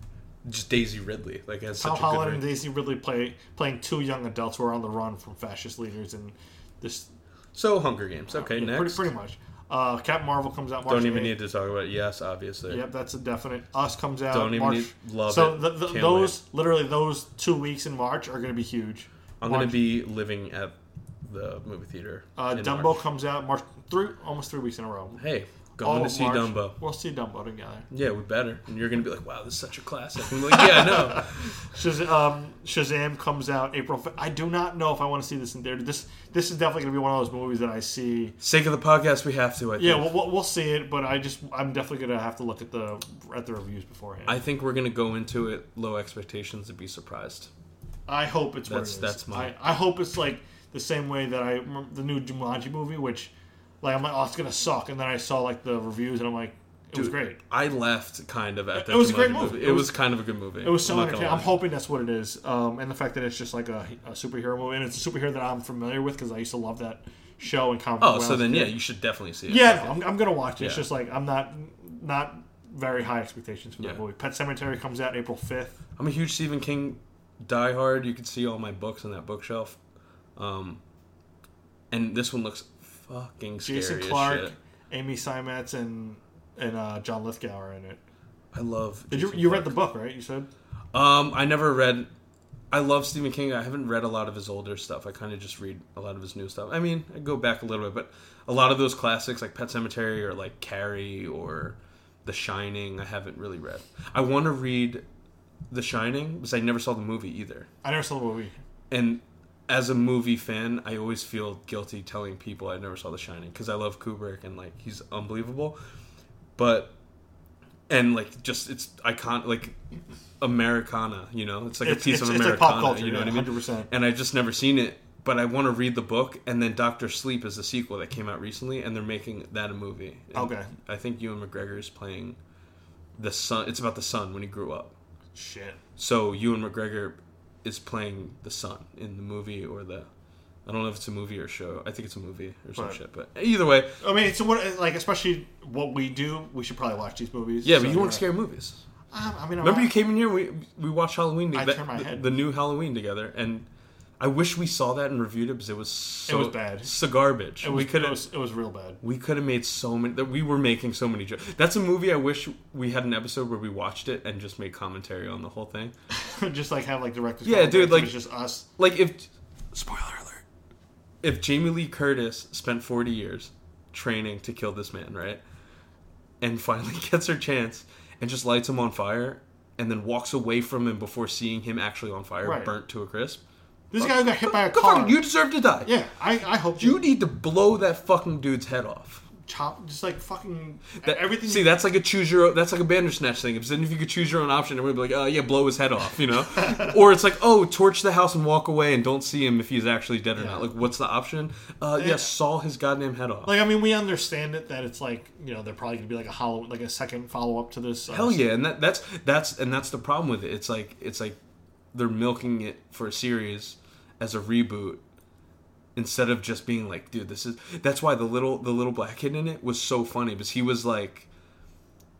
[SPEAKER 4] Just Daisy Ridley. Like has
[SPEAKER 2] Tom
[SPEAKER 4] such a good
[SPEAKER 2] Holland and
[SPEAKER 4] ring.
[SPEAKER 2] Daisy Ridley play playing two young adults who are on the run from fascist leaders and this.
[SPEAKER 4] So Hunger Games. Okay,
[SPEAKER 2] yeah,
[SPEAKER 4] next.
[SPEAKER 2] pretty pretty much. Uh, Captain Marvel comes out. March
[SPEAKER 4] Don't even
[SPEAKER 2] 8th.
[SPEAKER 4] need to talk about it. yes, obviously.
[SPEAKER 2] Yep, that's a definite. Us comes out.
[SPEAKER 4] Don't even
[SPEAKER 2] March.
[SPEAKER 4] need- love
[SPEAKER 2] so
[SPEAKER 4] it.
[SPEAKER 2] th- th-
[SPEAKER 4] Can't
[SPEAKER 2] those literally those two weeks in March are going to be huge.
[SPEAKER 4] I'm
[SPEAKER 2] March-
[SPEAKER 4] gonna be living at the movie theater.
[SPEAKER 2] Uh,
[SPEAKER 4] in
[SPEAKER 2] Dumbo
[SPEAKER 4] March.
[SPEAKER 2] comes out March three, almost three weeks in a row.
[SPEAKER 4] Hey, going
[SPEAKER 2] All
[SPEAKER 4] to
[SPEAKER 2] of
[SPEAKER 4] see
[SPEAKER 2] Oh, March.
[SPEAKER 4] Dumbo.
[SPEAKER 2] We'll see Dumbo together.
[SPEAKER 4] Yeah, we better. And you're gonna be like, wow, this is such a classic. I'm like, yeah, no.
[SPEAKER 2] Shaz- um, Shazam comes out April. fi- I do not know if I want to see this in theater. This this is definitely going to be one of those movies that I see.
[SPEAKER 4] Sake of the podcast, we have to. I think.
[SPEAKER 2] Yeah, we'll, we'll, we'll see it, but I just I'm definitely going to have to look at the at the reviews beforehand.
[SPEAKER 4] I think we're gonna go into it low expectations and be surprised.
[SPEAKER 2] I hope it's what
[SPEAKER 4] That's-
[SPEAKER 2] it is.
[SPEAKER 4] that's my-
[SPEAKER 2] I, I hope it's like the same way that I rem- the new Jumanji movie, which like I'm like oh it's gonna suck, and then I saw like the reviews and I'm like It was great.
[SPEAKER 4] I left kind of at that.
[SPEAKER 2] It was a great
[SPEAKER 4] Jumanji
[SPEAKER 2] movie.
[SPEAKER 4] It,
[SPEAKER 2] It
[SPEAKER 4] was,
[SPEAKER 2] was-
[SPEAKER 4] kind of a good movie.
[SPEAKER 2] It was so
[SPEAKER 4] I'm not gonna
[SPEAKER 2] entertaining. I'm
[SPEAKER 4] lie.
[SPEAKER 2] hoping that's what it is, um, and the fact that it's just like a, a superhero movie, and it's a superhero that I'm familiar with because I used to love that show and comic.
[SPEAKER 4] Oh,
[SPEAKER 2] book when I
[SPEAKER 4] so
[SPEAKER 2] was a
[SPEAKER 4] then
[SPEAKER 2] kid.
[SPEAKER 4] yeah, you should definitely see it.
[SPEAKER 2] yeah, no, I'm, I'm gonna watch it. It's
[SPEAKER 4] Yeah.
[SPEAKER 2] just like I'm not not very high expectations for that
[SPEAKER 4] Yeah.
[SPEAKER 2] movie. Pet Cemetery comes out April 5th.
[SPEAKER 4] I'm a huge Stephen King diehard. You can see all my books on that bookshelf. Um, and this one looks fucking scary
[SPEAKER 2] Jason
[SPEAKER 4] as
[SPEAKER 2] Clark,
[SPEAKER 4] shit.
[SPEAKER 2] Amy Simetz, and and uh, John Lithgow are in it.
[SPEAKER 4] I love.
[SPEAKER 2] Did you
[SPEAKER 4] Jason
[SPEAKER 2] you
[SPEAKER 4] Clark.
[SPEAKER 2] read the book right? You said
[SPEAKER 4] Um, I never read. I love Stephen King. I haven't read a lot of his older stuff. I kind of just read a lot of his new stuff. I mean, I go back a little bit, but a lot of those classics like Pet Cemetery or like Carrie or The Shining, I haven't really read. I want to read The Shining because I never saw the movie either.
[SPEAKER 2] I never saw the movie.
[SPEAKER 4] And as a movie fan, I always feel guilty telling people I never saw The Shining because I love Kubrick and like he's unbelievable. But and like just it's icon like Americana, you know, it's like
[SPEAKER 2] It's,
[SPEAKER 4] a piece
[SPEAKER 2] it's,
[SPEAKER 4] of
[SPEAKER 2] it's like
[SPEAKER 4] Americana,
[SPEAKER 2] pop culture.
[SPEAKER 4] you know
[SPEAKER 2] yeah,
[SPEAKER 4] what I mean?
[SPEAKER 2] 100%.
[SPEAKER 4] and I just never seen it. But I want to read the book, and then Doctor Sleep is the sequel that came out recently, and they're making that a movie. And
[SPEAKER 2] Okay.
[SPEAKER 4] I think Ewan McGregor is playing the son. It's about the son when he grew up.
[SPEAKER 2] Shit.
[SPEAKER 4] So Ewan McGregor is playing the son in the movie or the. I don't know if it's a movie or show. I think it's a movie or some
[SPEAKER 2] Right.
[SPEAKER 4] shit. But either way,
[SPEAKER 2] I mean, so what? Like, especially what we do, we should probably watch these movies.
[SPEAKER 4] yeah.
[SPEAKER 2] So,
[SPEAKER 4] But you
[SPEAKER 2] uh,
[SPEAKER 4] weren't scared of movies.
[SPEAKER 2] Um, I mean,
[SPEAKER 4] Remember
[SPEAKER 2] I'm
[SPEAKER 4] you came in here. We we watched Halloween.
[SPEAKER 2] I
[SPEAKER 4] together-
[SPEAKER 2] turned my
[SPEAKER 4] the,
[SPEAKER 2] head.
[SPEAKER 4] the new Halloween together, and I wish we saw that and reviewed it because it was so
[SPEAKER 2] was bad.
[SPEAKER 4] so garbage.
[SPEAKER 2] It was,
[SPEAKER 4] we could
[SPEAKER 2] it
[SPEAKER 4] have
[SPEAKER 2] was it was real bad.
[SPEAKER 4] we could have made so many that we were making so many jokes. That's a movie I wish we had an episode where we watched it and just made commentary on the whole thing.
[SPEAKER 2] just like have like directors.
[SPEAKER 4] Yeah,
[SPEAKER 2] commentary,
[SPEAKER 4] dude,
[SPEAKER 2] so
[SPEAKER 4] like-
[SPEAKER 2] it's just us.
[SPEAKER 4] Like if spoiler alert, if Jamie Lee Curtis spent 40 years training to kill this man, right? And finally gets her chance and just lights him on fire and then walks away from him before seeing him actually on fire
[SPEAKER 2] Right.
[SPEAKER 4] burnt to a crisp.
[SPEAKER 2] This guy who got hit by a
[SPEAKER 4] Go
[SPEAKER 2] car.
[SPEAKER 4] fucking- you deserve to die.
[SPEAKER 2] yeah, I, I hope
[SPEAKER 4] You
[SPEAKER 2] you
[SPEAKER 4] need to blow that fucking dude's head off.
[SPEAKER 2] chop just like fucking
[SPEAKER 4] That-
[SPEAKER 2] everything.
[SPEAKER 4] See, that's like a choose your. That's like a Bandersnatch thing. Because then if you could choose your own option, everyone would be like, "Oh yeah, blow his head off," you know. or it's like, "Oh, torch the house and walk away and don't see him if he's actually dead or
[SPEAKER 2] Yeah.
[SPEAKER 4] not." Like, what's the option? Uh, yeah.
[SPEAKER 2] Yeah.
[SPEAKER 4] saw his goddamn head off.
[SPEAKER 2] like I mean, we understand it that it's like you know they're probably gonna be like a hollow like a second follow up to this. Uh,
[SPEAKER 4] Hell yeah, and that, that's that's and that's the problem with it. It's like it's like they're milking it for a series as a reboot instead of just being like, dude, this is that's why the little the little black kid in it was so funny because he was like,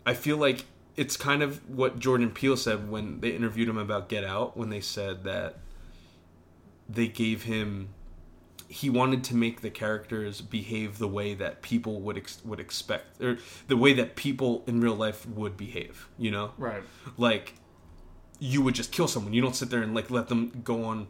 [SPEAKER 4] I feel like it's kind of what Jordan Peele said when they interviewed him about Get Out when they said that they gave him he wanted to make the characters behave the way that people would ex- would expect or the way that people in real life would behave you know
[SPEAKER 2] Right.
[SPEAKER 4] like you would just kill someone you don't sit there and like let them go on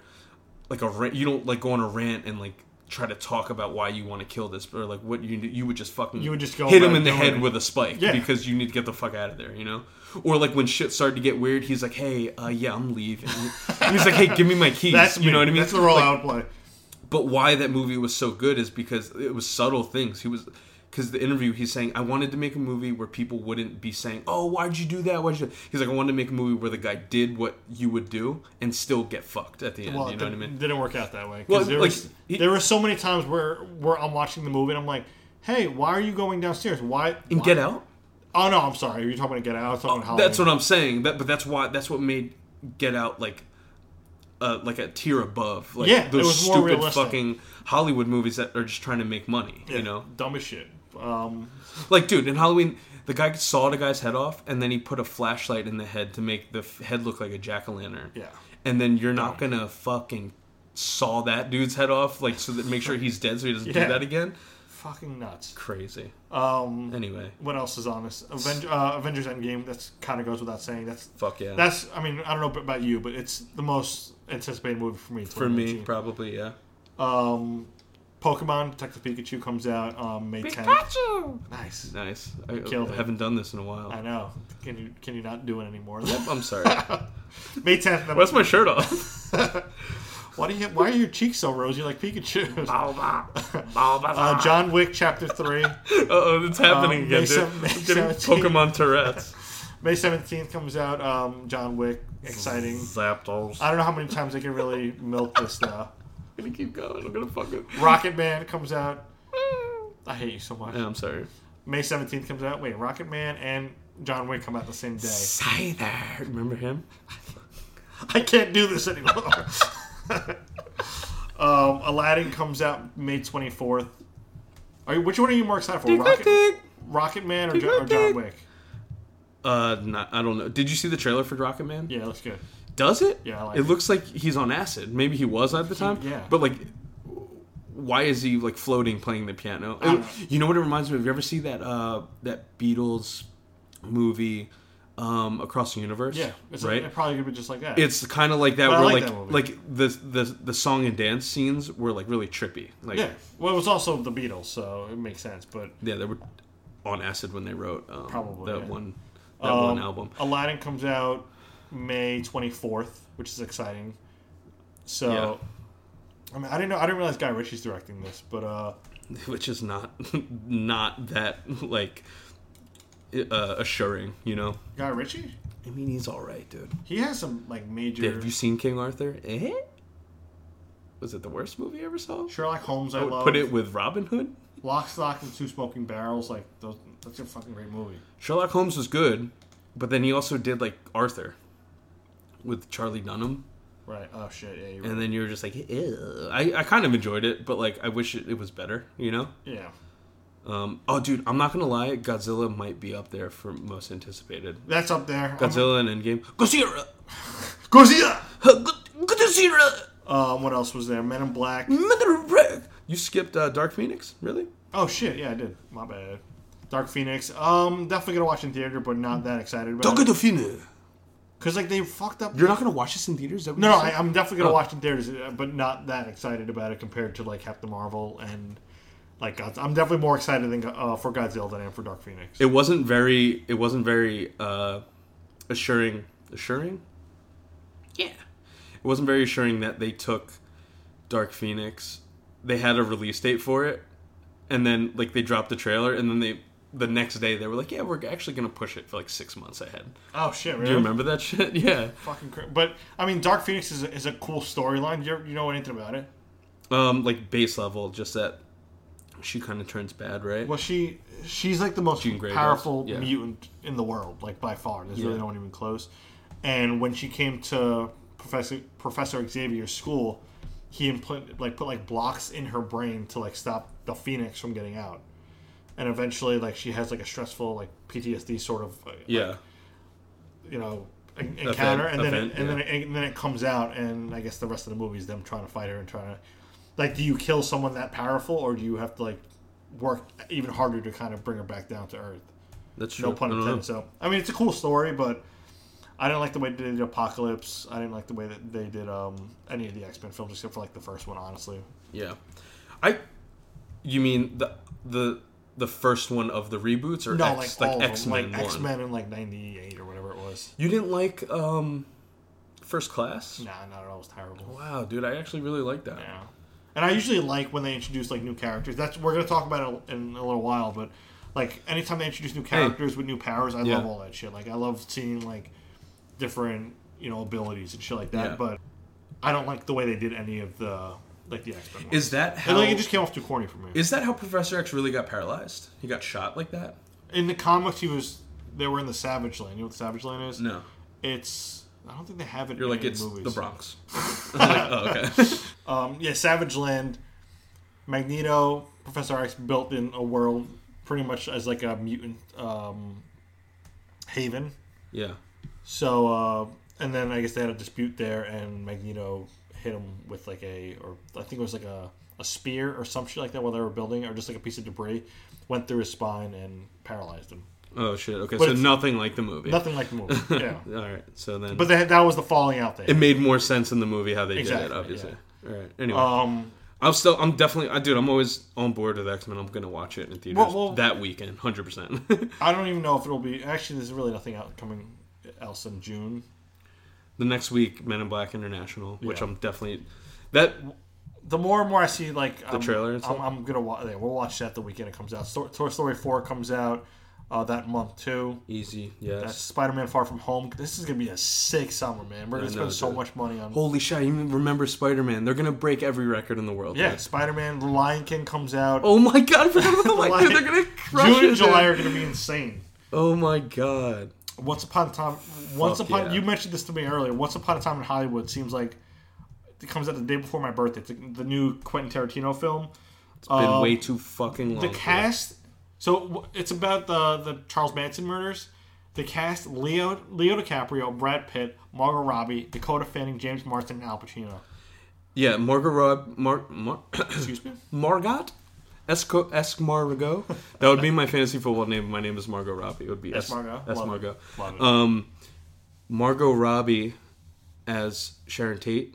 [SPEAKER 4] like a rant you don't like go on a rant and like try to talk about why you want to kill this or like what you you would just fucking
[SPEAKER 2] You would just go
[SPEAKER 4] hit him
[SPEAKER 2] right
[SPEAKER 4] in the
[SPEAKER 2] doing
[SPEAKER 4] head
[SPEAKER 2] it.
[SPEAKER 4] with a spike
[SPEAKER 2] Yeah.
[SPEAKER 4] because you need to get the fuck out of there you know or like when shit started to get weird he's like hey uh, yeah i'm leaving he's like hey give me my keys
[SPEAKER 2] That's
[SPEAKER 4] you know what i mean
[SPEAKER 2] That's the role
[SPEAKER 4] Like,
[SPEAKER 2] I would play.
[SPEAKER 4] but why that movie was so good is because it was subtle things. He was because the interview he's saying I wanted to make a movie where people wouldn't be saying, "Oh, why'd you do that? Why'd you?" Do? He's like, I wanted to make a movie where the guy did what you would do and still get fucked at the end.
[SPEAKER 2] Well,
[SPEAKER 4] you know
[SPEAKER 2] it
[SPEAKER 4] what I mean?
[SPEAKER 2] didn't work out that way. 'Cause
[SPEAKER 4] Well,
[SPEAKER 2] there,
[SPEAKER 4] like,
[SPEAKER 2] was,
[SPEAKER 4] he-
[SPEAKER 2] there were so many times where where I'm watching the movie and I'm like, hey, why are you going downstairs? Why?
[SPEAKER 4] And
[SPEAKER 2] why-
[SPEAKER 4] Get Out. Oh,
[SPEAKER 2] Oh no, I'm sorry. You're talking about Get Out. I was talking about
[SPEAKER 4] That's
[SPEAKER 2] Halloween.
[SPEAKER 4] what I'm saying. That but that's why that's what made Get Out like. Uh, like a tier above, like
[SPEAKER 2] Yeah, it
[SPEAKER 4] those
[SPEAKER 2] was more
[SPEAKER 4] stupid
[SPEAKER 2] realistic.
[SPEAKER 4] fucking Hollywood movies that are just trying to make money. You know,
[SPEAKER 2] dumb as shit. Um,
[SPEAKER 4] Like, dude, in Halloween, the guy sawed a guy's head off, and then he put a flashlight in the head to make the f- head look like a jack o' lantern.
[SPEAKER 2] Yeah.
[SPEAKER 4] And then you're not gonna fucking saw that dude's head off, like, so that make sure he's dead, so he doesn't
[SPEAKER 2] Yeah.
[SPEAKER 4] do that again.
[SPEAKER 2] fucking nuts.
[SPEAKER 4] Crazy.
[SPEAKER 2] Um,
[SPEAKER 4] Anyway,
[SPEAKER 2] what else is on this? Aven- uh, Avengers Endgame. That's kind of goes without saying. That's
[SPEAKER 4] fuck yeah.
[SPEAKER 2] that's. I mean, I don't know about you, but it's the most anticipated movie for me. in
[SPEAKER 4] for me,
[SPEAKER 2] 2019.
[SPEAKER 4] probably yeah.
[SPEAKER 2] Um, Pokemon Detective Pikachu comes out um, May 10th. Nice.
[SPEAKER 4] Nice. I,
[SPEAKER 2] Killed it.
[SPEAKER 4] haven't done this in a while.
[SPEAKER 2] I know. Can you can you not do it anymore?
[SPEAKER 4] Yep, I'm sorry. Why
[SPEAKER 2] May 10th.
[SPEAKER 4] is my shirt off?
[SPEAKER 2] Why do you why are your cheeks so rosy like Pikachu's? Uh, John Wick Chapter Three.
[SPEAKER 4] Uh oh, it's happening
[SPEAKER 2] Um,
[SPEAKER 4] again,
[SPEAKER 2] May
[SPEAKER 4] dude.
[SPEAKER 2] sev- May
[SPEAKER 4] I'm getting
[SPEAKER 2] 17.
[SPEAKER 4] Pokemon Tourette's.
[SPEAKER 2] May 17th comes out. Um, John Wick. Exciting.
[SPEAKER 4] Zapdos.
[SPEAKER 2] I don't know how many times I can really milk this now.
[SPEAKER 4] I'm gonna keep going. I'm gonna fuck it.
[SPEAKER 2] Rocket Man comes out. I hate you so much.
[SPEAKER 4] Yeah, I'm sorry.
[SPEAKER 2] May 17th comes out. Wait, Rocket Man and John Wick come out the same day.
[SPEAKER 3] Scyther. Remember him?
[SPEAKER 2] I can't do this anymore. um, Aladdin comes out May 24th. Are you, which one are you more excited for? Rocket, Rocket Man or, jo- or John Wick?
[SPEAKER 4] Uh, not, I don't know. Did you see the trailer for Rocket Man?
[SPEAKER 2] Yeah, it looks good.
[SPEAKER 4] Does it?
[SPEAKER 2] Yeah, I like
[SPEAKER 4] it,
[SPEAKER 2] it.
[SPEAKER 4] looks like he's on acid. Maybe he was at the time.
[SPEAKER 2] yeah.
[SPEAKER 4] But like, why is he like floating playing the piano?
[SPEAKER 2] don't know.
[SPEAKER 4] you know what it reminds me of? You ever see that uh that Beatles movie, um, Across the Universe?
[SPEAKER 2] Yeah, it's
[SPEAKER 4] right.
[SPEAKER 2] it probably gonna be just like that.
[SPEAKER 4] it's kind of like that,
[SPEAKER 2] But I
[SPEAKER 4] where
[SPEAKER 2] like
[SPEAKER 4] like
[SPEAKER 2] that movie.
[SPEAKER 4] like the the the song and dance scenes were like really trippy. Like
[SPEAKER 2] yeah. Well, it was also the Beatles, so it makes sense. But
[SPEAKER 4] yeah, they were on acid when they wrote um,
[SPEAKER 2] Probably,
[SPEAKER 4] that
[SPEAKER 2] yeah.
[SPEAKER 4] one that one album.
[SPEAKER 2] um, Aladdin comes out May 24th, which is exciting. So, I mean, I didn't know. I didn't realize Guy Ritchie's directing this, but uh,
[SPEAKER 4] which is not not that like uh, assuring, you know.
[SPEAKER 2] Guy Ritchie,
[SPEAKER 4] I mean, he's all right, dude.
[SPEAKER 2] he has some like major.
[SPEAKER 4] Have you seen King Arthur? Eh? Was it the worst movie I ever saw?
[SPEAKER 2] Sherlock Holmes, I,
[SPEAKER 4] I would
[SPEAKER 2] love.
[SPEAKER 4] put it with Robin Hood.
[SPEAKER 2] Lock, Stock, and Two Smoking Barrels. Like those, that's a fucking great movie.
[SPEAKER 4] Sherlock Holmes was good, but then he also did like Arthur with Charlie Dunham,
[SPEAKER 2] Right? Oh shit! Yeah. You're right.
[SPEAKER 4] and then you were just like, Ew. I I kind of enjoyed it, but like I wish it, it was better, you know.
[SPEAKER 2] yeah.
[SPEAKER 4] Um, oh, dude, I'm not gonna lie, Godzilla might be up there for most anticipated.
[SPEAKER 2] That's up there. I'm-
[SPEAKER 4] Godzilla and Endgame. Godzilla.
[SPEAKER 2] Godzilla.
[SPEAKER 4] Godzilla.
[SPEAKER 2] Um, what else was there? Men in Black.
[SPEAKER 4] uh, Mother of Rag. You skipped uh, Dark Phoenix, really?
[SPEAKER 2] Oh shit! Yeah, I did. My bad. Dark Phoenix. Um, definitely gonna watch in theater, but not that excited about it.
[SPEAKER 4] Phoenix.
[SPEAKER 2] Cause like they fucked up.
[SPEAKER 4] You're not gonna watch this in theaters? Is that what
[SPEAKER 2] No,
[SPEAKER 4] you
[SPEAKER 2] no,
[SPEAKER 4] said?
[SPEAKER 2] I, I'm definitely gonna watch it in theaters, uh, but not that excited about it compared to like Captain Marvel and like God. I'm definitely more excited than uh, for Godzilla than I am for Dark Phoenix.
[SPEAKER 4] It wasn't very. It wasn't very uh, assuring. Assuring. Yeah. It wasn't very assuring that they took Dark Phoenix. They had a release date for it, and then like they dropped the trailer, and then they the next day they were like, yeah, we're actually gonna push it for like six months ahead.
[SPEAKER 2] oh shit! Really?
[SPEAKER 4] Do you remember that shit? Yeah.
[SPEAKER 2] Fucking cra- but I mean, Dark Phoenix is a, is a cool storyline. You you know anything about it?
[SPEAKER 4] Um, like base level, just that she kind of turns bad, right?
[SPEAKER 2] Well, she she's like the most
[SPEAKER 4] Jean Grey
[SPEAKER 2] powerful
[SPEAKER 4] was, yeah.
[SPEAKER 2] mutant in the world, like by far. There's really
[SPEAKER 4] Yeah.
[SPEAKER 2] no one even close. And when she came to Professor Professor Xavier's school, he implant like put like blocks in her brain to like stop the Phoenix from getting out. And eventually, like she has like a stressful like PTSD sort of uh,
[SPEAKER 4] Yeah.
[SPEAKER 2] you know en- encounter, and then
[SPEAKER 4] event,
[SPEAKER 2] it, and then it, and then it comes out, and I guess the rest of the movie is them trying to fight her and trying to like, do you kill someone that powerful, or do you have to like work even harder to kind of bring her back down to earth?
[SPEAKER 4] That's true.
[SPEAKER 2] No pun
[SPEAKER 4] I don't know.
[SPEAKER 2] intended. So I mean, it's a cool story, but I didn't like the way they did Apocalypse. I didn't like the way that they did um, any of the X Men films except for like the first one, honestly.
[SPEAKER 4] Yeah, I. You mean the the the first one of the reboots or
[SPEAKER 2] No,
[SPEAKER 4] X,
[SPEAKER 2] like all of
[SPEAKER 4] X
[SPEAKER 2] them,
[SPEAKER 4] Men
[SPEAKER 2] like
[SPEAKER 4] one?
[SPEAKER 2] X Men in like '98 or whatever it was.
[SPEAKER 4] You didn't like um, First Class?
[SPEAKER 2] Nah, not at all. It was terrible.
[SPEAKER 4] Wow, dude, I actually really like that.
[SPEAKER 2] Yeah. And I usually like when they introduce like new characters. That's we're gonna talk about it in a little while, but like anytime they introduce new characters with new powers, I
[SPEAKER 4] Yeah.
[SPEAKER 2] love all that shit. Like I love seeing like different you know abilities and shit like that.
[SPEAKER 4] Yeah.
[SPEAKER 2] But I don't like the way they did any of the like the X Men.
[SPEAKER 4] Is that how?
[SPEAKER 2] like it just came off too corny for me.
[SPEAKER 4] is that how Professor X really got paralyzed? He got shot like that?
[SPEAKER 2] in the comics, he was they were in the Savage Land. You know what the Savage Land is?
[SPEAKER 4] No,
[SPEAKER 2] It's I don't think they have it.
[SPEAKER 4] you're
[SPEAKER 2] in
[SPEAKER 4] like
[SPEAKER 2] any
[SPEAKER 4] it's
[SPEAKER 2] movies.
[SPEAKER 4] the Bronx. Like, oh, okay.
[SPEAKER 2] Um, yeah, Savage Land, Magneto, Professor X built in a world pretty much as like a mutant um, haven.
[SPEAKER 4] Yeah,
[SPEAKER 2] So, uh, and then I guess they had a dispute there, and Magneto hit him with like a, or I think it was like a, a spear or some shit like that while they were building, or just like a piece of debris, went through his spine and paralyzed him.
[SPEAKER 4] Oh shit. Okay, so
[SPEAKER 2] it's-
[SPEAKER 4] nothing like the movie.
[SPEAKER 2] Nothing like the movie. Yeah.
[SPEAKER 4] All right. So then,
[SPEAKER 2] But they, that was the falling out
[SPEAKER 4] it
[SPEAKER 2] there.
[SPEAKER 4] made more sense in the movie how they did it.
[SPEAKER 2] Exactly,
[SPEAKER 4] Obviously. All right. Anyway.
[SPEAKER 2] Um,
[SPEAKER 4] I'm still, I'm definitely, I dude, I'm always on board with X Men. I'm gonna watch it in theaters
[SPEAKER 2] Well, well-
[SPEAKER 4] that weekend, hundred percent.
[SPEAKER 2] I don't even know if it'll be. Actually, there's really nothing out coming else in June.
[SPEAKER 4] The next week, Men in Black International, which
[SPEAKER 2] Yeah.
[SPEAKER 4] I'm definitely that
[SPEAKER 2] the more and more I see, like the I'm,
[SPEAKER 4] trailer and stuff?
[SPEAKER 2] I'm, I'm gonna watch. Yeah, we'll watch that the weekend it comes out. Sto- Toy Story Four comes out. uh, that month too.
[SPEAKER 4] Easy.
[SPEAKER 2] That's
[SPEAKER 4] Yes.
[SPEAKER 2] Spider-Man: Far From Home. This is gonna be a sick summer, man. We're gonna
[SPEAKER 4] know,
[SPEAKER 2] spend so
[SPEAKER 4] dude.
[SPEAKER 2] much money on.
[SPEAKER 4] Holy shit! I even remember Spider Man. They're gonna break every record in the world.
[SPEAKER 2] yeah,
[SPEAKER 4] dude.
[SPEAKER 2] Spider-Man: The Lion King comes out.
[SPEAKER 4] Oh my god! I forgot about the light.
[SPEAKER 2] Like,
[SPEAKER 4] They're gonna crush
[SPEAKER 2] June
[SPEAKER 4] it,
[SPEAKER 2] and July
[SPEAKER 4] dude.
[SPEAKER 2] are gonna be insane.
[SPEAKER 4] Oh my god.
[SPEAKER 2] Once upon a time, once
[SPEAKER 4] Fuck
[SPEAKER 2] upon
[SPEAKER 4] yeah.
[SPEAKER 2] you mentioned this to me earlier. Once upon a time in Hollywood seems like it comes out the day before my birthday. It's like the new Quentin Tarantino film.
[SPEAKER 4] It's been way too fucking long.
[SPEAKER 2] Um, The
[SPEAKER 4] for
[SPEAKER 2] cast. So w- it's about the the Charles Manson murders. The cast: Leo Leo DiCaprio, Brad Pitt, Margot Robbie, Dakota Fanning, James Marsden, and Al Pacino.
[SPEAKER 4] that. Yeah, Margot Rob, Mar, Mar,
[SPEAKER 2] Excuse me.
[SPEAKER 4] Margot, Esco, Esk Margot. That would be my fantasy football name. My name is Margot Robbie. It would be
[SPEAKER 2] Es
[SPEAKER 4] Es
[SPEAKER 2] Margot.
[SPEAKER 4] Es
[SPEAKER 2] Love it.
[SPEAKER 4] Margot.
[SPEAKER 2] Love it.
[SPEAKER 4] Um, Margot Robbie as Sharon Tate.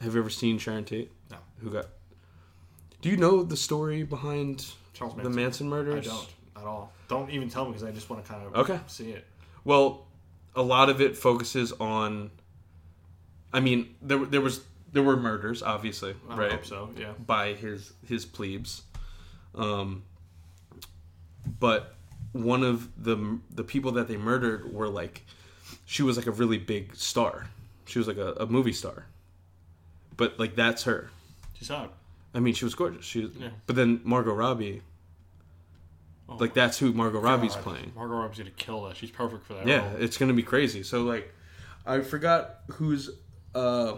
[SPEAKER 4] Have you ever seen Sharon Tate?
[SPEAKER 2] No.
[SPEAKER 4] Who got? Do you know the story behind
[SPEAKER 2] Charles
[SPEAKER 4] the
[SPEAKER 2] Manson.
[SPEAKER 4] Manson
[SPEAKER 2] I
[SPEAKER 4] murders?
[SPEAKER 2] don't at all. Don't even tell me because I just want to kind of
[SPEAKER 4] Okay.
[SPEAKER 2] see it.
[SPEAKER 4] Well, a lot of it focuses on. I mean, there there was there were murders, obviously,
[SPEAKER 2] I
[SPEAKER 4] right?
[SPEAKER 2] hope so. Yeah.
[SPEAKER 4] by his his plebes. Um, but one of the the people that they murdered were like, she was like a really big star. She was like a, a movie star, but like that's her.
[SPEAKER 2] She saw it.
[SPEAKER 4] I mean, she was gorgeous. She,
[SPEAKER 2] Yeah. Oh
[SPEAKER 4] but then Margot Robbie, like that's who Margot Robbie's
[SPEAKER 2] God, Oh.
[SPEAKER 4] playing.
[SPEAKER 2] Margot Robbie's gonna kill that. She's perfect for that.
[SPEAKER 4] Yeah,
[SPEAKER 2] role.
[SPEAKER 4] it's gonna be crazy. So like, I forgot who's uh,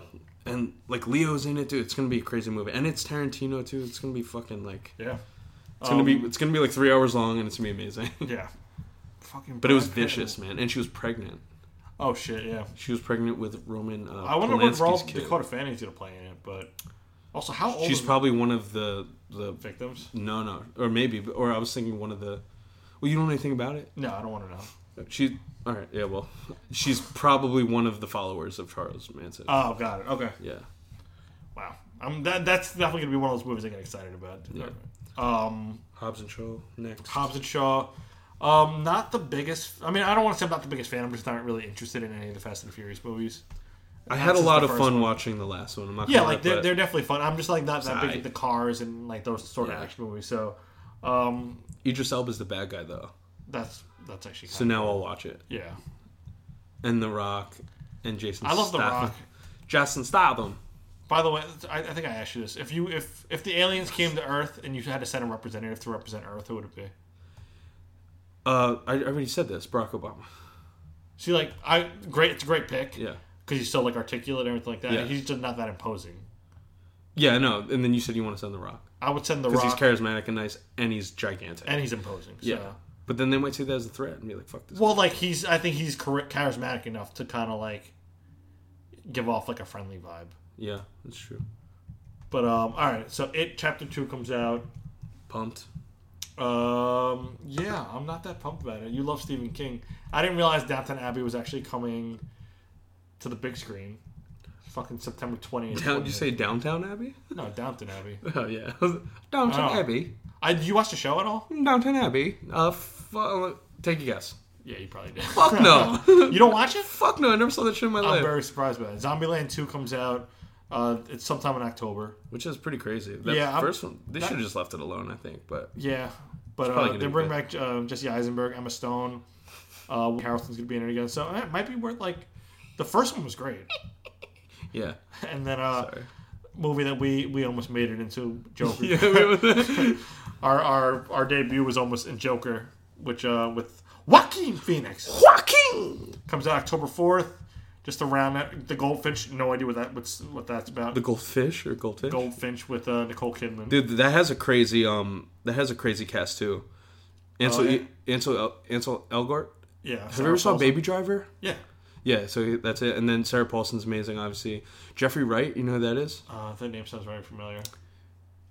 [SPEAKER 4] and like Leo's in it too. It's gonna be a crazy movie, and it's Tarantino too. It's gonna be fucking like
[SPEAKER 2] yeah,
[SPEAKER 4] It's gonna
[SPEAKER 2] Um,
[SPEAKER 4] be it's gonna be like three hours long and it's gonna be amazing.
[SPEAKER 2] yeah. Fucking.
[SPEAKER 4] but it was
[SPEAKER 2] Brad Pitt.
[SPEAKER 4] vicious, man. And she was pregnant.
[SPEAKER 2] Oh shit, yeah.
[SPEAKER 4] She was pregnant with Roman. Uh,
[SPEAKER 2] I wonder what
[SPEAKER 4] Polanski's
[SPEAKER 2] role
[SPEAKER 4] kid.
[SPEAKER 2] Dakota Fanning's gonna play in it, but also how old
[SPEAKER 4] She's
[SPEAKER 2] is
[SPEAKER 4] probably one of the the
[SPEAKER 2] the victims?
[SPEAKER 4] no no or maybe or I was thinking one of the. Well, you don't know anything about it.
[SPEAKER 2] No, I don't want to know.
[SPEAKER 4] She all right? Yeah, well, she's probably one of the followers of Charles Manson.
[SPEAKER 2] Oh, got it. Okay.
[SPEAKER 4] yeah,
[SPEAKER 2] Wow. Um, that that's definitely gonna be one of those movies I get excited about. Um,
[SPEAKER 4] Hobbs and Shaw next.
[SPEAKER 2] Hobbs and Shaw. Um, not the biggest. I mean, I don't want to say I'm not the biggest fan. I'm just not really interested in any of the Fast and the Furious movies.
[SPEAKER 4] I had a
[SPEAKER 2] That's
[SPEAKER 4] lot
[SPEAKER 2] the
[SPEAKER 4] of
[SPEAKER 2] first
[SPEAKER 4] fun watching the last one. I'm not
[SPEAKER 2] Yeah,
[SPEAKER 4] gonna
[SPEAKER 2] like
[SPEAKER 4] lie,
[SPEAKER 2] they're,
[SPEAKER 4] but
[SPEAKER 2] they're definitely fun. I'm just like not that big
[SPEAKER 4] Sigh.
[SPEAKER 2] at the cars and like those sort of
[SPEAKER 4] Yeah.
[SPEAKER 2] action movies. So, um,
[SPEAKER 4] Idris Elba's the bad guy though,
[SPEAKER 2] that's that's actually kind
[SPEAKER 4] so now I'll watch it.
[SPEAKER 2] yeah.
[SPEAKER 4] And The Rock, and Jason.
[SPEAKER 2] I love The
[SPEAKER 4] Statham.
[SPEAKER 2] Rock.
[SPEAKER 4] Jason Statham.
[SPEAKER 2] By the way, I, I think I asked you this: if you if if the aliens came to Earth and you had to send a representative to represent Earth, who would it be?
[SPEAKER 4] Uh, I I already said this. Barack Obama.
[SPEAKER 2] See, like I great, it's a great pick because
[SPEAKER 4] Yeah.
[SPEAKER 2] he's so like articulate and everything like that.
[SPEAKER 4] Yeah.
[SPEAKER 2] He's just not that imposing.
[SPEAKER 4] Yeah, no. And then you said you want to send The Rock
[SPEAKER 2] I would send the
[SPEAKER 4] because
[SPEAKER 2] Rock,
[SPEAKER 4] he's charismatic and nice, and he's gigantic.
[SPEAKER 2] and he's imposing. So.
[SPEAKER 4] yeah. But then they might see that as a threat and be like, "Fuck this."
[SPEAKER 2] Well, like he's, I think he's char- charismatic enough to kind of like give off like a friendly vibe.
[SPEAKER 4] yeah, that's true.
[SPEAKER 2] But um, all right. So it chapter two comes out.
[SPEAKER 4] Pumped.
[SPEAKER 2] Um, yeah, I'm not that pumped about it. You love Stephen King. I didn't realize Downton Abbey was actually coming to the big screen. Fucking September 20th.
[SPEAKER 4] Down, did you say Downtown Abbey?
[SPEAKER 2] no Downton Abbey?
[SPEAKER 4] Oh yeah, Downtown
[SPEAKER 2] Oh.
[SPEAKER 4] Abbey.
[SPEAKER 2] I you watched the show at all?
[SPEAKER 4] Downtown Abbey. Uh, fu- take a guess.
[SPEAKER 2] Yeah, you probably did.
[SPEAKER 4] Fuck no.
[SPEAKER 2] you don't watch it?
[SPEAKER 4] Fuck no. I never saw that shit in my
[SPEAKER 2] I'm
[SPEAKER 4] life,
[SPEAKER 2] very surprised by that. Zombieland 2 comes out. Uh, it's sometime in October.
[SPEAKER 4] which is pretty crazy. That
[SPEAKER 2] Yeah, I'm-
[SPEAKER 4] first one, they
[SPEAKER 2] that-
[SPEAKER 4] should have just left it alone. I think, but
[SPEAKER 2] Yeah, but
[SPEAKER 4] probably
[SPEAKER 2] uh,
[SPEAKER 4] gonna
[SPEAKER 2] they
[SPEAKER 4] be
[SPEAKER 2] bring
[SPEAKER 4] good.
[SPEAKER 2] back uh, Jesse Eisenberg, Emma Stone, uh, Woody Harrelson's gonna be in it again. So eh, it might be worth like the first one was great,
[SPEAKER 4] yeah.
[SPEAKER 2] and then uh,
[SPEAKER 4] Sorry.
[SPEAKER 2] movie that we we almost made it into Joker.
[SPEAKER 4] Yeah, wait, wait.
[SPEAKER 2] Our our our debut was almost in Joker, which uh with Joaquin Phoenix
[SPEAKER 4] Joaquin.
[SPEAKER 2] comes out October fourth. Just around that, the Goldfinch. No idea what that what's what that's about.
[SPEAKER 4] The
[SPEAKER 2] The
[SPEAKER 4] goldfish or goldfish?
[SPEAKER 2] Goldfinch with uh, Nicole Kidman.
[SPEAKER 4] Dude, that has a crazy um, that has a crazy cast too. Ansel, E,
[SPEAKER 2] Oh, yeah.
[SPEAKER 4] Ansel, El- Ansel Elgort.
[SPEAKER 2] yeah,
[SPEAKER 4] Have you ever saw Baby Driver?
[SPEAKER 2] Yeah,
[SPEAKER 4] Yeah, so that's it. And then Sarah Paulson's amazing, obviously. Jeffrey Wright, you know who that is?
[SPEAKER 2] uh, that name sounds very familiar.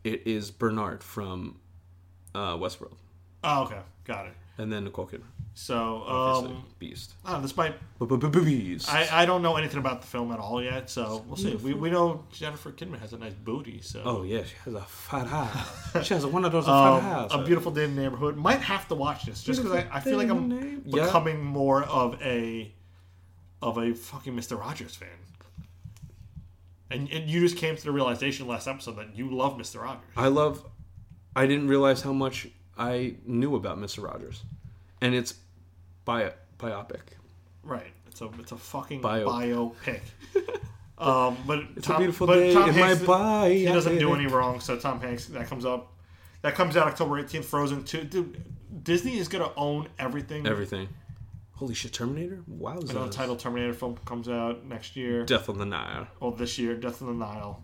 [SPEAKER 4] It is Bernard from uh, Westworld,
[SPEAKER 2] Oh, okay, got it.
[SPEAKER 4] and then Nicole Kidman,
[SPEAKER 2] So,
[SPEAKER 4] obviously
[SPEAKER 2] um,
[SPEAKER 4] Beast.
[SPEAKER 2] I don't know, this might
[SPEAKER 4] Beast.
[SPEAKER 2] I, I don't know anything about the film at all yet, so we'll see. We, we know Jennifer Kidman has a nice booty, so
[SPEAKER 4] oh yeah, she has a fat ass. she has one of those
[SPEAKER 2] Um,
[SPEAKER 4] fat ass.
[SPEAKER 2] a beautiful day in the neighborhood. Might have to watch this just because I, I feel like
[SPEAKER 4] Beautiful
[SPEAKER 2] I'm
[SPEAKER 4] day. Yeah.
[SPEAKER 2] becoming more of a of a fucking Mister Rogers fan. And, and you just came to the realization last episode that you love Mister Rogers.
[SPEAKER 4] I love. I didn't realize how much I knew about Mister Rogers. and it's bio biopic.
[SPEAKER 2] Right. It's a it's a fucking
[SPEAKER 4] Bio.
[SPEAKER 2] biopic. um, but
[SPEAKER 4] It's
[SPEAKER 2] Tom,
[SPEAKER 4] a beautiful
[SPEAKER 2] but
[SPEAKER 4] day
[SPEAKER 2] Tom
[SPEAKER 4] in
[SPEAKER 2] Hanks,
[SPEAKER 4] my bio.
[SPEAKER 2] He doesn't do any wrong, so Tom Hanks that comes up. That comes out October 18th. Frozen 2. Dude, Disney is gonna own everything.
[SPEAKER 4] everything. Holy shit, Terminator! Wow,
[SPEAKER 2] Another title Terminator film comes out next year.
[SPEAKER 4] Death on the Nile.
[SPEAKER 2] well, this year, Death in the Nile.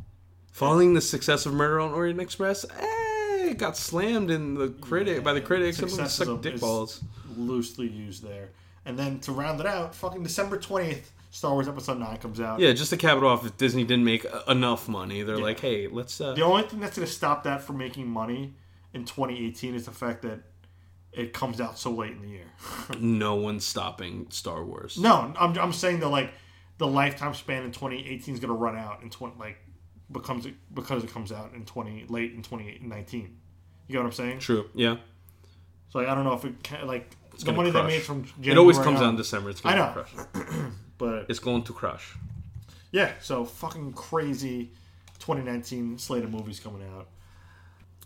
[SPEAKER 4] Following the success of Murder on Orient Express, eh, it got slammed in the critic by the critics. Someone
[SPEAKER 2] Success is a-
[SPEAKER 4] sucked dick
[SPEAKER 2] is
[SPEAKER 4] balls.
[SPEAKER 2] Loosely used there. And then to round it out, fucking December 20th, Star Wars Episode 9 comes out.
[SPEAKER 4] Yeah, just to cap it off, if Disney didn't make uh, enough money, they're like, hey, let's. Uh,
[SPEAKER 2] The only thing that's going to stop that from making money in 2018 is the fact that it comes out so late in the year.
[SPEAKER 4] no one's stopping Star Wars.
[SPEAKER 2] No, I'm, I'm saying that like the lifetime span in 2018 is going to run out in 20 like becomes because it comes out in 20 late in 2019. You get what I'm saying?
[SPEAKER 4] True. Yeah.
[SPEAKER 2] So like, I don't know if it can, like the
[SPEAKER 4] gonna
[SPEAKER 2] money they
[SPEAKER 4] crush.
[SPEAKER 2] made from January
[SPEAKER 4] It always comes
[SPEAKER 2] on,
[SPEAKER 4] out in December. It's
[SPEAKER 2] I
[SPEAKER 4] going to
[SPEAKER 2] know.
[SPEAKER 4] crush.
[SPEAKER 2] but
[SPEAKER 4] It's going to crush.
[SPEAKER 2] yeah, so fucking crazy 2019 slate of movies coming out.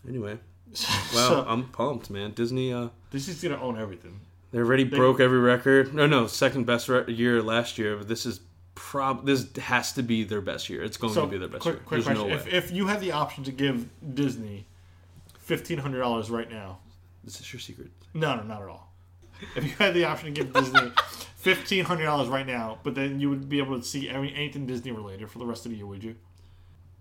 [SPEAKER 4] Anyway, wow,
[SPEAKER 2] So-
[SPEAKER 4] I'm pumped, man. Disney, uh,
[SPEAKER 2] This is going to own everything.
[SPEAKER 4] they already broke every record. No, no, second best re- year last year, but this is prob. This has to be their best year. It's going
[SPEAKER 2] So
[SPEAKER 4] to be their best
[SPEAKER 2] quick,
[SPEAKER 4] year.
[SPEAKER 2] quick
[SPEAKER 4] There's
[SPEAKER 2] question:
[SPEAKER 4] no way.
[SPEAKER 2] if, if you had the option to give Disney fifteen hundred dollars right now,
[SPEAKER 4] Is this your secret?
[SPEAKER 2] no, no, not at all. If you had the option to give Disney fifteen hundred dollars right now, but then you would be able to see every, anything Disney related for the rest of the year, would you?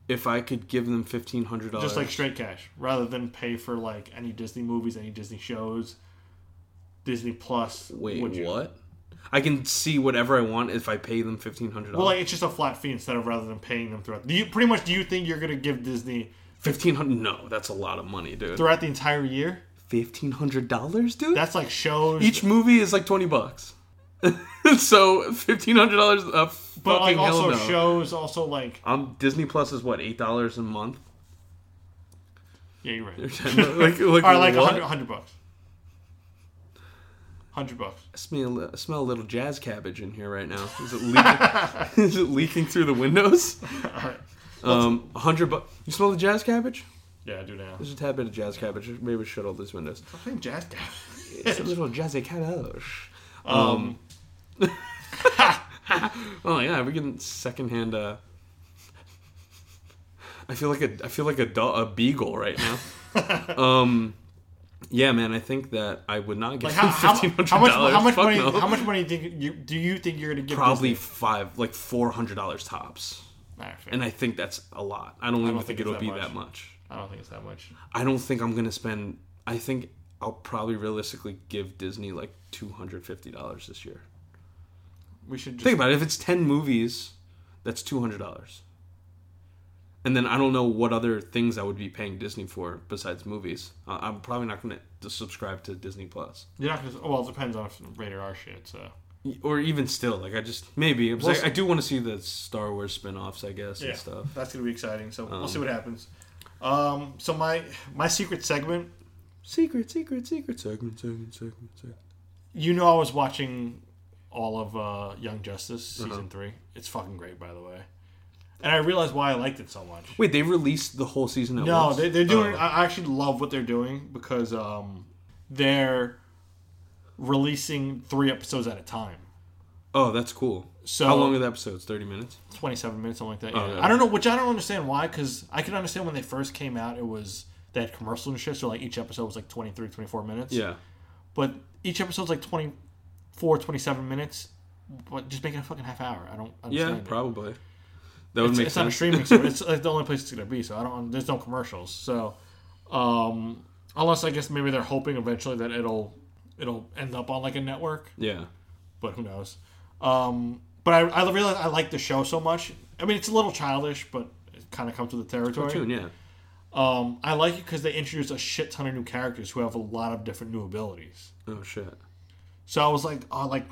[SPEAKER 4] If I could give them fifteen hundred dollars,
[SPEAKER 2] Just like straight cash, rather than pay for like any Disney movies, any Disney shows, Disney Plus.
[SPEAKER 4] wait,
[SPEAKER 2] would you?
[SPEAKER 4] what? I can see whatever I want if I pay them fifteen hundred
[SPEAKER 2] Well,
[SPEAKER 4] dollars.
[SPEAKER 2] like it's just a flat fee instead of rather than paying them throughout. Do you pretty much do you think you're gonna give Disney
[SPEAKER 4] fifteen hundred? No, that's a lot of money, dude.
[SPEAKER 2] throughout the entire year?
[SPEAKER 4] Fifteen hundred dollars, dude.
[SPEAKER 2] That's like shows.
[SPEAKER 4] Each movie is like twenty bucks. so fifteen hundred dollars a fucking
[SPEAKER 2] but like
[SPEAKER 4] hell
[SPEAKER 2] also
[SPEAKER 4] no.
[SPEAKER 2] shows, also like
[SPEAKER 4] Um, Disney Plus is what eight dollars a month.
[SPEAKER 2] yeah, you're right.
[SPEAKER 4] like, like,
[SPEAKER 2] Or like a
[SPEAKER 4] what?
[SPEAKER 2] hundred, a hundred bucks. Hundred bucks.
[SPEAKER 4] I smell, I smell a little jazz cabbage in here right now. Is it leaking? is it leaking through the windows? Um, a hundred bucks. You smell the jazz cabbage?
[SPEAKER 2] Yeah, I do now.
[SPEAKER 4] There's a tad bit of jazz cabbage. Maybe we shut all these windows.
[SPEAKER 2] I think jazz guy.
[SPEAKER 4] It's a little jazzy cabbage. Um. oh yeah, we're getting secondhand. Uh, I feel like a I feel like a, do- a beagle right now. um, yeah, man, I think that I would not give
[SPEAKER 2] Like how, how,
[SPEAKER 4] fifteen hundred
[SPEAKER 2] how much?
[SPEAKER 4] dollars.
[SPEAKER 2] How much
[SPEAKER 4] Fuck
[SPEAKER 2] money?
[SPEAKER 4] no.
[SPEAKER 2] How much money do you do you think you're gonna give?
[SPEAKER 4] Probably
[SPEAKER 2] Disney?
[SPEAKER 4] five, like four hundred dollars tops,
[SPEAKER 2] Alright, fair.
[SPEAKER 4] and I think that's a lot. I don't even
[SPEAKER 2] don't
[SPEAKER 4] think,
[SPEAKER 2] think it's
[SPEAKER 4] it'll
[SPEAKER 2] that
[SPEAKER 4] be
[SPEAKER 2] much.
[SPEAKER 4] that much.
[SPEAKER 2] I don't think it's that much.
[SPEAKER 4] I don't think I'm gonna spend. I think I'll probably realistically give Disney like two hundred fifty dollars this year.
[SPEAKER 2] We should just
[SPEAKER 4] Think about it. If it's ten movies, that's two hundred dollars. And then I don't know what other things I would be paying Disney for besides movies. Uh, I'm probably not going to subscribe to Disney Plus,
[SPEAKER 2] You're not gonna. Well, it depends on if rated R shit. So
[SPEAKER 4] Y- or even still, like I just maybe 'cause
[SPEAKER 2] Well,
[SPEAKER 4] I, I do want to see the Star Wars spin-offs, I guess,
[SPEAKER 2] yeah,
[SPEAKER 4] and stuff.
[SPEAKER 2] that's gonna be exciting. So we'll see what happens. Um, so my my secret segment.
[SPEAKER 4] Secret, secret, secret segment, segment, segment, segment.
[SPEAKER 2] You know, I was watching all of uh, Young Justice
[SPEAKER 4] Uh-huh.
[SPEAKER 2] season three. It's fucking great, by the way. And I realized why I liked it so much.
[SPEAKER 4] Wait, they released the whole season at
[SPEAKER 2] No,
[SPEAKER 4] once?
[SPEAKER 2] they, they're doing.
[SPEAKER 4] Oh.
[SPEAKER 2] I actually love what they're doing because um, they're releasing three episodes at a time.
[SPEAKER 4] Oh, that's cool.
[SPEAKER 2] So
[SPEAKER 4] How long are Oh, the episodes? Thirty minutes.
[SPEAKER 2] Twenty-seven minutes, something like that. yeah.
[SPEAKER 4] yeah.
[SPEAKER 2] I don't know, which I don't understand why, because I can understand when they first came out, it was they had commercial and shit, so like each episode was like 23, 24 minutes.
[SPEAKER 4] Yeah.
[SPEAKER 2] But each episode's like 24, 27 minutes. But just make it a fucking half hour. I don't
[SPEAKER 4] Yeah,
[SPEAKER 2] understand. it.
[SPEAKER 4] probably. That would
[SPEAKER 2] it's,
[SPEAKER 4] make
[SPEAKER 2] it's
[SPEAKER 4] sense.
[SPEAKER 2] not a streaming service. It's like the only place it's gonna be. So I don't. There's no commercials. So, um, unless I guess maybe they're hoping eventually that it'll it'll end up on like a network,
[SPEAKER 4] Yeah.
[SPEAKER 2] but who knows? Um, but I I realize I like the show so much. I mean, it's a little childish, but it kind of comes with the territory.
[SPEAKER 4] Cartoon, yeah.
[SPEAKER 2] Um, I like it because they introduce a shit ton of new characters who have a lot of different new abilities.
[SPEAKER 4] Oh shit.
[SPEAKER 2] So I was like, oh, like,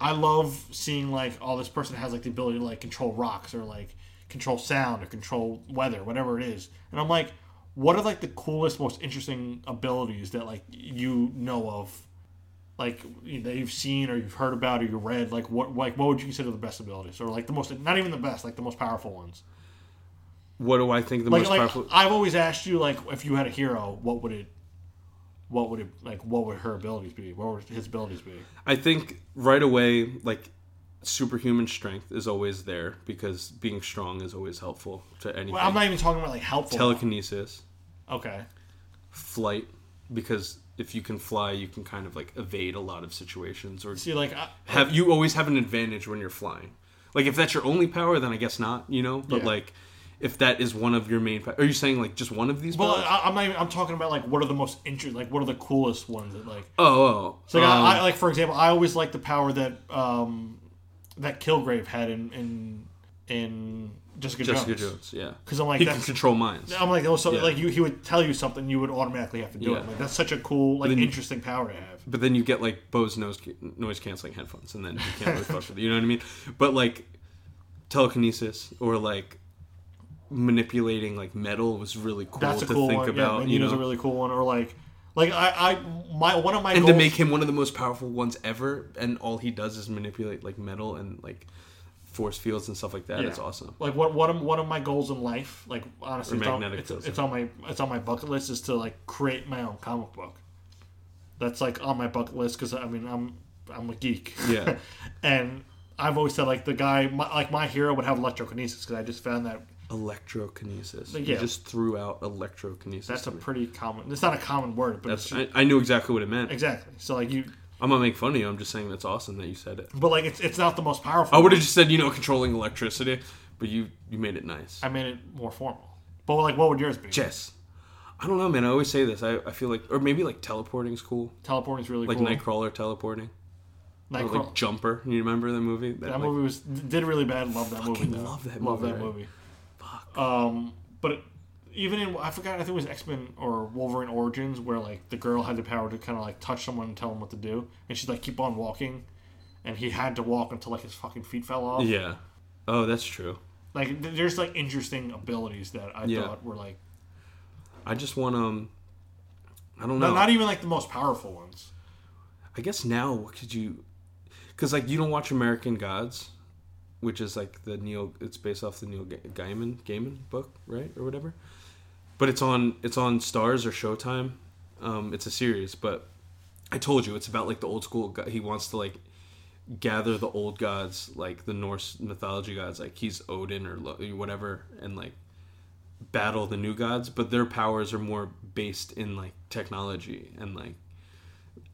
[SPEAKER 2] I love seeing like, oh, this person has like the ability to like control rocks or like control sound or control weather, whatever it is. And I'm like, what are like the coolest, most interesting abilities that like you know of, like that you've seen or you've heard about or you read? Like what, like what would you consider the best abilities or like the most, not even the best, like the most powerful ones?
[SPEAKER 4] What do I think the
[SPEAKER 2] Like,
[SPEAKER 4] most
[SPEAKER 2] like
[SPEAKER 4] powerful?
[SPEAKER 2] I've always asked you, like, if you had a hero, what would it? what would it like? What would her abilities be? What would his abilities be?
[SPEAKER 4] I think right away, like superhuman strength is always there because being strong is always helpful to anything.
[SPEAKER 2] Well, I'm not even talking about like helpful.
[SPEAKER 4] Telekinesis,
[SPEAKER 2] okay.
[SPEAKER 4] flight, because if you can fly, you can kind of like evade a lot of situations or
[SPEAKER 2] See, like I,
[SPEAKER 4] have you always have an advantage when you're flying. Like if that's your only power, then I guess not, you know. But
[SPEAKER 2] Yeah.
[SPEAKER 4] like if that is one of your main, pow- are you saying like just one of these?
[SPEAKER 2] well,
[SPEAKER 4] powers?
[SPEAKER 2] I, I'm not even, I'm talking about like what are the most interesting, like what are the coolest ones that like.
[SPEAKER 4] oh, oh,
[SPEAKER 2] So like,
[SPEAKER 4] um,
[SPEAKER 2] I, I like for example, I always like the power that um that Kilgrave had in in in Jessica,
[SPEAKER 4] Jessica
[SPEAKER 2] Jones.
[SPEAKER 4] Jones, yeah,
[SPEAKER 2] 'Cause I'm like,
[SPEAKER 4] he can
[SPEAKER 2] that's-
[SPEAKER 4] control minds.
[SPEAKER 2] I'm like, oh, so
[SPEAKER 4] Yeah.
[SPEAKER 2] like you, he would tell you something, you would automatically have to do
[SPEAKER 4] Yeah.
[SPEAKER 2] it. Like that's such a cool, like
[SPEAKER 4] then you-
[SPEAKER 2] interesting power to have.
[SPEAKER 4] but then you get like Bose noise noise canceling headphones, and then you can't really fuck with it. You know what I mean? But like telekinesis or like manipulating like metal was really cool
[SPEAKER 2] That's
[SPEAKER 4] to
[SPEAKER 2] a cool
[SPEAKER 4] think
[SPEAKER 2] one.
[SPEAKER 4] about.
[SPEAKER 2] yeah,
[SPEAKER 4] you
[SPEAKER 2] Magneto's
[SPEAKER 4] know,
[SPEAKER 2] a really cool one. Or like, like I, I, my one of my
[SPEAKER 4] and
[SPEAKER 2] goals,
[SPEAKER 4] to make him one of the most powerful ones ever, and all he does is manipulate like metal and like force fields and stuff like that.
[SPEAKER 2] Yeah.
[SPEAKER 4] It's awesome.
[SPEAKER 2] Like what one of one of my goals in life, like honestly,
[SPEAKER 4] Or
[SPEAKER 2] it's on,
[SPEAKER 4] magnetic
[SPEAKER 2] it's,
[SPEAKER 4] fields,
[SPEAKER 2] it's on my it's on my bucket list is to like create my own comic book. That's like on my bucket list because I mean I'm I'm a geek.
[SPEAKER 4] Yeah.
[SPEAKER 2] and I've always said like the guy my, like my hero would have electrokinesis because I just found that
[SPEAKER 4] Electrokinesis. He
[SPEAKER 2] Yeah.
[SPEAKER 4] just threw out electrokinesis.
[SPEAKER 2] that's a
[SPEAKER 4] to me.
[SPEAKER 2] pretty common. It's not a common word, but it's
[SPEAKER 4] That's, I, I knew exactly what it meant.
[SPEAKER 2] exactly. So like you,
[SPEAKER 4] I'm not making fun of you. I'm just saying that's awesome that you said it.
[SPEAKER 2] but like it's it's not the most powerful.
[SPEAKER 4] I would have just said, you know, controlling electricity, but you you made it nice.
[SPEAKER 2] I made it more formal. But like, what would yours be?
[SPEAKER 4] Chess. I don't know, man. I always say this. I, I feel like, or maybe like teleporting's cool,
[SPEAKER 2] Teleporting's really
[SPEAKER 4] like
[SPEAKER 2] cool.
[SPEAKER 4] Nightcrawler teleporting, or
[SPEAKER 2] Nightcrawler.
[SPEAKER 4] like Jumper. You remember the movie? That,
[SPEAKER 2] That
[SPEAKER 4] like,
[SPEAKER 2] movie was did really bad. Love that movie.
[SPEAKER 4] Fucking
[SPEAKER 2] Though.
[SPEAKER 4] love that movie, right?
[SPEAKER 2] Fuck. Um, but it, even in I forgot. I think it was X Men or Wolverine Origins where like the girl had the power to kind of like touch someone and tell them what to do, and she'd like keep on walking, and he had to walk until like his fucking feet fell off.
[SPEAKER 4] Yeah. Oh, that's true.
[SPEAKER 2] Like th- there's like interesting abilities that I
[SPEAKER 4] Yeah.
[SPEAKER 2] thought were like
[SPEAKER 4] I just want um. I don't know.
[SPEAKER 2] not, not even like the most powerful ones.
[SPEAKER 4] I guess now what could you? Because like you don't watch American Gods, which is like the Neil. It's based off the Neil Ga- Gaiman Gaiman book, right, or whatever. But it's on it's on Stars or Showtime. Um, it's a series, but I told you it's about like the old school. go- He wants to like gather the old gods, like the Norse mythology gods, like he's Odin or Lo- whatever, and like battle the new gods. But their powers are more based in like technology and like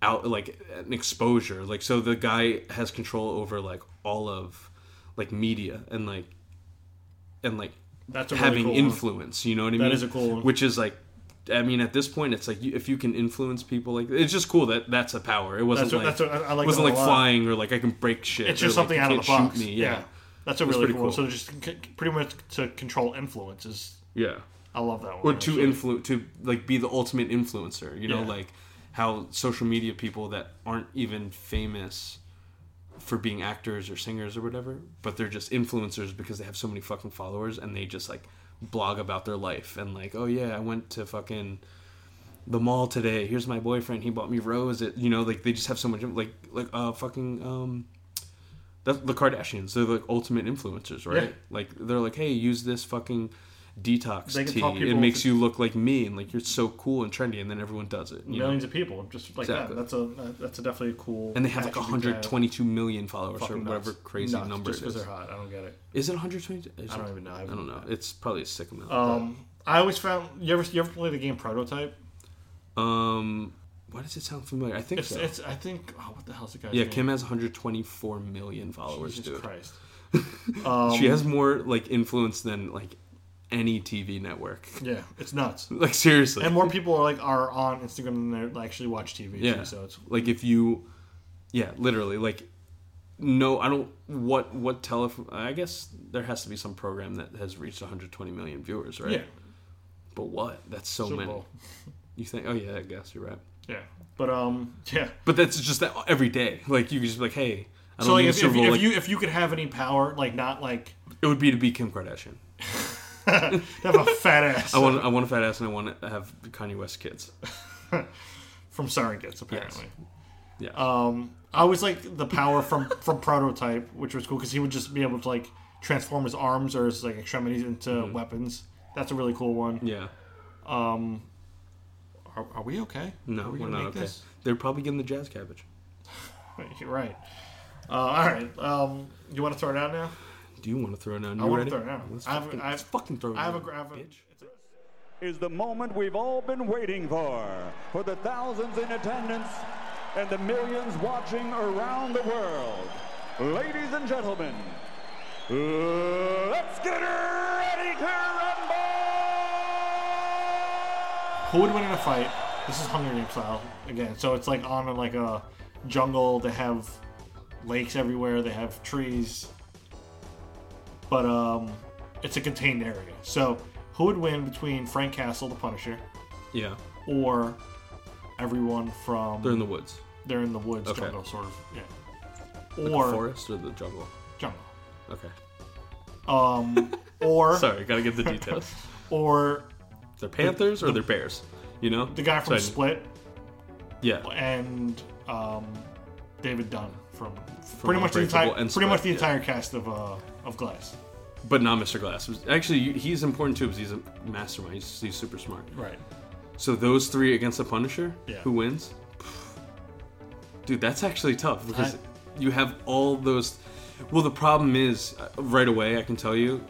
[SPEAKER 4] out like an exposure like so the guy has control over like all of like media and like and like
[SPEAKER 2] That's a really
[SPEAKER 4] having
[SPEAKER 2] cool one.
[SPEAKER 4] influence you know what i
[SPEAKER 2] That
[SPEAKER 4] mean
[SPEAKER 2] is a cool one.
[SPEAKER 4] which is like i mean at this point it's like you, if you can influence people like it's just cool that that's a power it wasn't
[SPEAKER 2] That's what,
[SPEAKER 4] like,
[SPEAKER 2] that's what I, I like.
[SPEAKER 4] wasn't
[SPEAKER 2] that
[SPEAKER 4] like
[SPEAKER 2] a lot.
[SPEAKER 4] flying or like i can break shit
[SPEAKER 2] It's
[SPEAKER 4] or,
[SPEAKER 2] just
[SPEAKER 4] like,
[SPEAKER 2] something
[SPEAKER 4] you
[SPEAKER 2] out of the
[SPEAKER 4] can't
[SPEAKER 2] box.
[SPEAKER 4] shoot me. yeah
[SPEAKER 2] That's a really
[SPEAKER 4] pretty
[SPEAKER 2] cool. one.
[SPEAKER 4] cool.
[SPEAKER 2] So just c- c- pretty much to control influence is
[SPEAKER 4] yeah
[SPEAKER 2] I love that
[SPEAKER 4] or
[SPEAKER 2] one.
[SPEAKER 4] to
[SPEAKER 2] actually.
[SPEAKER 4] influ to like be the ultimate influencer you know
[SPEAKER 2] Yeah.
[SPEAKER 4] like how social media people that aren't even famous for being actors or singers or whatever but they're just influencers because they have so many fucking followers and they just like blog about their life and like oh yeah i went to fucking the mall today here's my boyfriend he bought me rose at, you know like they just have so much like like uh fucking um that's the Kardashians. They're like ultimate influencers, right?
[SPEAKER 2] Yeah.
[SPEAKER 4] Like they're like, hey, use this fucking detox
[SPEAKER 2] They can
[SPEAKER 4] tea.
[SPEAKER 2] talk
[SPEAKER 4] It
[SPEAKER 2] people
[SPEAKER 4] makes
[SPEAKER 2] into-
[SPEAKER 4] you look like me, and like you're so cool and trendy, and then everyone does it. You know?
[SPEAKER 2] millions of people just like
[SPEAKER 4] Exactly.
[SPEAKER 2] that. That's a that's a definitely a cool.
[SPEAKER 4] And they have like
[SPEAKER 2] attribute to have.
[SPEAKER 4] 122 million followers or
[SPEAKER 2] Fucking nuts.
[SPEAKER 4] whatever crazy
[SPEAKER 2] Nuts,
[SPEAKER 4] number
[SPEAKER 2] just
[SPEAKER 4] it is.
[SPEAKER 2] they're hot. I don't get it.
[SPEAKER 4] Is it 122?
[SPEAKER 2] I don't even know. I
[SPEAKER 4] I don't know. It's probably a sick amount.
[SPEAKER 2] Um, I always found you ever you ever play the game Prototype?
[SPEAKER 4] um, why does it sound familiar? I think
[SPEAKER 2] It's
[SPEAKER 4] so.
[SPEAKER 2] it's I think oh what the hell's the guy's
[SPEAKER 4] yeah,
[SPEAKER 2] name?
[SPEAKER 4] Kim has 124 million followers,
[SPEAKER 2] Jesus
[SPEAKER 4] dude.
[SPEAKER 2] Christ. Um,
[SPEAKER 4] she has more like influence than like any TV network.
[SPEAKER 2] Yeah, it's nuts.
[SPEAKER 4] like seriously.
[SPEAKER 2] And more people are like are on Instagram than they like, actually watch TV.
[SPEAKER 4] Yeah.
[SPEAKER 2] Too, so it's
[SPEAKER 4] like if you, yeah, literally like, no, I don't. What what telephone? I guess there has to be some program that has reached 120 million viewers, right?
[SPEAKER 2] yeah
[SPEAKER 4] But what? That's so
[SPEAKER 2] Super
[SPEAKER 4] many.
[SPEAKER 2] Bowl.
[SPEAKER 4] You think? Oh yeah, I guess you're right.
[SPEAKER 2] Yeah, but um yeah.
[SPEAKER 4] But that's just that every day. Like you could just be like, hey, I don't
[SPEAKER 2] So like
[SPEAKER 4] need
[SPEAKER 2] if,
[SPEAKER 4] Super
[SPEAKER 2] if,
[SPEAKER 4] Bowl.
[SPEAKER 2] if
[SPEAKER 4] like,
[SPEAKER 2] you if you could have any power like not like
[SPEAKER 4] it would be to be Kim Kardashian.
[SPEAKER 2] have a fat ass
[SPEAKER 4] I want I want a fat ass and I want to have Kanye West kids.
[SPEAKER 2] from surrogates apparently.
[SPEAKER 4] Yeah.
[SPEAKER 2] Um, I always like the power from from prototype, which was cool because he would just be able to like transform his arms or his like Mm-hmm. extremities into weapons. That's a really cool one.
[SPEAKER 4] yeah.
[SPEAKER 2] Um, Are, are we okay?
[SPEAKER 4] No,
[SPEAKER 2] are we
[SPEAKER 4] we are
[SPEAKER 2] gonna
[SPEAKER 4] not
[SPEAKER 2] make
[SPEAKER 4] okay.
[SPEAKER 2] this?
[SPEAKER 4] They're probably getting the jazz cabbage.
[SPEAKER 2] You're right. Uh, all right. Um, you want to throw it out now?
[SPEAKER 4] Do you want to throw it down? You
[SPEAKER 2] I want
[SPEAKER 4] ready?
[SPEAKER 2] to throw it out.
[SPEAKER 4] Let's
[SPEAKER 2] I have,
[SPEAKER 4] fucking,
[SPEAKER 2] I have,
[SPEAKER 4] let's fucking throw it
[SPEAKER 2] I have
[SPEAKER 4] down,
[SPEAKER 2] a grab.
[SPEAKER 4] bitch.
[SPEAKER 1] is the moment we've all been waiting for. For the thousands in attendance and the millions watching around the world. Ladies and gentlemen, let's get ready to rumble!
[SPEAKER 2] Who would win in a fight? This is Hunger Games style again. So it's like on like a jungle. They have lakes everywhere. They have trees. But um, it's a contained area. So who would win between Frank Castle, the Punisher,
[SPEAKER 4] Yeah,
[SPEAKER 2] or everyone from
[SPEAKER 4] they're in the woods,
[SPEAKER 2] they're in the woods,
[SPEAKER 4] Okay.
[SPEAKER 2] jungle, sort of, yeah,
[SPEAKER 4] like the
[SPEAKER 2] or
[SPEAKER 4] forest or the jungle.
[SPEAKER 2] jungle,
[SPEAKER 4] Okay,
[SPEAKER 2] um, or
[SPEAKER 4] sorry, gotta get the details.
[SPEAKER 2] or
[SPEAKER 4] they're panthers or they're bears. You know,
[SPEAKER 2] the guy from
[SPEAKER 4] Sorry,
[SPEAKER 2] Split
[SPEAKER 4] Yeah,
[SPEAKER 2] and um, David Dunn from, pretty much the
[SPEAKER 4] Unbreakable
[SPEAKER 2] entire
[SPEAKER 4] and
[SPEAKER 2] pretty much the
[SPEAKER 4] Split,
[SPEAKER 2] entire cast of uh, of Glass.
[SPEAKER 4] but not Mr. Glass. Actually, you- he's important too because he's a mastermind. He's, he's super smart.
[SPEAKER 2] Right.
[SPEAKER 4] So those three against the Punisher,
[SPEAKER 2] Yeah.
[SPEAKER 4] who wins? Dude, that's actually tough because
[SPEAKER 2] I-
[SPEAKER 4] you have all those. Well, the problem is uh, right away. I can tell you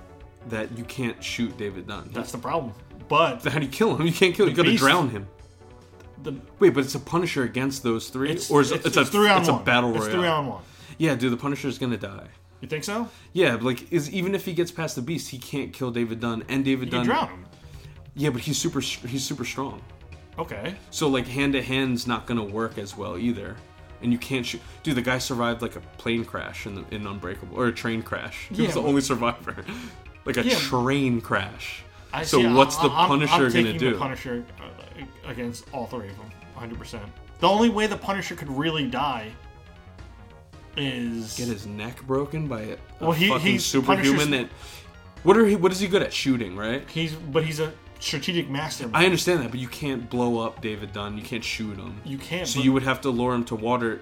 [SPEAKER 4] that you can't shoot David Dunn.
[SPEAKER 2] That's the problem. But
[SPEAKER 4] How do you kill him? You can't kill. him. You gotta
[SPEAKER 2] beast-
[SPEAKER 4] drown him.
[SPEAKER 2] the,
[SPEAKER 4] Wait, but it's a Punisher against those three,
[SPEAKER 2] it's,
[SPEAKER 4] or is
[SPEAKER 2] it's,
[SPEAKER 4] it's, a
[SPEAKER 2] it's three on
[SPEAKER 4] it's
[SPEAKER 2] one.
[SPEAKER 4] a battle royale?
[SPEAKER 2] It's three on one.
[SPEAKER 4] Yeah, dude, the Punisher's gonna die.
[SPEAKER 2] You think so?
[SPEAKER 4] Yeah, but like is even if he gets past the Beast, he can't kill David Dunn and David
[SPEAKER 2] You
[SPEAKER 4] Dunn.
[SPEAKER 2] can drown him.
[SPEAKER 4] Yeah, but he's super str- he's super strong.
[SPEAKER 2] Okay.
[SPEAKER 4] So like hand to hand's not gonna work as well either, and you can't shoot. Dude, the guy survived like a plane crash in, the, in Unbreakable or a train crash. He
[SPEAKER 2] Yeah,
[SPEAKER 4] was the
[SPEAKER 2] but-
[SPEAKER 4] only survivor. like a
[SPEAKER 2] Yeah.
[SPEAKER 4] train crash.
[SPEAKER 2] I
[SPEAKER 4] so
[SPEAKER 2] see, I-
[SPEAKER 4] what's the
[SPEAKER 2] I- I'm-
[SPEAKER 4] Punisher
[SPEAKER 2] I'm
[SPEAKER 4] gonna
[SPEAKER 2] taking
[SPEAKER 4] do?
[SPEAKER 2] The Punisher uh, against all three of them, 100. percent The only way the Punisher could really die is
[SPEAKER 4] Get his neck broken by a, a
[SPEAKER 2] Well, he-
[SPEAKER 4] fucking
[SPEAKER 2] he's-
[SPEAKER 4] superhuman
[SPEAKER 2] Punisher's-
[SPEAKER 4] that. What are he? What is he good at shooting? Right.
[SPEAKER 2] he's but he's a strategic master.
[SPEAKER 4] I understand that, but you can't blow up David Dunn. You can't shoot him.
[SPEAKER 2] you can't.
[SPEAKER 4] so
[SPEAKER 2] but-
[SPEAKER 4] you would have to lure him to water,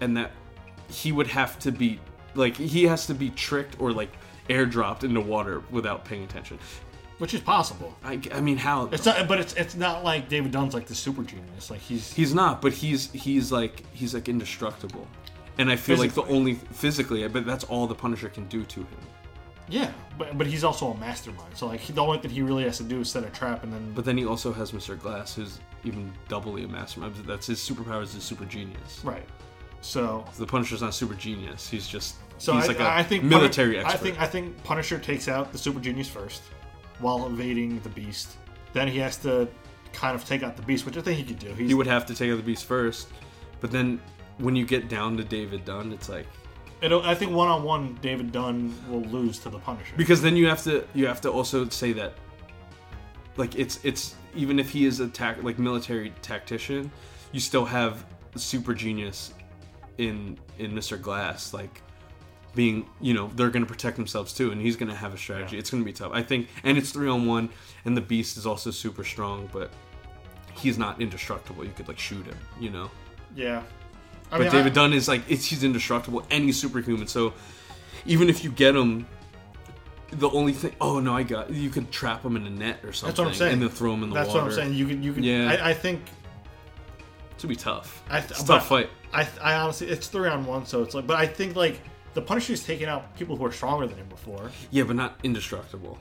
[SPEAKER 4] and that he would have to be like he has to be tricked or like airdropped into water without paying attention.
[SPEAKER 2] which is possible.
[SPEAKER 4] I, I mean, how?
[SPEAKER 2] It's not, but it's it's not like David Dunn's like the super genius. Like he's
[SPEAKER 4] he's not, but he's he's like he's like indestructible, and I feel like the
[SPEAKER 2] Physically.
[SPEAKER 4] only physically, but that's all the Punisher can do to him.
[SPEAKER 2] yeah, but but he's also a mastermind. So like he, the only thing he really has to do is set a trap and then.
[SPEAKER 4] But then he also has Mr. Glass, who's even doubly a mastermind. That's his superpower is his super genius.
[SPEAKER 2] right. So
[SPEAKER 4] The Punisher's not super genius. He's just
[SPEAKER 2] so
[SPEAKER 4] he's
[SPEAKER 2] I,
[SPEAKER 4] like a
[SPEAKER 2] I think Puni-
[SPEAKER 4] military expert.
[SPEAKER 2] I think I think Punisher takes out the super genius first, while evading the Beast. Then he has to kind of take out the Beast, which I think he could do. He's,
[SPEAKER 4] you would have to take out the beast first, but then when you get down to David Dunn, it's like
[SPEAKER 2] It'll, I think one on one, David Dunn will lose to the Punisher.
[SPEAKER 4] because then you have to you have to also say that like it's it's even if he is a tac like military tactician, you still have super genius in in Mr. Glass like being you know they're going to protect themselves too and he's going to have a strategy it's going to be tough i think and it's three on one and the beast is also super strong but he's not indestructible you could like shoot him you know
[SPEAKER 2] yeah. I
[SPEAKER 4] But
[SPEAKER 2] mean,
[SPEAKER 4] David
[SPEAKER 2] I-
[SPEAKER 4] Dunn is like it's, he's indestructible and he's superhuman. So even if you get him, the only thing oh no, I got you could trap him in a net or something.
[SPEAKER 2] That's what I'm saying.
[SPEAKER 4] And then throw him in the
[SPEAKER 2] That's
[SPEAKER 4] water.
[SPEAKER 2] what I'm saying. You could, you could.
[SPEAKER 4] Yeah.
[SPEAKER 2] I, I think.
[SPEAKER 4] To be tough.
[SPEAKER 2] I th-
[SPEAKER 4] it's a
[SPEAKER 2] but
[SPEAKER 4] tough fight.
[SPEAKER 2] I, I honestly, it's three on one, so it's like. But I think like the Punisher's taken out people who are stronger than him before.
[SPEAKER 4] Yeah, but not indestructible.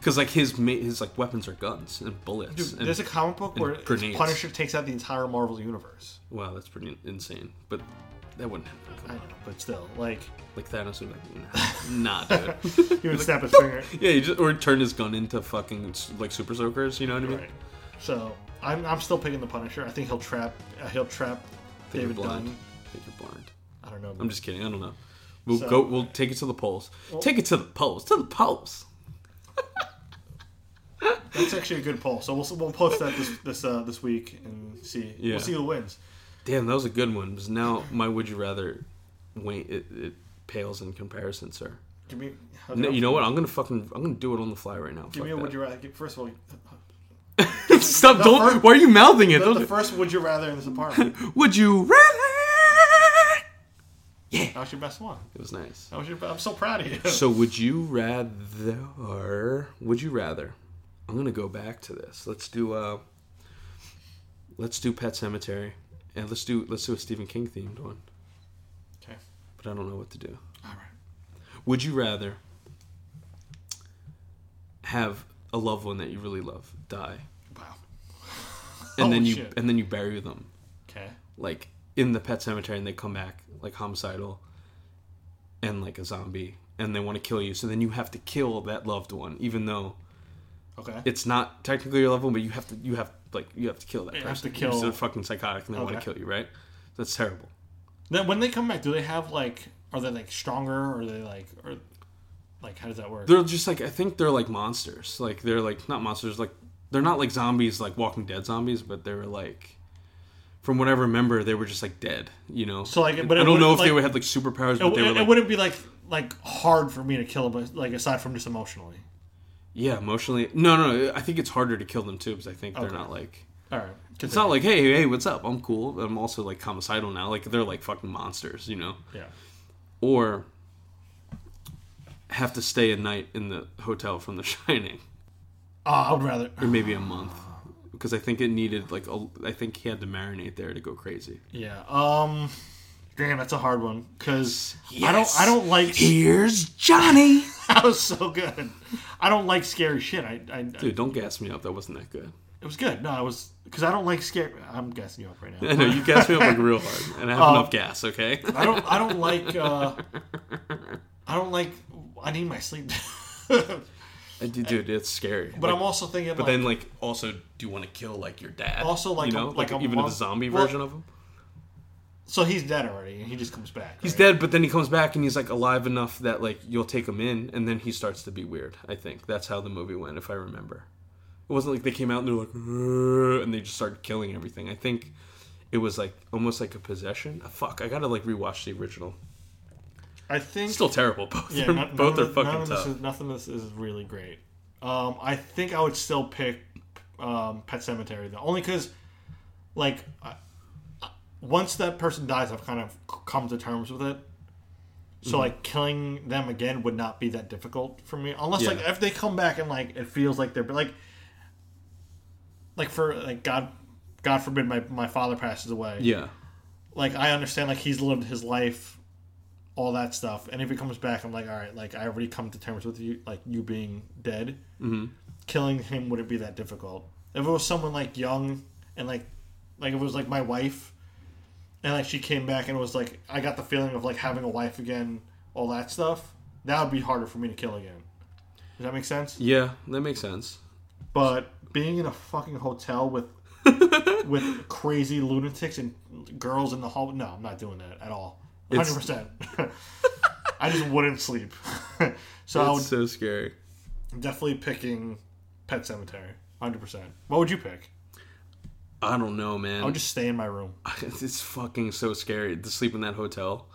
[SPEAKER 4] Because like his ma- his like weapons are guns and bullets.
[SPEAKER 2] Dude,
[SPEAKER 4] and,
[SPEAKER 2] there's a comic book
[SPEAKER 4] and
[SPEAKER 2] where
[SPEAKER 4] grenades.
[SPEAKER 2] Punisher takes out the entire Marvel universe.
[SPEAKER 4] wow, that's pretty insane. But that wouldn't happen.
[SPEAKER 2] I
[SPEAKER 4] Come
[SPEAKER 2] know,
[SPEAKER 4] on.
[SPEAKER 2] but still, like
[SPEAKER 4] Like Thanos would be like nah, nah dude.
[SPEAKER 2] he would snap his finger.
[SPEAKER 4] yeah, he just, or turn his gun into fucking like super soakers. You know what I mean?
[SPEAKER 2] Right. So I'm, I'm still picking the Punisher. I think he'll trap. Uh, he'll trap
[SPEAKER 4] I think
[SPEAKER 2] David
[SPEAKER 4] you're blind.
[SPEAKER 2] Dunn.
[SPEAKER 4] I think you're blind.
[SPEAKER 2] I don't know.
[SPEAKER 4] I'm just kidding. I don't know. We'll
[SPEAKER 2] So-
[SPEAKER 4] go. We'll take it to the polls. take it to the polls. To the polls.
[SPEAKER 2] That's actually a good poll. So we'll we'll post that this this uh, this week and see.
[SPEAKER 4] Yeah.
[SPEAKER 2] We'll see who wins.
[SPEAKER 4] Damn, that was a good one. Because now my would you rather, wait, it, it pales in comparison, sir.
[SPEAKER 2] Give me.
[SPEAKER 4] No, you know what? I'm gonna fucking. I'm gonna do it on the fly right now.
[SPEAKER 2] Give
[SPEAKER 4] Fuck
[SPEAKER 2] me a
[SPEAKER 4] that.
[SPEAKER 2] would you rather. give- First of all,
[SPEAKER 4] Stop! don't.
[SPEAKER 2] first-
[SPEAKER 4] why are you mouthing it?
[SPEAKER 2] the,
[SPEAKER 4] Don't-
[SPEAKER 2] the first would you rather in this apartment. that
[SPEAKER 4] would you rather?
[SPEAKER 2] was your best one.
[SPEAKER 4] It was nice.
[SPEAKER 2] That was your. I'm so proud of you.
[SPEAKER 4] So would you rather? Would you rather? I'm gonna go back to this. Let's do. Uh, Let's do Pet Cemetery, and let's do let's do a Stephen King themed one.
[SPEAKER 2] Okay.
[SPEAKER 4] But I don't know what to do.
[SPEAKER 2] All right.
[SPEAKER 4] Would you rather have a loved one that you really love die,
[SPEAKER 2] Wow.
[SPEAKER 4] and
[SPEAKER 2] Oh,
[SPEAKER 4] then you
[SPEAKER 2] shit.
[SPEAKER 4] and then you bury them
[SPEAKER 2] Okay.
[SPEAKER 4] like in the pet cemetery and they come back like homicidal and like a zombie and they want to kill you so then you have to kill that loved one even though
[SPEAKER 2] Okay.
[SPEAKER 4] it's not technically your loved one but you have to you have like you have to kill that
[SPEAKER 2] You
[SPEAKER 4] person
[SPEAKER 2] have to
[SPEAKER 4] because
[SPEAKER 2] kill-
[SPEAKER 4] they're fucking psychotic and they want
[SPEAKER 2] Okay.
[SPEAKER 4] to kill you right that's terrible
[SPEAKER 2] Then when they come back, do they have like are they like stronger or are they like or like how does that work?
[SPEAKER 4] they're just like i think they're like monsters like they're like not monsters like they're not like zombies like walking dead zombies but they were like from what i remember they were just like dead you know
[SPEAKER 2] So, like, but
[SPEAKER 4] i
[SPEAKER 2] it
[SPEAKER 4] don't know
[SPEAKER 2] would-
[SPEAKER 4] if they
[SPEAKER 2] like-
[SPEAKER 4] would have like superpowers
[SPEAKER 2] it,
[SPEAKER 4] but they were
[SPEAKER 2] it
[SPEAKER 4] like
[SPEAKER 2] wouldn't be like like hard for me to kill them, but like aside from just emotionally.
[SPEAKER 4] Yeah, emotionally. No, no. I think it's harder to kill them too because I think they're not like.
[SPEAKER 2] All right.
[SPEAKER 4] It's not like, hey, hey, what's up? I'm cool. I'm also like homicidal now. Like they're like fucking monsters, you know.
[SPEAKER 2] yeah.
[SPEAKER 4] Or have to stay a night in the hotel from The Shining,
[SPEAKER 2] Oh, I would rather.
[SPEAKER 4] or maybe a month, because I think it needed like a, I think he had to marinate there to go crazy.
[SPEAKER 2] Yeah. Um. Damn, that's a hard one because I don't I don't like
[SPEAKER 4] Here's Johnny.
[SPEAKER 2] that was so good. I don't like scary shit. I, I,
[SPEAKER 4] Dude, don't gas me up. That wasn't that good.
[SPEAKER 2] it was good. No, I was because I don't like scary. I'm guessing you up right now.
[SPEAKER 4] I know you gassed me up like real hard, and I have
[SPEAKER 2] Um,
[SPEAKER 4] enough gas. Okay.
[SPEAKER 2] I don't I don't like uh, I don't like I need my sleep. but
[SPEAKER 4] Dude, it's scary. Like,
[SPEAKER 2] I'm also thinking
[SPEAKER 4] But
[SPEAKER 2] like,
[SPEAKER 4] then, like, also, do you want to kill like your dad?
[SPEAKER 2] Also, like,
[SPEAKER 4] you know,
[SPEAKER 2] a- like a
[SPEAKER 4] even
[SPEAKER 2] month-
[SPEAKER 4] the zombie
[SPEAKER 2] well-
[SPEAKER 4] version of him.
[SPEAKER 2] so he's dead already and he just comes back.
[SPEAKER 4] He's
[SPEAKER 2] right?
[SPEAKER 4] dead, but then he comes back and he's like alive enough that like you'll take him in, and then he starts to be weird. I think that's how the movie went, if I remember. It wasn't like they came out and they're like, "Ugh," and they just started killing everything. I think it was like almost like a possession. Ah, Fuck, I gotta like rewatch the original.
[SPEAKER 2] I think
[SPEAKER 4] Still terrible. Both
[SPEAKER 2] Yeah,
[SPEAKER 4] are,
[SPEAKER 2] no-
[SPEAKER 4] both
[SPEAKER 2] none
[SPEAKER 4] are
[SPEAKER 2] of the- none
[SPEAKER 4] fucking
[SPEAKER 2] of this
[SPEAKER 4] tough.
[SPEAKER 2] is- nothing this is really great. Um, I think I would still pick um, Pet Cemetery though, only because like I, I- once that person dies, I've kind of c- come to terms with it. So
[SPEAKER 4] Mm-hmm.
[SPEAKER 2] like killing them again would not be that difficult for me, unless like
[SPEAKER 4] Yeah.
[SPEAKER 2] if they come back and like it feels like they're but like like for like God. God forbid my, my father passes away
[SPEAKER 4] yeah,
[SPEAKER 2] like I understand like he's lived his life, all that stuff. And if he comes back, I'm like, all right, like I already come to terms with you, like you being dead. Mm-hmm. Killing him wouldn't be that difficult. If it was someone like young and like, like if it was like my wife, and like she came back and it was like I got the feeling of like having a wife again, all that stuff. That would be harder for me to kill again. Does that make sense?
[SPEAKER 4] yeah, that makes sense.
[SPEAKER 2] But being in a fucking hotel with with crazy lunatics and girls in the hall, no, I'm not doing that at all. 100. percent I just wouldn't sleep. so I
[SPEAKER 4] It's uh,
[SPEAKER 2] would
[SPEAKER 4] so scary.
[SPEAKER 2] definitely picking Pet Cemetery. 100. percent What would you pick?
[SPEAKER 4] I don't know, man.
[SPEAKER 2] I would just stay in my room.
[SPEAKER 4] it's fucking so scary to sleep in that hotel.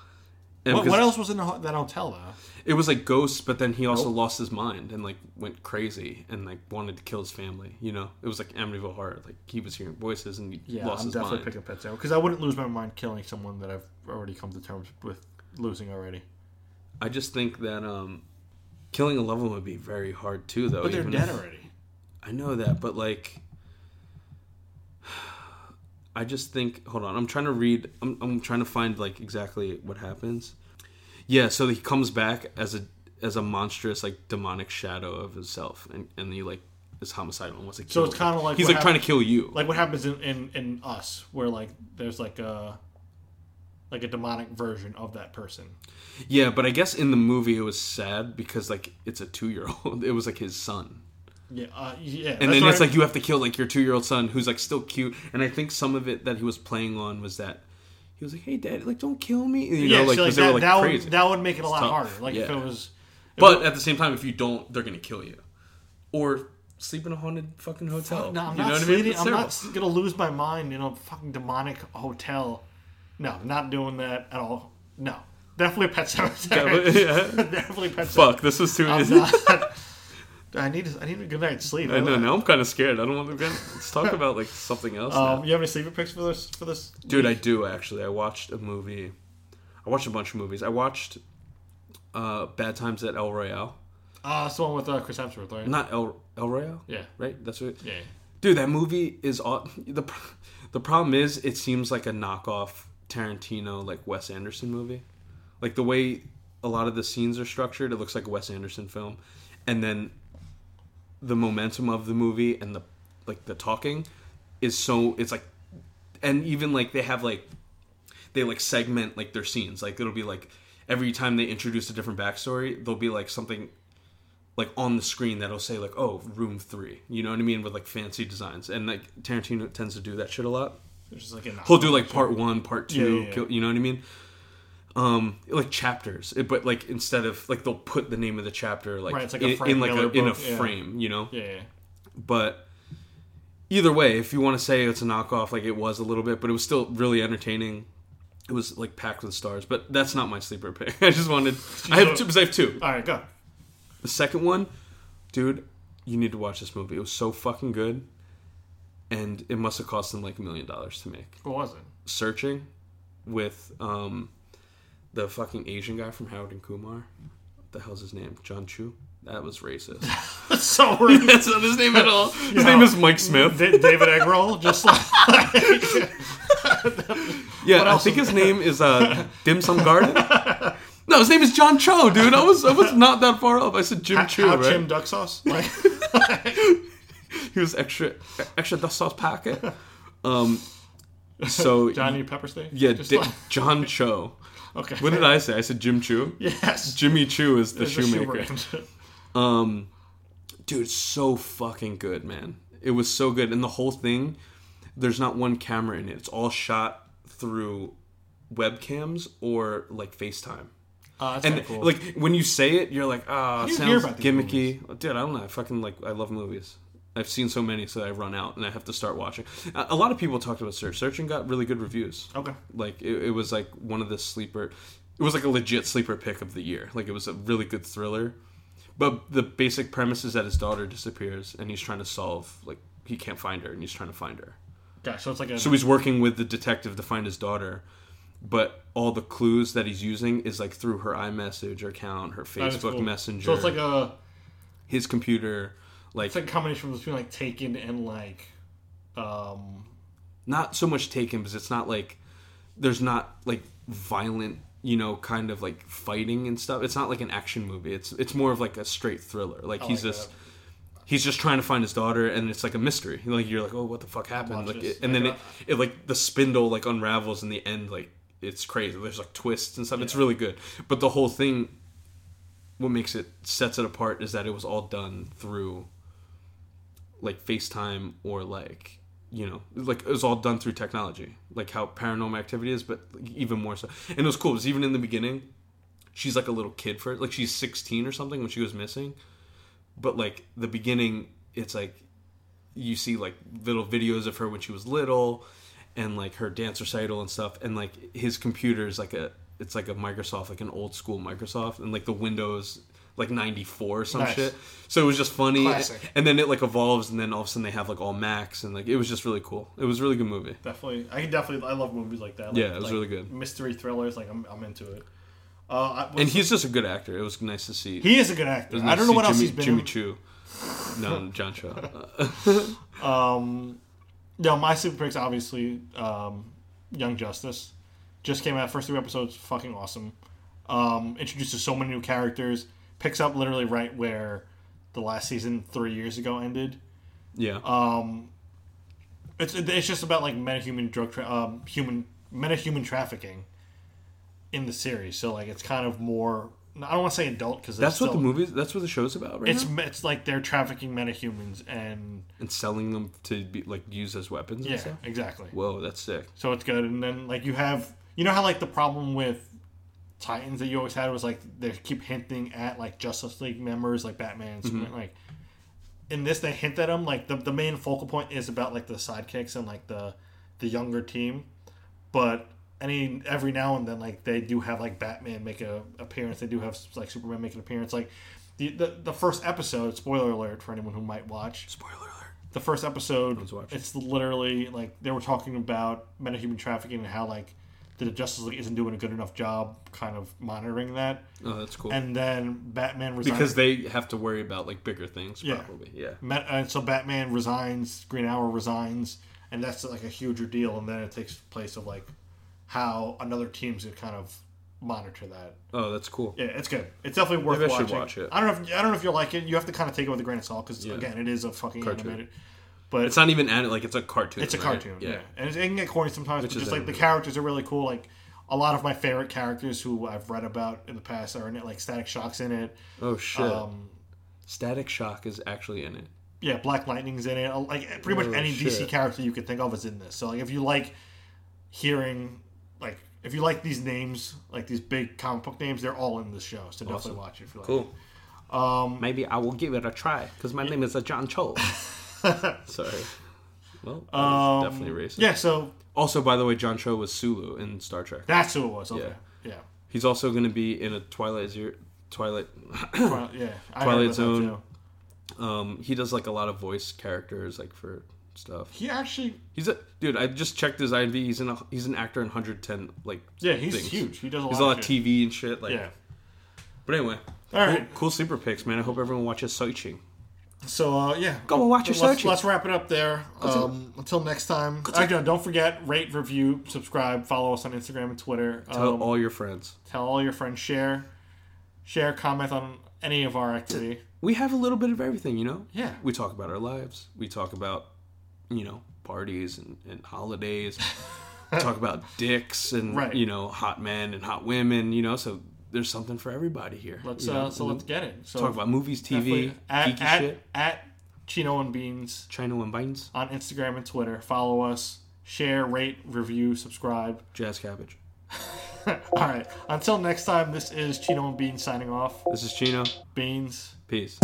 [SPEAKER 4] And
[SPEAKER 2] What,
[SPEAKER 4] because-
[SPEAKER 2] what else was in the ho- that hotel though?
[SPEAKER 4] It was like ghosts, but then he also lost his mind and like went crazy and like wanted to kill his family. You know, it was like Amityville Horror. Like he was hearing voices and he
[SPEAKER 2] Yeah,
[SPEAKER 4] lost
[SPEAKER 2] I'm
[SPEAKER 4] his
[SPEAKER 2] definitely
[SPEAKER 4] mind.
[SPEAKER 2] picking Pet Cemetery because I wouldn't lose my mind killing someone that I've already come to terms with losing already.
[SPEAKER 4] I just think that um killing a loved one would be very hard too, though.
[SPEAKER 2] But they're
[SPEAKER 4] even
[SPEAKER 2] dead
[SPEAKER 4] if-
[SPEAKER 2] already.
[SPEAKER 4] I know that, but like, I just think. Hold on, I'm trying to read. I'm, I'm trying to find like exactly what happens. Yeah, so he comes back as a as a monstrous like demonic shadow of himself, and and he like is homicidal and wants to kill.
[SPEAKER 2] it's
[SPEAKER 4] you.
[SPEAKER 2] kinda like
[SPEAKER 4] he's
[SPEAKER 2] what
[SPEAKER 4] like trying to kill you.
[SPEAKER 2] like what happens in, in, in us where like there's like a like a demonic version of that person
[SPEAKER 4] yeah, but I guess in the movie it was sad because like it's a two year old. It was like his son.
[SPEAKER 2] yeah uh, yeah
[SPEAKER 4] and then it's like you have to kill like your two year old son who's like still cute and i think some of it that he was playing on was that he was like hey dad like don't kill me you
[SPEAKER 2] yeah
[SPEAKER 4] know like,
[SPEAKER 2] so,
[SPEAKER 4] 'cause
[SPEAKER 2] like,
[SPEAKER 4] they were
[SPEAKER 2] that,
[SPEAKER 4] like
[SPEAKER 2] that,
[SPEAKER 4] crazy
[SPEAKER 2] would, that would make it a lot
[SPEAKER 4] tough.
[SPEAKER 2] harder like if
[SPEAKER 4] Yeah.
[SPEAKER 2] it was
[SPEAKER 4] but at the same time if you don't they're gonna kill you or sleep in a haunted fucking hotel
[SPEAKER 2] no i'm
[SPEAKER 4] you know
[SPEAKER 2] not
[SPEAKER 4] what
[SPEAKER 2] sleeping
[SPEAKER 4] I mean? It's
[SPEAKER 2] i'm
[SPEAKER 4] terrible.
[SPEAKER 2] not s- gonna lose my mind in a fucking demonic hotel no not doing that at all no definitely pet cemetery
[SPEAKER 4] Yeah, but-
[SPEAKER 2] definitely pet cemetery
[SPEAKER 4] fuck this was too
[SPEAKER 2] I'm
[SPEAKER 4] easy
[SPEAKER 2] not- i need i need a good night's sleep
[SPEAKER 4] i know now i'm kind of scared i don't want to get let's talk about like something else now.
[SPEAKER 2] um, you have any sleeper picks for this for this
[SPEAKER 4] Dude, I do actually. I watched a movie. I watched a bunch of movies. I watched uh, Bad Times at El Royale.
[SPEAKER 2] uh it's the one with uh, chris hemsworth right
[SPEAKER 4] Not El El Royale.
[SPEAKER 2] Yeah.
[SPEAKER 4] Right. That's what.
[SPEAKER 2] yeah
[SPEAKER 4] Dude, that movie is aw- the The problem is, it seems like a knockoff Tarantino, like Wes Anderson movie. Like the way a lot of the scenes are structured, it looks like a Wes Anderson film. And then the momentum of the movie and the like the talking is so it's like and even like they have like they like segment like their scenes. Like it'll be like every time they introduce a different backstory, there'll be like something like on the screen that'll say like oh room three you know what i mean with like fancy designs and like tarantino tends to do that shit a lot
[SPEAKER 2] There's just like an
[SPEAKER 4] he'll do like part one part two
[SPEAKER 2] Yeah, yeah, yeah.
[SPEAKER 4] kill- you know what i mean um like chapters it- but like instead of like they'll put the name of the chapter like,
[SPEAKER 2] Right, it's like a
[SPEAKER 4] in,
[SPEAKER 2] Frank
[SPEAKER 4] in like a,
[SPEAKER 2] Miller
[SPEAKER 4] in a
[SPEAKER 2] book, yeah.
[SPEAKER 4] frame you know
[SPEAKER 2] yeah, yeah.
[SPEAKER 4] but either way if you want to say it's a knockoff like it was a little bit but it was still really entertaining it was like packed with stars but that's not my sleeper pick i just wanted i have two 'cause i have two
[SPEAKER 2] All right, go.
[SPEAKER 4] the second one, dude, you need to watch this movie. It was so fucking good, and it must have cost them like a million dollars to make.
[SPEAKER 2] What was it?
[SPEAKER 4] Searching with um, the fucking Asian guy from Howard and Kumar. What the hell's his name? John Chu. That was racist.
[SPEAKER 2] That's so weird.
[SPEAKER 4] That's not his name at all. His name is Mike Smith.
[SPEAKER 2] Da- David Eggroll, just like
[SPEAKER 4] yeah, I think his name is uh, Dim Sum Garden. No, his name is John Cho, dude. I was I was not that far up. I said Jim Chu,
[SPEAKER 2] how
[SPEAKER 4] right?
[SPEAKER 2] Jim Duck Sauce. Like,
[SPEAKER 4] He was extra extra dust sauce packet. Um, so
[SPEAKER 2] Johnny Pepper Steak.
[SPEAKER 4] Yeah,
[SPEAKER 2] just
[SPEAKER 4] Di-
[SPEAKER 2] like-
[SPEAKER 4] John Cho.
[SPEAKER 2] okay.
[SPEAKER 4] What did I say? I said Jim Chu.
[SPEAKER 2] Yes,
[SPEAKER 4] Jimmy Chu is the
[SPEAKER 2] There's a
[SPEAKER 4] shoemaker.
[SPEAKER 2] shoemaker.
[SPEAKER 4] Um, dude, so fucking good, man. It was so good, and the whole thing. There's not one camera in it. It's all shot through webcams or like FaceTime.
[SPEAKER 2] Uh, that's
[SPEAKER 4] And
[SPEAKER 2] and cool.
[SPEAKER 4] like when you say it, you're like, ah, it
[SPEAKER 2] You hear
[SPEAKER 4] sounds
[SPEAKER 2] about these
[SPEAKER 4] gimmicky. Dude, I don't know. I fucking like. I love movies. I've seen so many, so I run out and I have to start watching. A a lot of people talked about Search. Search and got really good reviews
[SPEAKER 2] okay,
[SPEAKER 4] like it, it was like one of the sleeper it was like a legit sleeper pick of the year like it was a really good thriller but the basic premise is that his daughter disappears and he's trying to solve like he can't find her and he's trying to find her
[SPEAKER 2] gosh, so it's like a
[SPEAKER 4] so he's working with the detective to find his daughter but all the clues that he's using is like through her iMessage account, her
[SPEAKER 2] that is
[SPEAKER 4] Facebook
[SPEAKER 2] cool.
[SPEAKER 4] Messenger,
[SPEAKER 2] So it's like a
[SPEAKER 4] his computer, like,
[SPEAKER 2] it's like a combination between like Taken and like um
[SPEAKER 4] not so much taken because it's not like there's not like violent you know kind of like fighting and stuff it's not like an action movie it's it's more of like a straight thriller like he's
[SPEAKER 2] like
[SPEAKER 4] just he's just trying to find his daughter and it's like a mystery like you're like oh what the fuck happened
[SPEAKER 2] Watch
[SPEAKER 4] like
[SPEAKER 2] this.
[SPEAKER 4] it, and then it, it like the spindle like unravels in the end like it's crazy there's like twists and stuff it's really good but the whole thing what makes it sets it apart is that it was all done through like FaceTime or like you know like it was all done through technology like how paranormal activity is but like, even more so and it was cool it was even in the beginning she's like a little kid for like she's 16 or something when she goes missing but like the beginning it's like you see like little videos of her when she was little and like her dance recital and stuff and like his computer is like a it's like a microsoft like an old school microsoft and like the windows like 94 or some
[SPEAKER 2] Nice.
[SPEAKER 4] shit so it was just funny
[SPEAKER 2] Classic.
[SPEAKER 4] and then it like evolves and then all of a sudden they have like all max and like it was just really cool it was a really good movie
[SPEAKER 2] definitely I can definitely I love movies like that. Like,
[SPEAKER 4] Yeah, it was
[SPEAKER 2] like,
[SPEAKER 4] really good.
[SPEAKER 2] Mystery thrillers, like I'm, I'm into it. Uh, I,
[SPEAKER 4] and he's just a good actor it was nice to see
[SPEAKER 2] he is a good actor.
[SPEAKER 4] Nice
[SPEAKER 2] I
[SPEAKER 4] to
[SPEAKER 2] don't know
[SPEAKER 4] see
[SPEAKER 2] what else
[SPEAKER 4] Jimmy-
[SPEAKER 2] he's been.
[SPEAKER 4] Jimmy
[SPEAKER 2] in.
[SPEAKER 4] Chu no John Cho Uh,
[SPEAKER 2] Um, no, my super picks obviously um, Young Justice just came out. First three episodes, fucking awesome. Um, introduces so many new characters. Picks up literally right where the last season three years ago ended.
[SPEAKER 4] yeah
[SPEAKER 2] Uh, It's it's just about like metahuman drug tra- um, human metahuman trafficking in the series. So like it's kind of more. I don't want to say adult because
[SPEAKER 4] that's what the movie that's what the show's about right
[SPEAKER 2] It's
[SPEAKER 4] now?
[SPEAKER 2] it's like they're trafficking metahumans and
[SPEAKER 4] and selling them to be like used as weapons
[SPEAKER 2] yeah
[SPEAKER 4] and stuff
[SPEAKER 2] exactly.
[SPEAKER 4] whoa that's sick
[SPEAKER 2] So it's good. And then like you have you know how like the problem with Titans that you always had was like they keep hinting at like Justice League members like Batman, Superman, like in this they hint at them like the, the main focal point is about like the sidekicks and like the the younger team but any every now and then like they do have like batman make a appearance they do have like superman make an appearance like the, the, the first episode spoiler alert for anyone who might watch
[SPEAKER 4] spoiler alert
[SPEAKER 2] the first episode
[SPEAKER 4] watching.
[SPEAKER 2] it's literally like they were talking about metahuman trafficking and how like the justice league isn't doing a good enough job kind of monitoring that
[SPEAKER 4] oh that's cool
[SPEAKER 2] and then batman resigns
[SPEAKER 4] because they have to worry about like bigger things
[SPEAKER 2] Yeah.
[SPEAKER 4] probably yeah
[SPEAKER 2] Met, and so Batman resigns, Green Arrow resigns, and that's like a huger deal. And then it takes place of like how another team's gonna kind of monitor that.
[SPEAKER 4] Oh, that's cool.
[SPEAKER 2] Yeah, it's good. It's definitely worth
[SPEAKER 4] Maybe I
[SPEAKER 2] watching.
[SPEAKER 4] should watch it.
[SPEAKER 2] I don't know. If, I don't know if you'll like it. You have to kind of take it with a grain of salt because again, it is a fucking
[SPEAKER 4] Cartoon.
[SPEAKER 2] animated. But
[SPEAKER 4] It's not even anim- like it's a cartoon.
[SPEAKER 2] it's a
[SPEAKER 4] right?
[SPEAKER 2] cartoon, yeah. And it's, it can get corny sometimes, but
[SPEAKER 4] is
[SPEAKER 2] just like the
[SPEAKER 4] animated.
[SPEAKER 2] characters are really cool. Like a lot of my favorite characters who I've read about in the past are in it. Like Static Shock's in it.
[SPEAKER 4] Oh shit.
[SPEAKER 2] Um,
[SPEAKER 4] Static Shock is actually in it.
[SPEAKER 2] yeah, Black Lightning's in it. Like pretty much
[SPEAKER 4] Oh,
[SPEAKER 2] any DC
[SPEAKER 4] shit.
[SPEAKER 2] character you could think of is in this. So like if you like hearing like if you like these names, like these big comic book names, they're all in this show. So definitely watch it if you like. it.
[SPEAKER 4] Maybe I will give it a try because my name is a John Cho. Sorry. Well, that was definitely racist.
[SPEAKER 2] Yeah, so
[SPEAKER 4] Um, Also, by the way, John Cho was Sulu in Star Trek.
[SPEAKER 2] that's who it was. Okay. Yeah.
[SPEAKER 4] He's also going to be in a Twilight Zero. Twilight.
[SPEAKER 2] Twi- Yeah. I heard
[SPEAKER 4] Twilight
[SPEAKER 2] about that,
[SPEAKER 4] Zone.
[SPEAKER 2] too.
[SPEAKER 4] Um, he does like a lot of voice characters, like for stuff.
[SPEAKER 2] He actually
[SPEAKER 4] He's a dude. I just checked his IMDb. He's in a, he's an actor in 110 like
[SPEAKER 2] Yeah, he's
[SPEAKER 4] things.
[SPEAKER 2] huge. He does a
[SPEAKER 4] He's
[SPEAKER 2] lot
[SPEAKER 4] a lot
[SPEAKER 2] of
[SPEAKER 4] of
[SPEAKER 2] shit.
[SPEAKER 4] TV and shit. Like,
[SPEAKER 2] Yeah.
[SPEAKER 4] But anyway,
[SPEAKER 2] All
[SPEAKER 4] cool,
[SPEAKER 2] right.
[SPEAKER 4] cool sleeper picks, man. I hope everyone watches Soiching.
[SPEAKER 2] So uh, yeah,
[SPEAKER 4] Go and watch your
[SPEAKER 2] let's,
[SPEAKER 4] searches.
[SPEAKER 2] Let's wrap it up there. Um, until next time, Actually, no, don't forget rate, review, subscribe, follow us on Instagram and Twitter. Um,
[SPEAKER 4] Tell all your friends.
[SPEAKER 2] tell all your friends, share, share, comment on any of our activity.
[SPEAKER 4] we have a little bit of everything, you know?
[SPEAKER 2] Yeah.
[SPEAKER 4] We talk about our lives. We talk about, you know, parties and, and holidays. we talk about dicks and,
[SPEAKER 2] Right.
[SPEAKER 4] you know, hot men and hot women, you know? So there's something for everybody here.
[SPEAKER 2] Let's
[SPEAKER 4] you know?
[SPEAKER 2] uh, so let's get it. So
[SPEAKER 4] talk about movies,
[SPEAKER 2] definitely
[SPEAKER 4] TV,
[SPEAKER 2] at,
[SPEAKER 4] geeky
[SPEAKER 2] at,
[SPEAKER 4] shit,
[SPEAKER 2] at Chino and Beans
[SPEAKER 4] China and Biden's,
[SPEAKER 2] on Instagram and Twitter. Follow us, share, rate, review, subscribe.
[SPEAKER 4] Jazz Cabbage.
[SPEAKER 2] All right. Until next time, this is Chino and Beans signing off.
[SPEAKER 4] This is Chino.
[SPEAKER 2] Beans.
[SPEAKER 4] Peace.